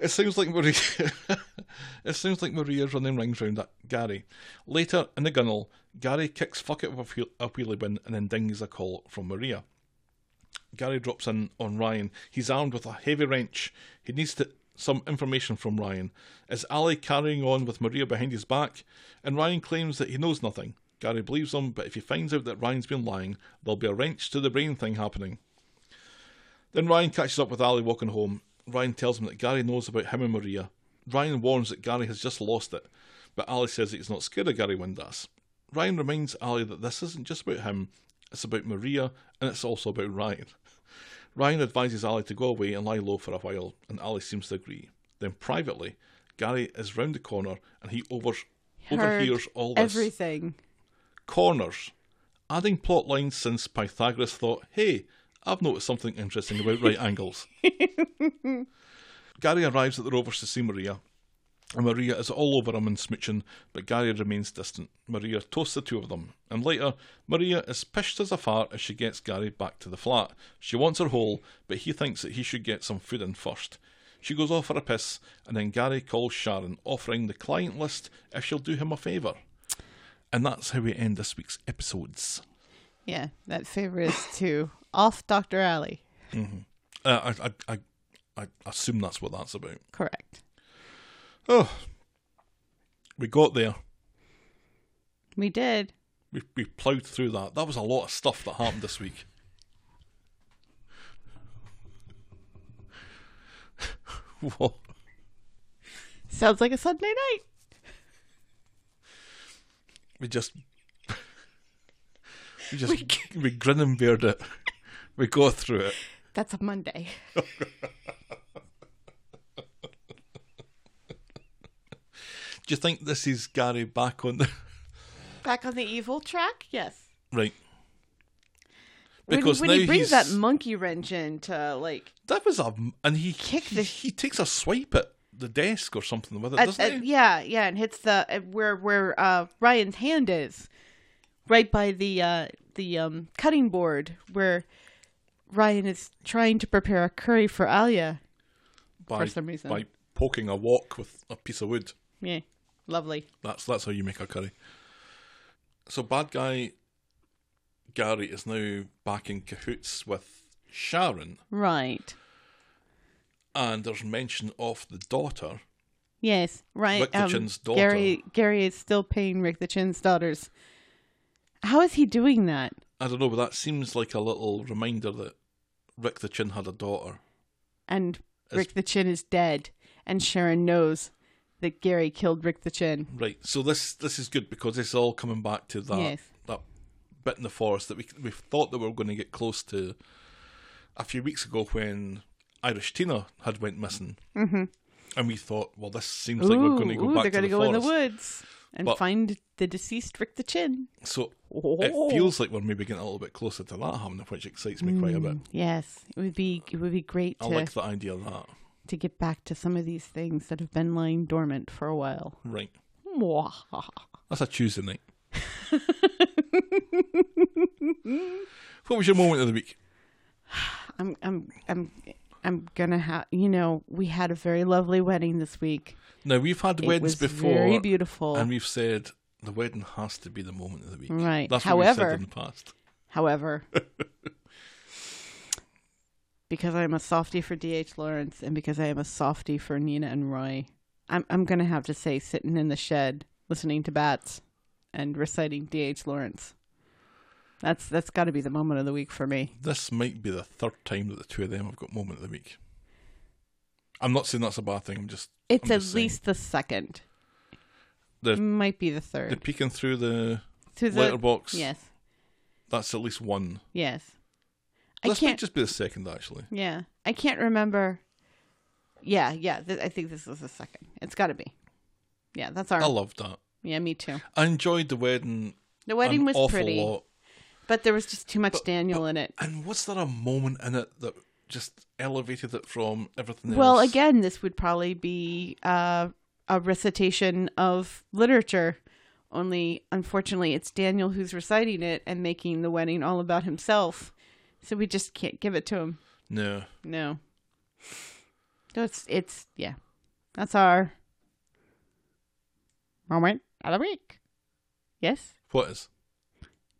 Speaker 4: It sounds like Maria. it sounds like Maria's running rings round at Gary. Later in the gunnel, Gary kicks fuck out of a, wheel- a wheelie bin and then dings a call from Maria. Gary drops in on Ryan. He's armed with a heavy wrench. He needs to, some information from Ryan. Is Ali carrying on with Maria behind his back? And Ryan claims that he knows nothing. Gary believes him, but if he finds out that Ryan's been lying, there'll be a wrench to the brain thing happening. Then Ryan catches up with Ali walking home. Ryan tells him that Gary knows about him and Maria. Ryan warns that Gary has just lost it, but Ali says he's not scared of Gary Windass. Ryan reminds Ali that this isn't just about him, it's about Maria and it's also about Ryan. Ryan advises Ali to go away and lie low for a while, and Ali seems to agree. Then privately, Gary is round the corner and he over,
Speaker 1: Heard
Speaker 4: overhears all this
Speaker 1: Everything.
Speaker 4: corners, adding plot lines since Pythagoras thought, hey, I've noticed something interesting about right angles. Gary arrives at the Rovers to see Maria, and Maria is all over him and smooching, but Gary remains distant. Maria toasts the two of them, and later, Maria is pissed as a fart as she gets Gary back to the flat. She wants her whole, but he thinks that he should get some food in first. She goes off for a piss, and then Gary calls Sharon, offering the client list if she'll do him a favour. And that's how we end this week's episodes.
Speaker 1: Yeah, that favor is to off Dr. Alley.
Speaker 4: Uh, I, I, I, I assume that's what that's about.
Speaker 1: Correct.
Speaker 4: Oh, we got there.
Speaker 1: We did.
Speaker 4: We, we ploughed through that. That was a lot of stuff that happened this week. what?
Speaker 1: Sounds like a Sunday night.
Speaker 4: We just. We just. We, grin and beared it. We got through it.
Speaker 1: That's a Monday.
Speaker 4: Do you think this is Gary back on the.
Speaker 1: Back on the evil track? Yes.
Speaker 4: Right.
Speaker 1: When-
Speaker 4: Because
Speaker 1: when,
Speaker 4: now
Speaker 1: he brings
Speaker 4: he's-
Speaker 1: that monkey wrench in to like
Speaker 4: That was a and he
Speaker 1: Kick
Speaker 4: he,
Speaker 1: the-
Speaker 4: he takes a swipe at the desk or something with it,
Speaker 1: at-
Speaker 4: doesn't
Speaker 1: at-
Speaker 4: he?
Speaker 1: yeah yeah and hits the uh, where where uh ryan's hand is right by the uh the um cutting board where ryan is trying to prepare a curry for alia
Speaker 4: By,
Speaker 1: some reason.
Speaker 4: by poking a wok with a piece of wood.
Speaker 1: yeah lovely
Speaker 4: That's that's how you make a curry. So bad guy Gary is now back in cahoots with Sharon,
Speaker 1: right
Speaker 4: and there's mention of the daughter.
Speaker 1: yes right
Speaker 4: Rick the Chin's daughter.
Speaker 1: gary gary is still paying rick the chin's daughters how is he doing that
Speaker 4: I don't know, but that seems like a little reminder that Rick the Chin had a daughter.
Speaker 1: and rick the chin is dead and sharon knows that gary killed rick the chin
Speaker 4: Right. So this this is good because it's all coming back to that
Speaker 1: Yes.
Speaker 4: that bit in the forest that we we thought that we were going to get close to a few weeks ago when Irish Tina had went missing, mm-hmm. and we thought, well, this seems like we're going to go
Speaker 1: ooh,
Speaker 4: back
Speaker 1: they're
Speaker 4: to
Speaker 1: gonna go
Speaker 4: the forest.
Speaker 1: in the woods and
Speaker 4: But-
Speaker 1: find the deceased Rick the Chin.
Speaker 4: So
Speaker 1: Oh.
Speaker 4: it feels like we're maybe getting a little bit closer to that happening, which excites me quite a
Speaker 1: Mm.
Speaker 4: bit.
Speaker 1: Yes, it would be it would be great
Speaker 4: I
Speaker 1: to
Speaker 4: like the idea of that.
Speaker 1: to get back to some of these things that have been lying dormant for a while.
Speaker 4: Right.
Speaker 1: Mwahaha.
Speaker 4: That's a Tuesday night. what was your moment of the week?
Speaker 1: I'm I'm I'm I'm gonna have you know we had a very lovely wedding this week.
Speaker 4: Now we've had
Speaker 1: It
Speaker 4: weddings
Speaker 1: was
Speaker 4: before,
Speaker 1: very beautiful.
Speaker 4: and we've said the wedding has to be the moment of the week.
Speaker 1: Right.
Speaker 4: That's what
Speaker 1: However-
Speaker 4: we've said in the past.
Speaker 1: However, because I am a softie for D.H. Lawrence and because I am a softie for Nina and Roy, I'm I'm gonna have to say sitting in the shed listening to bats and reciting D.H. Lawrence. That's that's got to be the moment of the week for me.
Speaker 4: This might be the third time that the two of them have got moment of the week. I'm not saying that's a bad thing. I'm just
Speaker 1: It's
Speaker 4: I'm
Speaker 1: at
Speaker 4: just saying.
Speaker 1: least the second.
Speaker 4: The-
Speaker 1: might be the
Speaker 4: the
Speaker 1: third.
Speaker 4: peeking through the
Speaker 1: Through
Speaker 4: letterbox.
Speaker 1: Yes.
Speaker 4: that's at least one.
Speaker 1: Yes. I
Speaker 4: This might
Speaker 1: can't
Speaker 4: just be the second actually.
Speaker 1: Yeah, I can't remember. Yeah, yeah. Th- I think this is the second. It's got to be. Yeah, that's our.
Speaker 4: I loved that.
Speaker 1: Yeah, me too.
Speaker 4: I enjoyed the wedding.
Speaker 1: The wedding
Speaker 4: an
Speaker 1: was
Speaker 4: awful
Speaker 1: pretty,
Speaker 4: lot.
Speaker 1: but there was just too much Daniel in it.
Speaker 4: And was there a moment in it that just elevated it from everything else?
Speaker 1: Well, again, this would probably be uh, a recitation of literature. Only, unfortunately, it's Daniel who's reciting it and making the wedding all about himself. So we just can't give it to him.
Speaker 4: no.
Speaker 1: No. So it's it's yeah. That's our moment of the week. Yes.
Speaker 4: What is?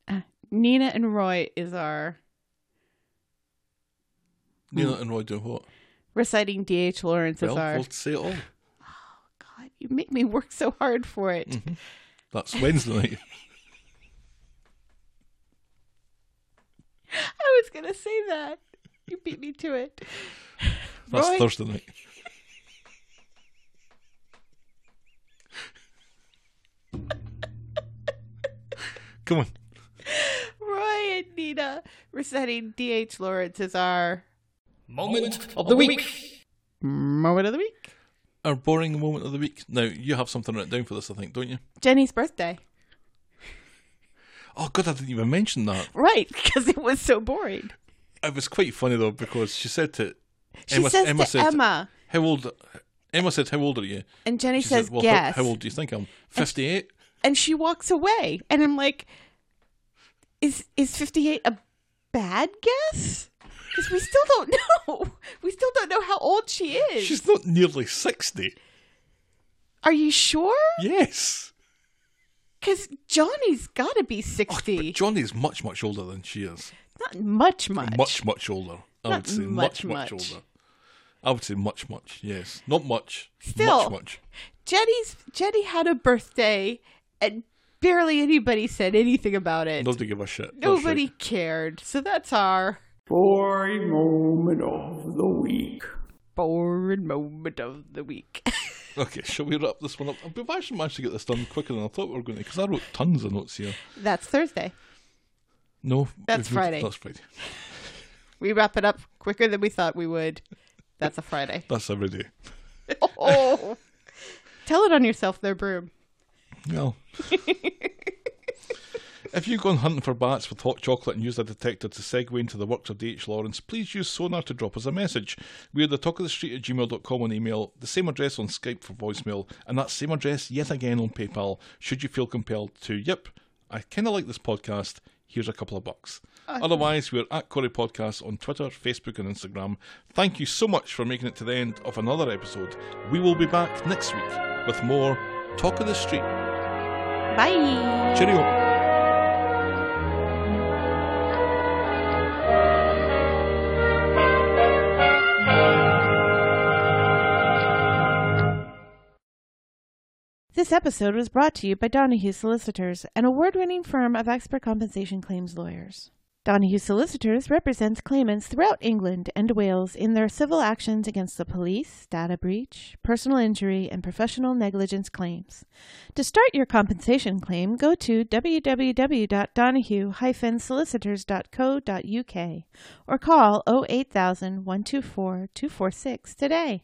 Speaker 1: Uh, Nina and Roy is our
Speaker 4: Neil
Speaker 1: Hmm.
Speaker 4: and Roy doing what?
Speaker 1: reciting D.H. Lawrence is
Speaker 4: Well,
Speaker 1: our.
Speaker 4: we'll say it all.
Speaker 1: God, you make me work so hard for it.
Speaker 4: That's Wednesday night.
Speaker 1: I was gonna say that. You beat me to it.
Speaker 4: That's
Speaker 1: Roy-
Speaker 4: Thursday night. Come on.
Speaker 1: Roy and Nina reciting D.H. Lawrence is our
Speaker 5: Moment of the week.
Speaker 1: moment of the week.
Speaker 4: Our boring moment of the week. Now, you have something written down for this, I think, don't you?
Speaker 1: Jenny's birthday.
Speaker 4: Oh, God, I didn't even mention that.
Speaker 1: Right, because it was so boring.
Speaker 4: It was quite funny, though, because she said to
Speaker 1: She says to Emma,
Speaker 4: How old? Emma said, How old are you?
Speaker 1: and Jenny
Speaker 4: She
Speaker 1: says,
Speaker 4: said, Well, how-
Speaker 1: "Yes."
Speaker 4: how, old do you think I'm? 58?
Speaker 1: and she walks away and i'm like is is 58 a bad guess because we still don't know we still don't know how old she is
Speaker 4: She's not nearly 60.
Speaker 1: are you sure
Speaker 4: Yes.
Speaker 1: because johnny's gotta be
Speaker 4: Oh, but
Speaker 1: 60
Speaker 4: Johnny's much, much older than she is.
Speaker 1: not much much
Speaker 4: Much, much older. I
Speaker 1: Not
Speaker 4: would say
Speaker 1: much,
Speaker 4: much,
Speaker 1: much.
Speaker 4: much, older. I would say much, much. Yes, not much.
Speaker 1: Still.
Speaker 4: much, much.
Speaker 1: jenny's jenny had a birthday and barely anybody said anything about it
Speaker 4: Nobody give a shit. That's
Speaker 1: nobody
Speaker 4: right.
Speaker 1: cared so that's our
Speaker 5: Boring moment of the week.
Speaker 1: boring moment of the week
Speaker 4: Okay, shall we wrap this one up? We've actually managed to get this done quicker than I thought we were going to, because I wrote tons of notes here.
Speaker 1: that's thursday
Speaker 4: No,
Speaker 1: That's
Speaker 4: we've moved-
Speaker 1: Friday.
Speaker 4: That's Friday.
Speaker 1: We wrap it up quicker than we thought we would. That's a Friday.
Speaker 4: That's every day.
Speaker 1: Oh. Tell it on yourself there, Broom.
Speaker 4: Well, if you go on hunting for bats with hot chocolate and use a detector to segue into the works of D.H. Lawrence, please use Sonar to drop us a message. We are the talk of the street at gmail.com on email, the same address on Skype for voicemail, and that same address yet again on PayPal should you feel compelled to. Yep, I kind of like this podcast. Here's a couple of bucks. Otherwise, we're at Corey Podcast on Twitter, Facebook, and Instagram. Thank you so much for making it to the end of another episode. We will be back next week with more Talk of the Street.
Speaker 1: Bye.
Speaker 4: Cheerio.
Speaker 6: This episode was brought to you by Donahue Solicitors, an award winning firm of expert compensation claims lawyers. Donahue Solicitors represents claimants throughout England and Wales in their civil actions against the police, data breach, personal injury, and professional negligence claims. To start your compensation claim, go to oh www.donahue-solicitors.co.uk or call 08000 124 246 today.